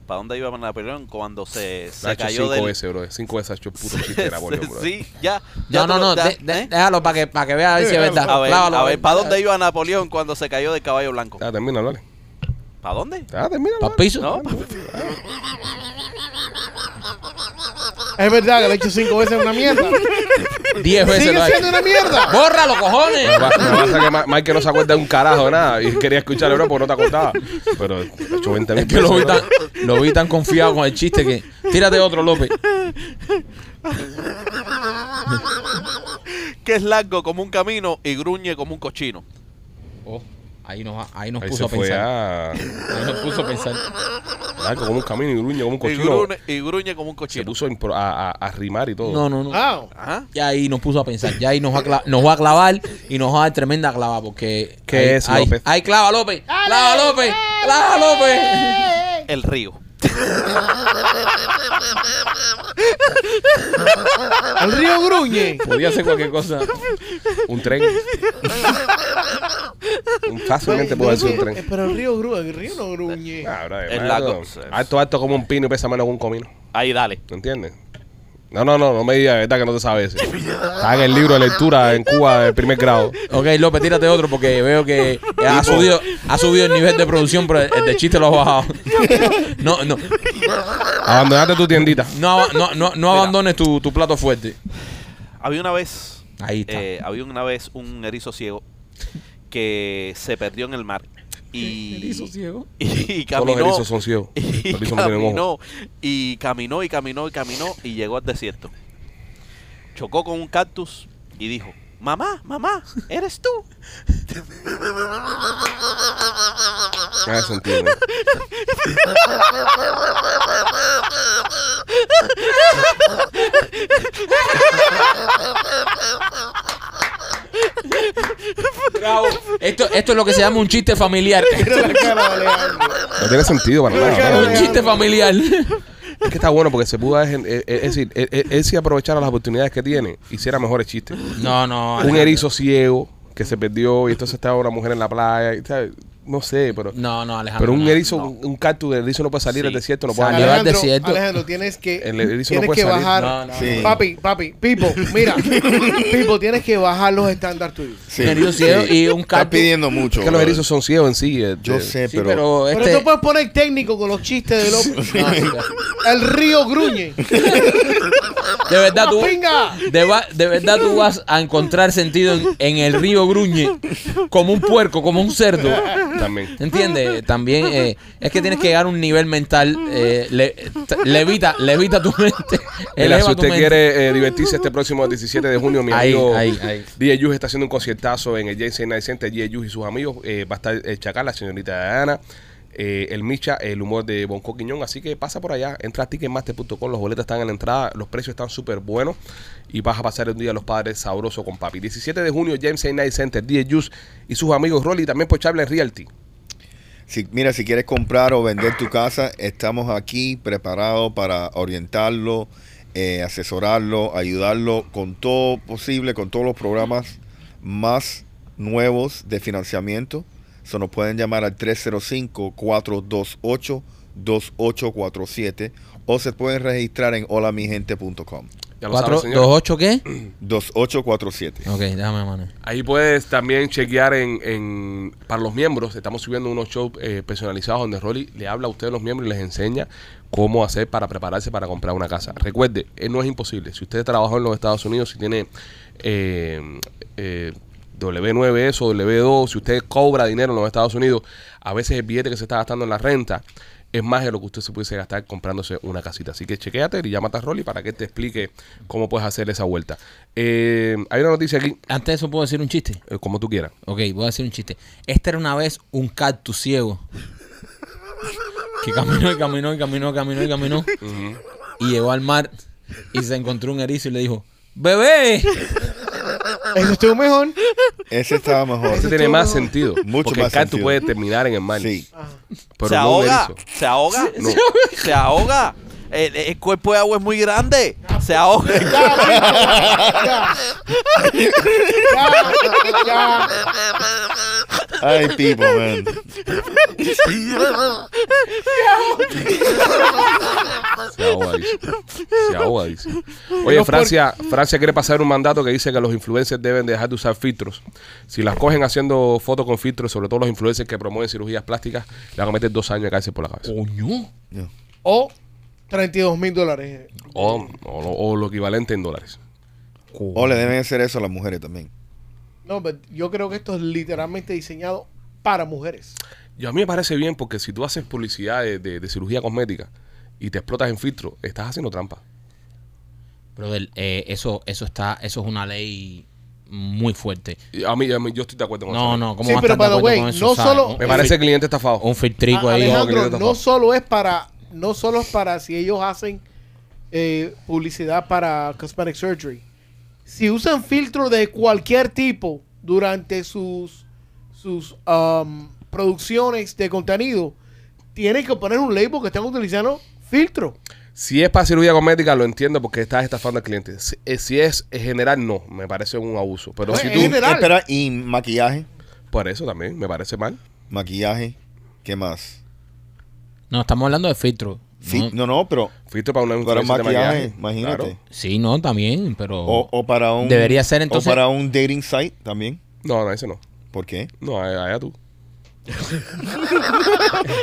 [SPEAKER 6] ¿Para dónde iba Napoleón cuando se, se
[SPEAKER 3] Ha hecho
[SPEAKER 6] cayó
[SPEAKER 3] cinco
[SPEAKER 6] del...
[SPEAKER 3] veces, bro. Cinco veces ha hecho
[SPEAKER 2] <laughs>
[SPEAKER 6] <laughs>
[SPEAKER 3] puro chiste de Napoleón, bro.
[SPEAKER 6] sí, ya. ya
[SPEAKER 2] No, no,
[SPEAKER 6] tú
[SPEAKER 2] no,
[SPEAKER 6] lo- ya,
[SPEAKER 2] de- de-
[SPEAKER 6] ¿eh?
[SPEAKER 2] déjalo para que, para que vea a ver si es verdad.
[SPEAKER 6] A ver,
[SPEAKER 2] Clávalo,
[SPEAKER 6] a ver, ¿para dónde iba Napoleón cuando se cayó del caballo blanco?
[SPEAKER 3] Ya, termina, dale.
[SPEAKER 6] ¿Para dónde?
[SPEAKER 3] Ya, termina, dale.
[SPEAKER 2] ¿Para el piso?
[SPEAKER 6] No,
[SPEAKER 4] Es verdad que lo he hecho cinco veces una <laughs> mierda.
[SPEAKER 2] Diez veces
[SPEAKER 4] Sigue
[SPEAKER 2] lo ha
[SPEAKER 4] siendo
[SPEAKER 2] <laughs> hecho.
[SPEAKER 4] una mierda.
[SPEAKER 2] ¡Bórralo, cojones!
[SPEAKER 3] <laughs> Lo que pasa es que Ma- Mike no se acuerda de un carajo de nada y quería escucharlo, bro, porque no te acordaba. Pero ha hecho 20 mil
[SPEAKER 2] Es que lo vi,
[SPEAKER 3] veces,
[SPEAKER 2] tan,
[SPEAKER 3] bro.
[SPEAKER 2] lo vi tan confiado con el chiste que... Tírate otro, López.
[SPEAKER 6] que es largo como un camino y gruñe como un cochino.
[SPEAKER 2] Oh, ahí nos, ahí nos
[SPEAKER 3] Ahí
[SPEAKER 2] puso
[SPEAKER 3] se
[SPEAKER 2] a
[SPEAKER 3] fue ah. a...
[SPEAKER 2] pensar. Ahí nos puso a pensar.
[SPEAKER 3] Blanco como un camino y gruñe como un
[SPEAKER 6] <laughs> Y
[SPEAKER 3] cochino.
[SPEAKER 6] gruñe, y gruñe como un
[SPEAKER 3] Se
[SPEAKER 6] cochino.
[SPEAKER 3] puso a, impro- a- a- a rimar y todo.
[SPEAKER 2] No, no, no.
[SPEAKER 4] Wow.
[SPEAKER 6] Ajá.
[SPEAKER 2] Ya ahí nos puso a pensar. Ya ahí nos va a, cla- nos va a clavar y nos va a dar tremenda clava porque...
[SPEAKER 3] ¿Qué
[SPEAKER 2] ahí-
[SPEAKER 3] es,
[SPEAKER 2] ahí-
[SPEAKER 3] López?
[SPEAKER 2] Ahí clava, López. Clava, López. Clava, López.
[SPEAKER 6] El río.
[SPEAKER 4] El río gruñe.
[SPEAKER 2] Podía hacer cualquier cosa.
[SPEAKER 3] Un tren. Un- Fácilmente puede ser un
[SPEAKER 4] Eh,
[SPEAKER 3] tren.
[SPEAKER 4] Pero el río gruñe. El río no
[SPEAKER 3] <laughs>
[SPEAKER 4] gruñe.
[SPEAKER 3] Ah, bro,
[SPEAKER 6] Es
[SPEAKER 3] hermano,
[SPEAKER 6] largo.
[SPEAKER 3] Alto, alto como un pino y pesa menos que un comino.
[SPEAKER 6] Ahí, dale.
[SPEAKER 3] ¿No entiendes? No, no, no, no me digas, de verdad que no te sabes. eso. Está en el libro de lectura en Cuba de primer grado.
[SPEAKER 2] Ok, López, tírate otro porque veo que ha subido, ha subido el nivel de producción, pero el, el de chiste lo has bajado. No, no,
[SPEAKER 3] Abandonaste tu tiendita.
[SPEAKER 2] no, ab- no, no, no abandones tu, tu plato fuerte.
[SPEAKER 6] Había una vez.
[SPEAKER 2] Ahí está.
[SPEAKER 6] eh, había una vez un erizo ciego que se perdió en el mar. <laughs> Y,
[SPEAKER 2] ciego?
[SPEAKER 6] y,
[SPEAKER 3] Todos los
[SPEAKER 6] caminó.
[SPEAKER 3] erizos son ciegos.
[SPEAKER 6] y
[SPEAKER 3] Los erizos no tienen ojos.
[SPEAKER 6] caminó, y caminó y caminó y caminó y llegó al desierto. Chocó con un cactus y dijo, mamá, mamá, eres tú.
[SPEAKER 3] Ah, eso entiendo.
[SPEAKER 2] Bravo. Esto, esto es lo que se llama un chiste familiar.
[SPEAKER 4] Mira la cara de Leandro.
[SPEAKER 3] No tiene sentido para nada.
[SPEAKER 4] cara
[SPEAKER 3] ¿no?
[SPEAKER 2] un chiste familiar.
[SPEAKER 3] Es que está bueno porque se pudo. Es, es- eh, es decir, él, él- él si aprovechara las oportunidades que tiene, hiciera mejores chistes.
[SPEAKER 2] No, no.
[SPEAKER 3] Un erizo ciego que se perdió y entonces estaba una mujer en la playa. y tal. No sé, pero.
[SPEAKER 2] No, no, Alejandro.
[SPEAKER 3] er- Pero un
[SPEAKER 2] no.
[SPEAKER 3] erizo, un, un cactus de erizo no puede salir
[SPEAKER 6] Sí.
[SPEAKER 3] del desierto, no
[SPEAKER 4] Ah,
[SPEAKER 2] Sale.
[SPEAKER 3] puede
[SPEAKER 2] Salió
[SPEAKER 3] andar.
[SPEAKER 2] al desierto.
[SPEAKER 4] Alejandro, tienes que,
[SPEAKER 3] El erizo no
[SPEAKER 4] tienes
[SPEAKER 3] puede
[SPEAKER 4] que
[SPEAKER 3] salir.
[SPEAKER 4] bajar.
[SPEAKER 2] No, no.
[SPEAKER 5] Sí.
[SPEAKER 4] Papi, papi, Pipo, mira. Pipo, tienes que bajar los estándares tuyos.
[SPEAKER 5] Sí,
[SPEAKER 2] Un erizo ciego y un
[SPEAKER 5] Está
[SPEAKER 2] cactus.
[SPEAKER 5] pidiendo mucho.
[SPEAKER 3] Es que los
[SPEAKER 5] brother.
[SPEAKER 3] erizos son ciegos en sí. eh,
[SPEAKER 5] Yo
[SPEAKER 3] eh,
[SPEAKER 5] sé,
[SPEAKER 2] Sí,
[SPEAKER 5] pero,
[SPEAKER 2] pero
[SPEAKER 4] Pero
[SPEAKER 2] este.
[SPEAKER 4] tú puedes poner técnico con los chistes de <laughs> López.
[SPEAKER 2] No, chica.
[SPEAKER 4] El río gruñe.
[SPEAKER 2] de verdad tú.
[SPEAKER 4] ¡Pinga!
[SPEAKER 2] De, va- de verdad tú vas a encontrar sentido en, en el río Gruñe como un puerco, como un cerdo.
[SPEAKER 3] También.
[SPEAKER 2] ¿Entiendes? También eh, es que tienes que llegar a un nivel mental. eh, le- t- levita, levita tu mente.
[SPEAKER 3] Mira,
[SPEAKER 2] eleva
[SPEAKER 3] si
[SPEAKER 2] tu
[SPEAKER 3] usted
[SPEAKER 2] mente.
[SPEAKER 3] quiere eh, divertirse este próximo 17 de junio, mi
[SPEAKER 2] Ahí,
[SPEAKER 3] amigo
[SPEAKER 2] ahí, ahí.
[SPEAKER 3] DJ Yuji está haciendo un conciertazo en el JC Night Center. DJ Yuji y sus amigos. eh, va a estar el Chacal, la señorita Ana, eh, el Micha, el humor de Bonco Quiñón. Así que pasa por allá, entra a ticketmaster.com. Los boletos están en la entrada, los precios están súper buenos. Y vas a pasar un día de los padres sabroso con papi. 17 de junio, James A. Night Center, DJ Yuji y sus amigos Rolly. También por Charles Realty.
[SPEAKER 5] si, mira, si quieres comprar o vender tu casa, estamos aquí preparados para orientarlo, eh, asesorarlo, ayudarlo con todo posible, con todos los programas más nuevos de financiamiento. So, nos pueden llamar al 305-428-2847 o se pueden registrar en holamigente.com.
[SPEAKER 3] Ya lo
[SPEAKER 2] ¿Cuatro,
[SPEAKER 3] saben, señores.
[SPEAKER 2] dos, ocho qué?
[SPEAKER 5] 2847.
[SPEAKER 2] Ok, déjame, mano.
[SPEAKER 3] Ahí puedes también chequear en, en- para los miembros. Estamos subiendo unos shows eh, personalizados donde Rolly le habla a ustedes los miembros y les enseña cómo hacer para prepararse para comprar una casa. Recuerde, eh, no es imposible. Si usted trabajó en los Estados Unidos, si tiene eh, eh, W9S o W2, si usted cobra dinero en los Estados Unidos, a veces el billete que se está gastando en la renta es más de lo que usted se pudiese gastar comprándose una casita. Así que chequéate y llámate a Rolly para que te explique cómo puedes hacer esa vuelta. Eh, hay una noticia aquí.
[SPEAKER 2] Antes de eso puedo decir un chiste.
[SPEAKER 3] Eh, como tú quieras.
[SPEAKER 2] Ok, voy a decir un chiste. Este era una vez un cactus ciego. Que caminó y caminó y caminó y caminó y caminó. Y llegó al mar y se encontró un erizo y le dijo, ¡Bebé!
[SPEAKER 4] Eso estuvo mejor.
[SPEAKER 5] Ese estaba mejor.
[SPEAKER 3] Ese tiene más sentido.
[SPEAKER 5] Mucho
[SPEAKER 3] porque
[SPEAKER 5] más
[SPEAKER 3] el cactus
[SPEAKER 5] sentido.
[SPEAKER 3] puede terminar en el mar.
[SPEAKER 5] Sí.
[SPEAKER 3] Pero
[SPEAKER 6] se,
[SPEAKER 3] no un
[SPEAKER 6] ahoga,
[SPEAKER 3] erizo.
[SPEAKER 6] se ahoga,
[SPEAKER 3] No.
[SPEAKER 6] <laughs> se ahoga. El, el cuerpo de agua es muy grande. Se ahoga.
[SPEAKER 4] Ya, ya. Ya, ya.
[SPEAKER 5] Ay,
[SPEAKER 3] <laughs>
[SPEAKER 5] tipo, man.
[SPEAKER 3] Se ahoga, dice. Se ahoga, dice. Oye, Francia, Francia quiere pasar un mandato que dice que los influencers deben dejar de usar filtros. Si las cogen haciendo fotos con filtros, sobre todo los influencers que promueven cirugías plásticas, le van a meter dos años de cárcel por la cabeza.
[SPEAKER 2] ¡Coño!
[SPEAKER 4] O 32 mil dólares.
[SPEAKER 3] O, o lo- o lo equivalente en dólares.
[SPEAKER 5] O le deben hacer eso a las mujeres también.
[SPEAKER 4] No, pero yo creo que esto es literalmente diseñado para mujeres.
[SPEAKER 3] Yo a mí me parece bien porque si tú haces publicidad de, de- de cirugía cosmética y te explotas en filtro, estás haciendo trampa.
[SPEAKER 2] Brother, eh, eso, eso está, eso es una ley muy fuerte.
[SPEAKER 3] Y A mí, a mí- yo estoy de acuerdo con
[SPEAKER 2] No,
[SPEAKER 3] eso.
[SPEAKER 2] no, ¿cómo
[SPEAKER 4] Sí,
[SPEAKER 2] vas
[SPEAKER 4] pero
[SPEAKER 2] a
[SPEAKER 4] by
[SPEAKER 2] estar de
[SPEAKER 4] the way,
[SPEAKER 2] acuerdo con eso?
[SPEAKER 4] no
[SPEAKER 2] ¿sabes?
[SPEAKER 4] solo-
[SPEAKER 2] Un-
[SPEAKER 3] Me parece cliente estafado.
[SPEAKER 2] un filtrico
[SPEAKER 4] A-
[SPEAKER 2] ahí.
[SPEAKER 4] Ah,
[SPEAKER 3] No,
[SPEAKER 4] Alejandro, no solo es para, no solo es para si ellos hacen eh, publicidad para cosmetic surgery. Si usan filtros de cualquier tipo durante sus sus um, producciones de contenido, tienen que poner un label que están utilizando filtro.
[SPEAKER 3] Si es para cirugía cosmética, lo entiendo porque estás estafando al cliente. Si, eh, si es en general, no. Me parece un abuso. Pero
[SPEAKER 4] Pues,
[SPEAKER 3] si
[SPEAKER 4] en
[SPEAKER 5] Eh,
[SPEAKER 3] tú...
[SPEAKER 4] general.
[SPEAKER 5] Espera, y maquillaje.
[SPEAKER 3] Por eso también, me parece mal.
[SPEAKER 5] Maquillaje. ¿Qué más?
[SPEAKER 2] No, estamos hablando de filtro.
[SPEAKER 5] Sí,
[SPEAKER 2] No,
[SPEAKER 5] no, no, pero
[SPEAKER 3] Filtro para una
[SPEAKER 5] para
[SPEAKER 3] influencer de
[SPEAKER 5] maquillaje,
[SPEAKER 3] maquillaje,
[SPEAKER 5] imagínate.
[SPEAKER 3] claro.
[SPEAKER 2] sí, no, también, pero...
[SPEAKER 5] O, o para un.
[SPEAKER 2] Debería ser, entonces-
[SPEAKER 5] O para un dating site también.
[SPEAKER 3] No, no, ese no.
[SPEAKER 5] ¿Por qué?
[SPEAKER 3] No, allá, allá tú.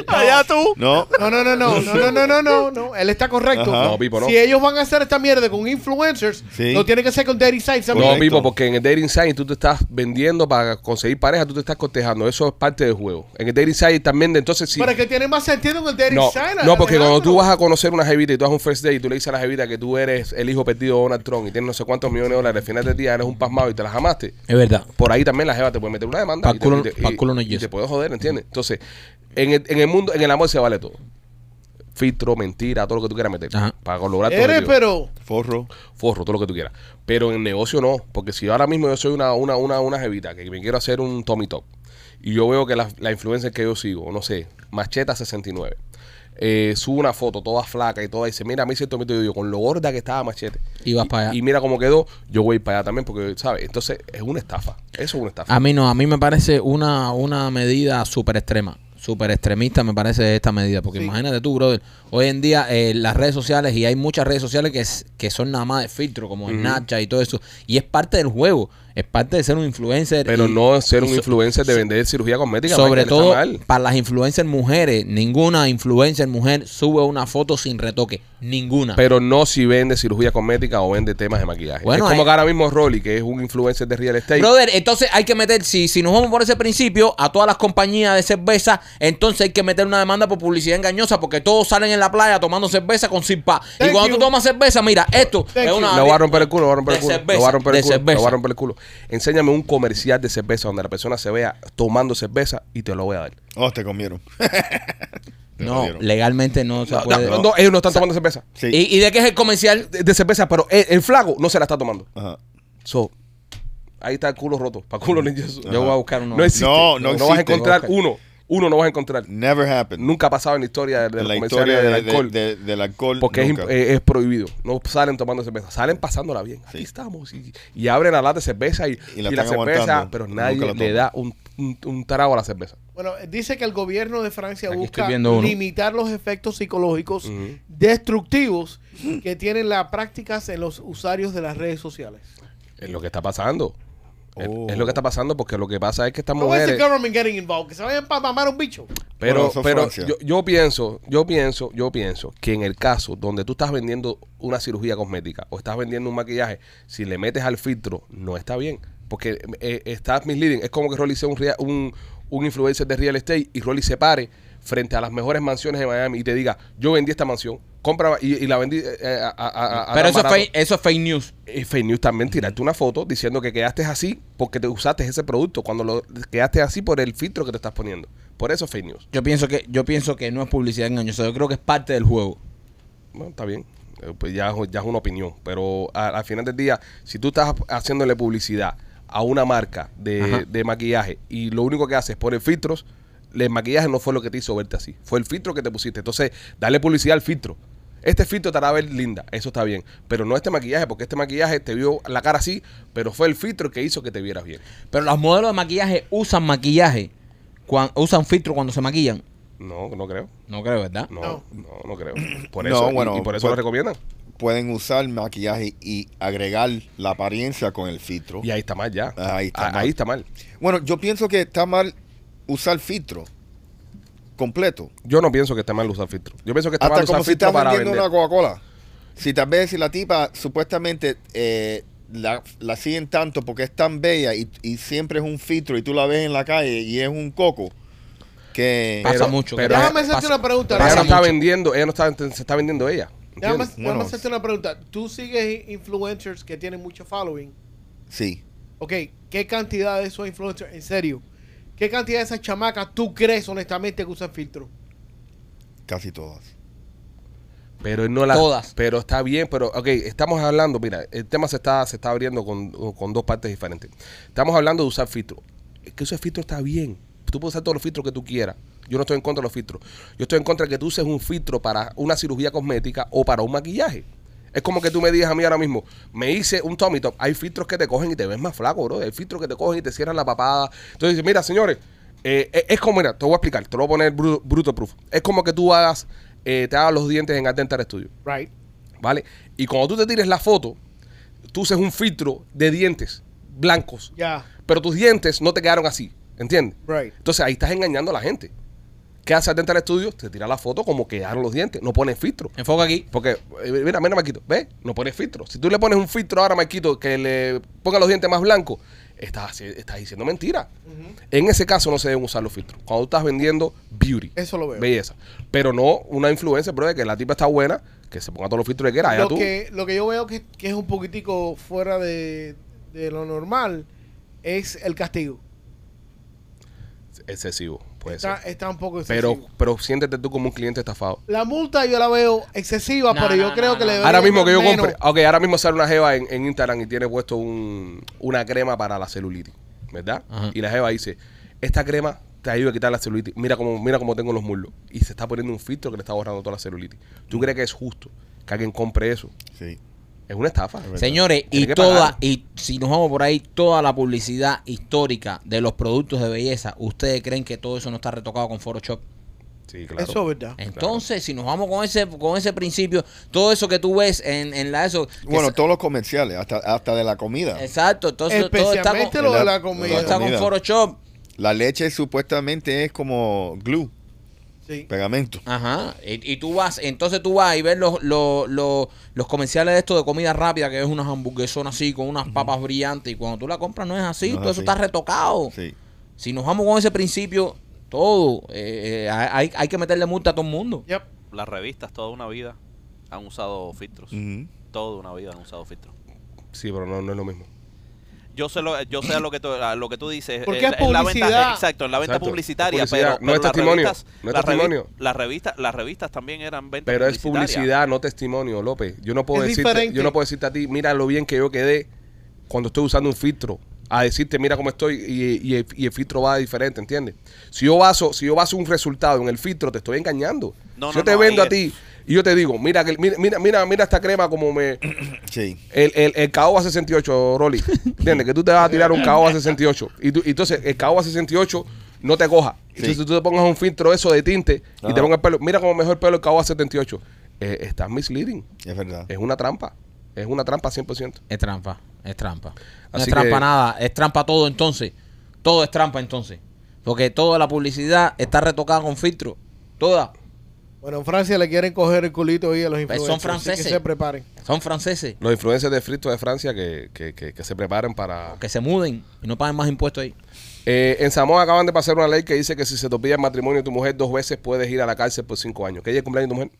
[SPEAKER 6] Allá tú.
[SPEAKER 5] No.
[SPEAKER 4] No, no, no, no, no, no, no, no, no, no. Él está correcto.
[SPEAKER 5] Ajá.
[SPEAKER 3] No, Pipo, no.
[SPEAKER 4] Si ellos van a hacer esta mierda con influencers,
[SPEAKER 5] Sí.
[SPEAKER 4] no tiene que ser con Daddy Sites.
[SPEAKER 3] No,
[SPEAKER 5] Correcto.
[SPEAKER 3] Pipo, porque en el dating site tú te estás vendiendo para conseguir pareja, tú te estás cotejando. Eso es parte del juego. En el dating site también, de- entonces sí.
[SPEAKER 4] Para que tiene más sentido con Daddy
[SPEAKER 3] No,
[SPEAKER 4] Sites.
[SPEAKER 3] no, porque cuando
[SPEAKER 4] Alejandro.
[SPEAKER 3] tú vas a conocer una jevita y tú haces un first date y tú le dices a la jevita que tú eres el hijo perdido de Donald Trump y tienes no sé cuántos millones de dólares, al final del día eres un pasmado y te las amaste,
[SPEAKER 2] Es verdad.
[SPEAKER 3] por ahí también la jeva te puede meter una demanda
[SPEAKER 2] Pa'l
[SPEAKER 3] y,
[SPEAKER 2] culo-
[SPEAKER 3] te, y te-
[SPEAKER 2] pa'l culo no
[SPEAKER 3] y
[SPEAKER 2] yes.
[SPEAKER 3] te puede joder, ¿entiendes? Entonces, en el, en el mundo, en el amor se vale todo. filtro, mentira, todo lo que tú quieras meter.
[SPEAKER 2] Ajá.
[SPEAKER 3] Para lograr tu
[SPEAKER 4] Eres,
[SPEAKER 3] objetivo.
[SPEAKER 4] pero.
[SPEAKER 5] Forro.
[SPEAKER 3] forro, todo lo que tú quieras. Pero en el negocio no, porque si ahora mismo yo soy una, una, una, una jevita que me quiero hacer un Tommy Top y yo veo que la, la influencer que yo sigo, no sé, Macheta69, eh, sube una foto toda flaca y toda, y dice, mira, me hice el Tommy Top, yo digo, con lo gorda que estaba Machete.
[SPEAKER 2] Y vas para allá.
[SPEAKER 3] Y mira cómo quedó, yo voy para allá también, porque, ¿sabes? Entonces, es una estafa. Eso es una estafa.
[SPEAKER 2] A mí no, a mí me parece una, una medida súper extrema. Súper extremista me parece esta medida. Porque
[SPEAKER 4] Sí.
[SPEAKER 2] imagínate tú, brother. Hoy en día eh, las redes sociales, y hay muchas redes sociales que, es- que son nada más de filtro, como Snapchat y todo eso. Y es parte del juego. Es parte de ser un influencer.
[SPEAKER 3] Pero
[SPEAKER 2] y-
[SPEAKER 3] no ser
[SPEAKER 2] y
[SPEAKER 3] un
[SPEAKER 2] so-
[SPEAKER 3] influencer de vender cirugía cosmética. Michael,
[SPEAKER 2] Sobre
[SPEAKER 3] está
[SPEAKER 2] todo
[SPEAKER 3] mal.
[SPEAKER 2] para las influencers mujeres. Ninguna influencer mujer sube una foto sin retoque. Ninguna.
[SPEAKER 3] Pero no si vende cirugía cosmética o vende temas de maquillaje.
[SPEAKER 2] Bueno,
[SPEAKER 3] es como
[SPEAKER 2] hay-
[SPEAKER 3] que ahora mismo Rolly, que es un influencer de real estate.
[SPEAKER 2] Brother, entonces hay que meter, si, si nos vamos por ese principio, a todas las compañías de cerveza, entonces hay que meter una demanda por publicidad engañosa porque todos salen en la playa tomando cerveza con simpa. Y
[SPEAKER 4] Thank
[SPEAKER 2] cuando
[SPEAKER 4] you.
[SPEAKER 2] tú tomas cerveza, mira, esto
[SPEAKER 4] Thank
[SPEAKER 2] es
[SPEAKER 4] you.
[SPEAKER 2] una...
[SPEAKER 3] Lo va a romper el culo, lo va a romper el
[SPEAKER 2] De
[SPEAKER 3] culo.
[SPEAKER 2] cerveza,
[SPEAKER 3] lo va a romper el
[SPEAKER 2] de
[SPEAKER 3] culo.
[SPEAKER 2] cerveza.
[SPEAKER 3] Lo va a romper el culo. Enséñame un comercial de cerveza donde la persona se vea tomando cerveza y te lo voy a dar.
[SPEAKER 5] Oh, te comieron. <laughs> Te
[SPEAKER 2] No,
[SPEAKER 5] jodieron.
[SPEAKER 2] legalmente no se
[SPEAKER 3] No,
[SPEAKER 2] puede...
[SPEAKER 3] no, no, ellos no están tomando cerveza.
[SPEAKER 5] Sí.
[SPEAKER 2] ¿Y, y de qué es el comercial?
[SPEAKER 3] De, de cerveza, pero el, el flaco no se la está tomando.
[SPEAKER 5] Ajá.
[SPEAKER 3] So, ahí está el culo roto. Para culo ninja.
[SPEAKER 2] Yo voy a buscar uno.
[SPEAKER 3] No existe.
[SPEAKER 5] No, no
[SPEAKER 3] vas a
[SPEAKER 5] existe.
[SPEAKER 3] encontrar
[SPEAKER 2] Ok.
[SPEAKER 3] uno. Uno no vas a encontrar.
[SPEAKER 5] Never happened.
[SPEAKER 3] Nunca ha pasado en la historia de, de los
[SPEAKER 5] En la
[SPEAKER 3] comerciales
[SPEAKER 5] historia
[SPEAKER 3] del
[SPEAKER 5] de- de-
[SPEAKER 3] alcohol.
[SPEAKER 5] de- del alcohol.
[SPEAKER 3] porque es,
[SPEAKER 5] nunca.
[SPEAKER 3] imp- eh, es prohibido. No salen tomando cerveza. Salen pasándola bien. Aquí estamos. Y, y abren la lata de cerveza y,
[SPEAKER 5] Y la
[SPEAKER 3] y la
[SPEAKER 5] están
[SPEAKER 3] cerveza.
[SPEAKER 5] aguantando.
[SPEAKER 3] Pero
[SPEAKER 5] Nunca
[SPEAKER 3] nadie
[SPEAKER 5] la
[SPEAKER 3] le
[SPEAKER 5] toman.
[SPEAKER 3] da un, un- un trago a la cerveza.
[SPEAKER 4] Bueno, dice que el gobierno de Francia
[SPEAKER 2] Aquí
[SPEAKER 4] busca
[SPEAKER 2] estoy viendo uno.
[SPEAKER 4] limitar los efectos psicológicos destructivos que tienen las prácticas en los usuarios de las redes sociales.
[SPEAKER 3] Es lo que está pasando. Es-
[SPEAKER 5] Oh.
[SPEAKER 3] Es, lo que está pasando porque lo que pasa es que estas
[SPEAKER 4] ¿Cómo es el
[SPEAKER 3] mujeres.
[SPEAKER 4] government getting involved? Que se vayan para mamar un bicho.
[SPEAKER 5] Bueno,
[SPEAKER 3] Pero,
[SPEAKER 5] eso es
[SPEAKER 3] pero
[SPEAKER 5] Francia.
[SPEAKER 3] yo, yo pienso, yo pienso, yo pienso que en el caso donde tú estás vendiendo una cirugía cosmética o estás vendiendo un maquillaje, si le metes al filtro, no está bien. Porque eh, estás misleading. Es como que Rolly sea un, rea- un, un influencer de real estate y Rolly se pare frente a las mejores mansiones de Miami y te diga, yo vendí esta mansión, compra y, y la vendí eh, a, a- a- a tan
[SPEAKER 2] Pero eso es,
[SPEAKER 3] barato".
[SPEAKER 2] fake, eso es fake news.
[SPEAKER 3] Es fake news también tirarte una foto diciendo que quedaste así porque te usaste ese producto cuando lo quedaste así por el filtro que te estás poniendo. Por eso es fake news.
[SPEAKER 2] Yo pienso que yo pienso que no es publicidad engañosa. Yo creo que es parte del juego.
[SPEAKER 3] Bueno, está bien. Eh, Pues ya, es- ya es una opinión. Pero a- al final del día, si tú estás haciéndole publicidad a una marca
[SPEAKER 2] Ajá.
[SPEAKER 3] de, de maquillaje y lo único que haces es poner filtros, el maquillaje no fue lo que te hizo verte así. Fue el filtro que te pusiste. Entonces, dale publicidad al filtro. Este filtro te hará ver linda, eso está bien. Pero no este maquillaje, porque este maquillaje te vio la cara así, pero fue el filtro que hizo que te vieras bien.
[SPEAKER 2] Pero los modelos de maquillaje usan maquillaje, cuan- usan filtro cuando se maquillan.
[SPEAKER 3] No, no creo.
[SPEAKER 2] No creo, ¿verdad?
[SPEAKER 3] No,
[SPEAKER 4] No.
[SPEAKER 3] no, no creo. Por
[SPEAKER 5] No,
[SPEAKER 3] eso, y-
[SPEAKER 5] bueno,
[SPEAKER 3] y, por eso
[SPEAKER 5] pues-
[SPEAKER 3] lo recomiendan.
[SPEAKER 5] Pueden usar maquillaje y agregar la apariencia con el filtro.
[SPEAKER 3] Y ahí está mal ya.
[SPEAKER 5] Ahí está
[SPEAKER 3] Ah,
[SPEAKER 5] mal.
[SPEAKER 3] Ahí está mal.
[SPEAKER 5] Bueno, yo pienso que está mal usar filtro completo.
[SPEAKER 3] Yo no pienso que está mal usar filtro. Yo pienso que está mal
[SPEAKER 5] Hasta
[SPEAKER 3] usar
[SPEAKER 5] como si
[SPEAKER 3] filtro
[SPEAKER 5] estás
[SPEAKER 3] para
[SPEAKER 5] vendiendo
[SPEAKER 3] vender.
[SPEAKER 5] una Coca-Cola. Si tal vez si la tipa supuestamente eh, la, la siguen tanto porque es tan bella y, y siempre es un filtro y tú la ves en la calle y es un coco que...
[SPEAKER 2] Pasa
[SPEAKER 3] Pero-
[SPEAKER 2] mucho.
[SPEAKER 3] pero-
[SPEAKER 2] creo.
[SPEAKER 4] Déjame hacerte
[SPEAKER 2] Pasa-
[SPEAKER 4] una pregunta.
[SPEAKER 3] Pero ella no
[SPEAKER 2] Pasa
[SPEAKER 4] Rolly.
[SPEAKER 3] está
[SPEAKER 2] mucho.
[SPEAKER 3] vendiendo, ella no está, se está vendiendo ella.
[SPEAKER 4] Déjame,
[SPEAKER 3] ¿entiendes?
[SPEAKER 4] déjame
[SPEAKER 5] Bueno.
[SPEAKER 4] hacerte una pregunta. Tú sigues influencers que tienen mucho following.
[SPEAKER 5] Sí.
[SPEAKER 4] Ok, ¿qué cantidad de esos influencers, en serio? ¿Qué cantidad de esas chamacas tú crees honestamente que usan filtro?
[SPEAKER 5] Casi todas.
[SPEAKER 3] Pero él no la.
[SPEAKER 2] Todas.
[SPEAKER 3] Pero está bien, pero. Ok, estamos hablando. Mira, el tema se está, se está abriendo con, con dos partes diferentes. Estamos hablando de usar filtro. Es que ese filtro está bien. Tú puedes usar todos los filtros que tú quieras. Yo no estoy en contra de los filtros. Yo estoy en contra de que tú uses un filtro para una cirugía cosmética o para un maquillaje. Es como que tú me digas a mí ahora mismo, me hice un Tommy Top. Hay filtros que te cogen y te ves más flaco, bro. Hay filtros que te cogen y te cierran la papada. Entonces, dices, mira, señores, eh, es- es como, mira, te voy a explicar, te lo voy a poner bruto, bruto proof. Es como que tú hagas, eh, te hagas los dientes en Atentar Studio.
[SPEAKER 4] Right.
[SPEAKER 3] ¿Vale? Y cuando tú te tires la foto, tú uses un filtro de dientes blancos.
[SPEAKER 4] Ya.
[SPEAKER 3] Pero tus dientes no te quedaron así. ¿Entiendes?
[SPEAKER 4] Right.
[SPEAKER 3] Entonces ahí estás engañando a la gente. ¿Qué hace Dental Studio? Te tira la foto como quedaron los dientes. No pones filtro.
[SPEAKER 2] Enfoca aquí.
[SPEAKER 3] Porque, eh, mira, mira, Marquito, ¿ves? No pones filtro. Si tú le pones un filtro ahora, Marquito, que le ponga los dientes más blancos, estás, haci- estás diciendo mentira. En ese caso no se deben usar los filtros. Cuando tú estás vendiendo beauty.
[SPEAKER 4] Eso lo veo.
[SPEAKER 3] Belleza. Pero no una influencia, pero de que la tipa está buena, que se ponga todos los filtros que quiera. allá
[SPEAKER 4] lo,
[SPEAKER 3] tú.
[SPEAKER 4] que, lo que yo veo que, que es un poquitico fuera de, de lo normal es el castigo.
[SPEAKER 3] Excesivo. Puede
[SPEAKER 4] Está,
[SPEAKER 3] ser.
[SPEAKER 4] está un poco excesivo.
[SPEAKER 3] Pero, pero siéntete tú como un cliente estafado.
[SPEAKER 4] la multa yo la veo excesiva,
[SPEAKER 2] No,
[SPEAKER 4] pero yo
[SPEAKER 2] no,
[SPEAKER 4] creo
[SPEAKER 2] no,
[SPEAKER 4] que
[SPEAKER 2] no.
[SPEAKER 4] le debería
[SPEAKER 3] Ahora mismo que yo Ah,
[SPEAKER 4] menos.
[SPEAKER 3] compre. Ok, ahora mismo sale una jeva en, en Instagram y tiene puesto un, una crema para la celulitis, ¿verdad?
[SPEAKER 9] Ajá.
[SPEAKER 3] Y la jeva dice, esta crema te ayuda a quitar la celulitis. Mira cómo, mira cómo tengo los muslos. Y se está poniendo un filtro que le está borrando toda la celulitis. ¿Tú crees que es justo que alguien compre eso?
[SPEAKER 5] Sí.
[SPEAKER 3] Es una estafa.
[SPEAKER 2] Señores,
[SPEAKER 3] Tiene
[SPEAKER 2] y
[SPEAKER 3] que
[SPEAKER 2] toda,
[SPEAKER 3] pagar.
[SPEAKER 2] y si nos vamos por ahí, toda la publicidad histórica de los productos de belleza, ¿ustedes creen que todo eso no está retocado con Photoshop?
[SPEAKER 3] Sí, claro.
[SPEAKER 4] Eso es verdad.
[SPEAKER 2] Entonces, si nos vamos con ese, con ese principio, todo eso que tú ves en, en la eso. que
[SPEAKER 5] Bueno,
[SPEAKER 2] es-
[SPEAKER 5] todos los comerciales, hasta, hasta de la comida.
[SPEAKER 2] Exacto, entonces todo está con,
[SPEAKER 4] Especialmente lo de la
[SPEAKER 5] Todo
[SPEAKER 2] todo está
[SPEAKER 4] comida.
[SPEAKER 5] Exacto.
[SPEAKER 2] con
[SPEAKER 5] Comida.
[SPEAKER 2] Photoshop.
[SPEAKER 5] La leche supuestamente es como glue,
[SPEAKER 4] Sí.
[SPEAKER 5] pegamento.
[SPEAKER 2] Ajá, y, y tú vas, entonces tú vas y ves los, los, los, los comerciales de esto de comida rápida, que es unas hamburguesonas así, con unas papas brillantes, y cuando tú la compras no es así,
[SPEAKER 5] No es
[SPEAKER 2] todo eso
[SPEAKER 5] así.
[SPEAKER 2] está retocado.
[SPEAKER 5] Sí.
[SPEAKER 2] Si nos vamos con ese principio, todo, eh, eh, hay, hay que meterle multa a todo el mundo.
[SPEAKER 4] Yep.
[SPEAKER 6] Las revistas toda una vida han usado filtros.
[SPEAKER 3] Mm.
[SPEAKER 5] Ujú.
[SPEAKER 6] Toda una vida han usado filtros.
[SPEAKER 3] Sí, pero no, no es lo mismo.
[SPEAKER 6] Yo sé lo, yo sé a lo que tú, a lo que tú dices.
[SPEAKER 4] Porque
[SPEAKER 6] eh,
[SPEAKER 4] es
[SPEAKER 6] en la
[SPEAKER 4] publicidad.
[SPEAKER 6] venta- exacto, en la venta
[SPEAKER 3] Exacto,
[SPEAKER 6] publicitaria,
[SPEAKER 3] publicidad.
[SPEAKER 6] pero,
[SPEAKER 3] No es
[SPEAKER 6] pero las
[SPEAKER 3] testimonio,
[SPEAKER 6] revistas-
[SPEAKER 3] no es
[SPEAKER 6] las revi-
[SPEAKER 3] testimonio.
[SPEAKER 6] Las revistas, las revistas también eran ventas
[SPEAKER 3] Pero es
[SPEAKER 6] publicitarias.
[SPEAKER 3] publicidad, no testimonio, López. Yo no puedo
[SPEAKER 4] Es
[SPEAKER 3] decirte,
[SPEAKER 4] diferente.
[SPEAKER 3] yo no puedo decirte a ti, mira lo bien que yo quedé cuando estoy usando un filtro. A decirte, mira cómo estoy, y, y el, y el filtro va diferente, ¿entiendes? Si yo baso, si yo baso un resultado en el filtro, te estoy engañando.
[SPEAKER 6] No,
[SPEAKER 3] si
[SPEAKER 6] no,
[SPEAKER 3] yo te
[SPEAKER 6] no,
[SPEAKER 3] vendo
[SPEAKER 6] ahí
[SPEAKER 3] a ti y yo te digo, mira, que- mira, mira, mira, mira esta crema como me.
[SPEAKER 5] Sí.
[SPEAKER 3] El, el, el caoba 68, Rolly. ¿Entiendes? Que tú te vas a tirar un caoba 68. Y tú, y entonces el caoba 68 no te coja. Entonces tú te pongas un filtro eso de tinte y te
[SPEAKER 5] Ajá.
[SPEAKER 3] pongas el pelo. Mira cómo mejor el pelo el caoba 78. Eh, estás misleading.
[SPEAKER 5] Es verdad.
[SPEAKER 3] Es una trampa. Es una trampa 100%.
[SPEAKER 2] Es trampa, es trampa. No
[SPEAKER 3] Así
[SPEAKER 2] es trampa
[SPEAKER 3] que-
[SPEAKER 2] nada, es trampa todo entonces. Todo es trampa entonces. Porque toda la publicidad está retocada con filtro. Toda.
[SPEAKER 4] Bueno, en Francia le quieren coger el culito y a los
[SPEAKER 2] Pues
[SPEAKER 4] influencers.
[SPEAKER 2] son
[SPEAKER 4] así
[SPEAKER 2] franceses.
[SPEAKER 4] Que se preparen.
[SPEAKER 2] Son franceses.
[SPEAKER 3] Los influencers de Frito de Francia que, que, que- que se preparen para...
[SPEAKER 2] Que se muden y no paguen más impuestos ahí.
[SPEAKER 3] Eh, en Samoa acaban de pasar una ley que dice que si se te pide el matrimonio de tu mujer dos veces puedes ir a la cárcel por cinco años. ¿Qué día es el cumpleaños de tu mujer?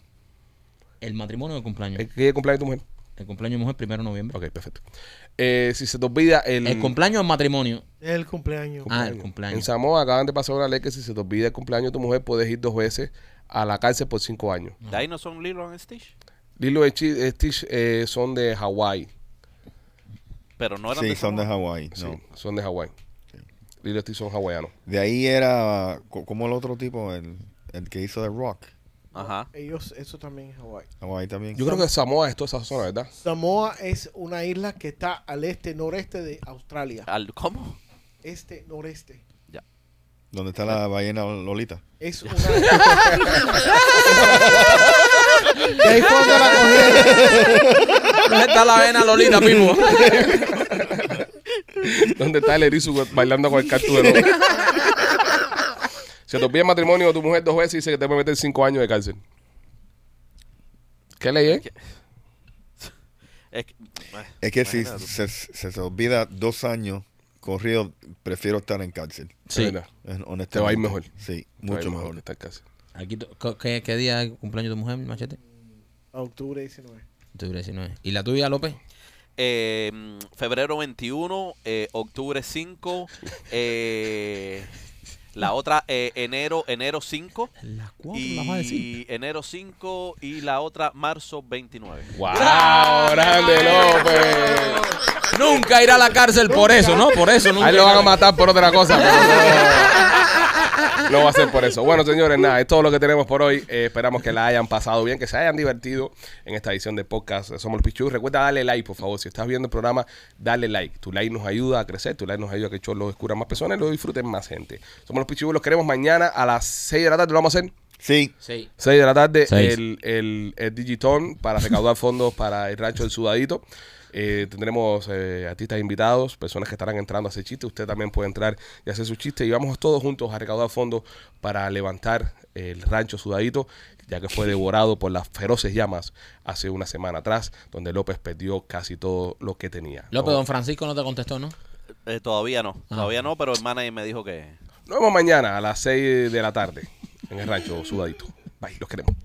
[SPEAKER 2] El matrimonio del cumpleaños.
[SPEAKER 3] ¿Qué día es el cumpleaños de tu mujer?
[SPEAKER 2] El cumpleaños de mujer, primero de noviembre.
[SPEAKER 3] Ok, Mm. perfecto. Eh, si se te olvida el...
[SPEAKER 2] El cumpleaños del matrimonio.
[SPEAKER 4] Es el cumpleaños.
[SPEAKER 2] Ah, el cumpleaños.
[SPEAKER 3] En Samoa acaban de pasar una ley que si se te olvida el cumpleaños de tu mujer puedes ir dos veces a la cárcel por cinco años.
[SPEAKER 6] De ahí no son Lilo and Stitch,
[SPEAKER 3] Lilo y Chi- eh, Stitch eh, son de Hawái.
[SPEAKER 6] pero no eran
[SPEAKER 5] Sí,
[SPEAKER 6] de
[SPEAKER 5] son de
[SPEAKER 6] Samoa.
[SPEAKER 5] Hawái.
[SPEAKER 3] Sí,
[SPEAKER 5] no.
[SPEAKER 3] son de Hawái. Lilo y Stitch son hawaianos.
[SPEAKER 5] De ahí era, co- como el otro tipo, el, el que hizo de Rock.
[SPEAKER 6] Ajá.
[SPEAKER 4] Ah. Ellos, eso también es Hawái.
[SPEAKER 5] Hawái también.
[SPEAKER 3] Yo creo que Samoa es toda esa zona, ¿verdad?
[SPEAKER 4] Samoa es una isla que está al este, noreste de Australia.
[SPEAKER 6] Al- ¿Cómo?
[SPEAKER 4] Este, noreste.
[SPEAKER 5] Donde está la ballena Lolita.
[SPEAKER 4] Es una. de ahí fue donde la cogieron.
[SPEAKER 2] ¿Dónde está la vena <laughs> Lolita, Pipo?
[SPEAKER 3] <laughs> ¿Dónde está el erizo bailando con el cactus de loco? Se te olvida el matrimonio de tu mujer dos veces y dice que te puede meter cinco años de cárcel. ¿Qué ley es?
[SPEAKER 6] Es que,
[SPEAKER 5] Es que si se, se, se olvida dos años corrido, prefiero estar en cárcel.
[SPEAKER 3] Sí.
[SPEAKER 2] Sí.
[SPEAKER 5] Eh, Honestamente.
[SPEAKER 3] Te va a ir mejor.
[SPEAKER 5] Sí,
[SPEAKER 3] Ay,
[SPEAKER 5] mucho mejor.
[SPEAKER 3] estar en cárcel.
[SPEAKER 2] Aquí, to- ¿qué, ¿Qué día es el cumpleaños de tu mujer, Machete?
[SPEAKER 4] Octubre 19.
[SPEAKER 2] Octubre 19. ¿Y la tuya, López?
[SPEAKER 6] eh, mm, febrero 21, eh,
[SPEAKER 3] <laughs>
[SPEAKER 6] octubre 5, eh, la otra eh, enero enero 5
[SPEAKER 2] Las cuatro
[SPEAKER 6] y
[SPEAKER 2] las vas a decir.
[SPEAKER 6] enero 5 y la otra marzo 29.
[SPEAKER 3] ¡Wow! ¡Grande López!
[SPEAKER 2] Nunca irá a la cárcel por eso, ¿no? Por eso nunca.
[SPEAKER 3] Ahí lo
[SPEAKER 2] irá
[SPEAKER 3] van a
[SPEAKER 2] a la-
[SPEAKER 3] matar por otra cosa. pero no, no va a ser por eso. Bueno, señores, nada, es todo lo que tenemos por hoy. Eh, esperamos que la hayan pasado bien, que se hayan divertido en esta edición de podcast de Somos los Pichus. Recuerda darle like, por favor. Si estás viendo el programa, dale like. Tu like nos ayuda a crecer, tu like nos ayuda a que el show lo descubra más personas y lo disfruten más gente. Somos los Pichus, los queremos mañana a las 6 de la tarde. Lo vamos a hacer.
[SPEAKER 5] Sí.
[SPEAKER 2] Sí.
[SPEAKER 3] 6 de la tarde,
[SPEAKER 2] Seis.
[SPEAKER 3] el, el, el Digitón para recaudar <laughs> fondos para el rancho del sudadito. Eh, tendremos eh, artistas invitados, personas que estarán entrando a hacer chistes. Usted también puede entrar y hacer su chiste. Y vamos todos juntos a recaudar fondos para levantar el rancho sudadito, ya que fue devorado por las feroces llamas hace una semana atrás, donde López perdió casi todo lo que tenía.
[SPEAKER 2] López,
[SPEAKER 3] Nos-
[SPEAKER 2] don Francisco no te contestó, ¿no?
[SPEAKER 6] Eh, todavía no, todavía no, pero el manager me dijo que
[SPEAKER 3] Nos vemos mañana a las 6 de la tarde en el rancho sudadito. Bye, los queremos.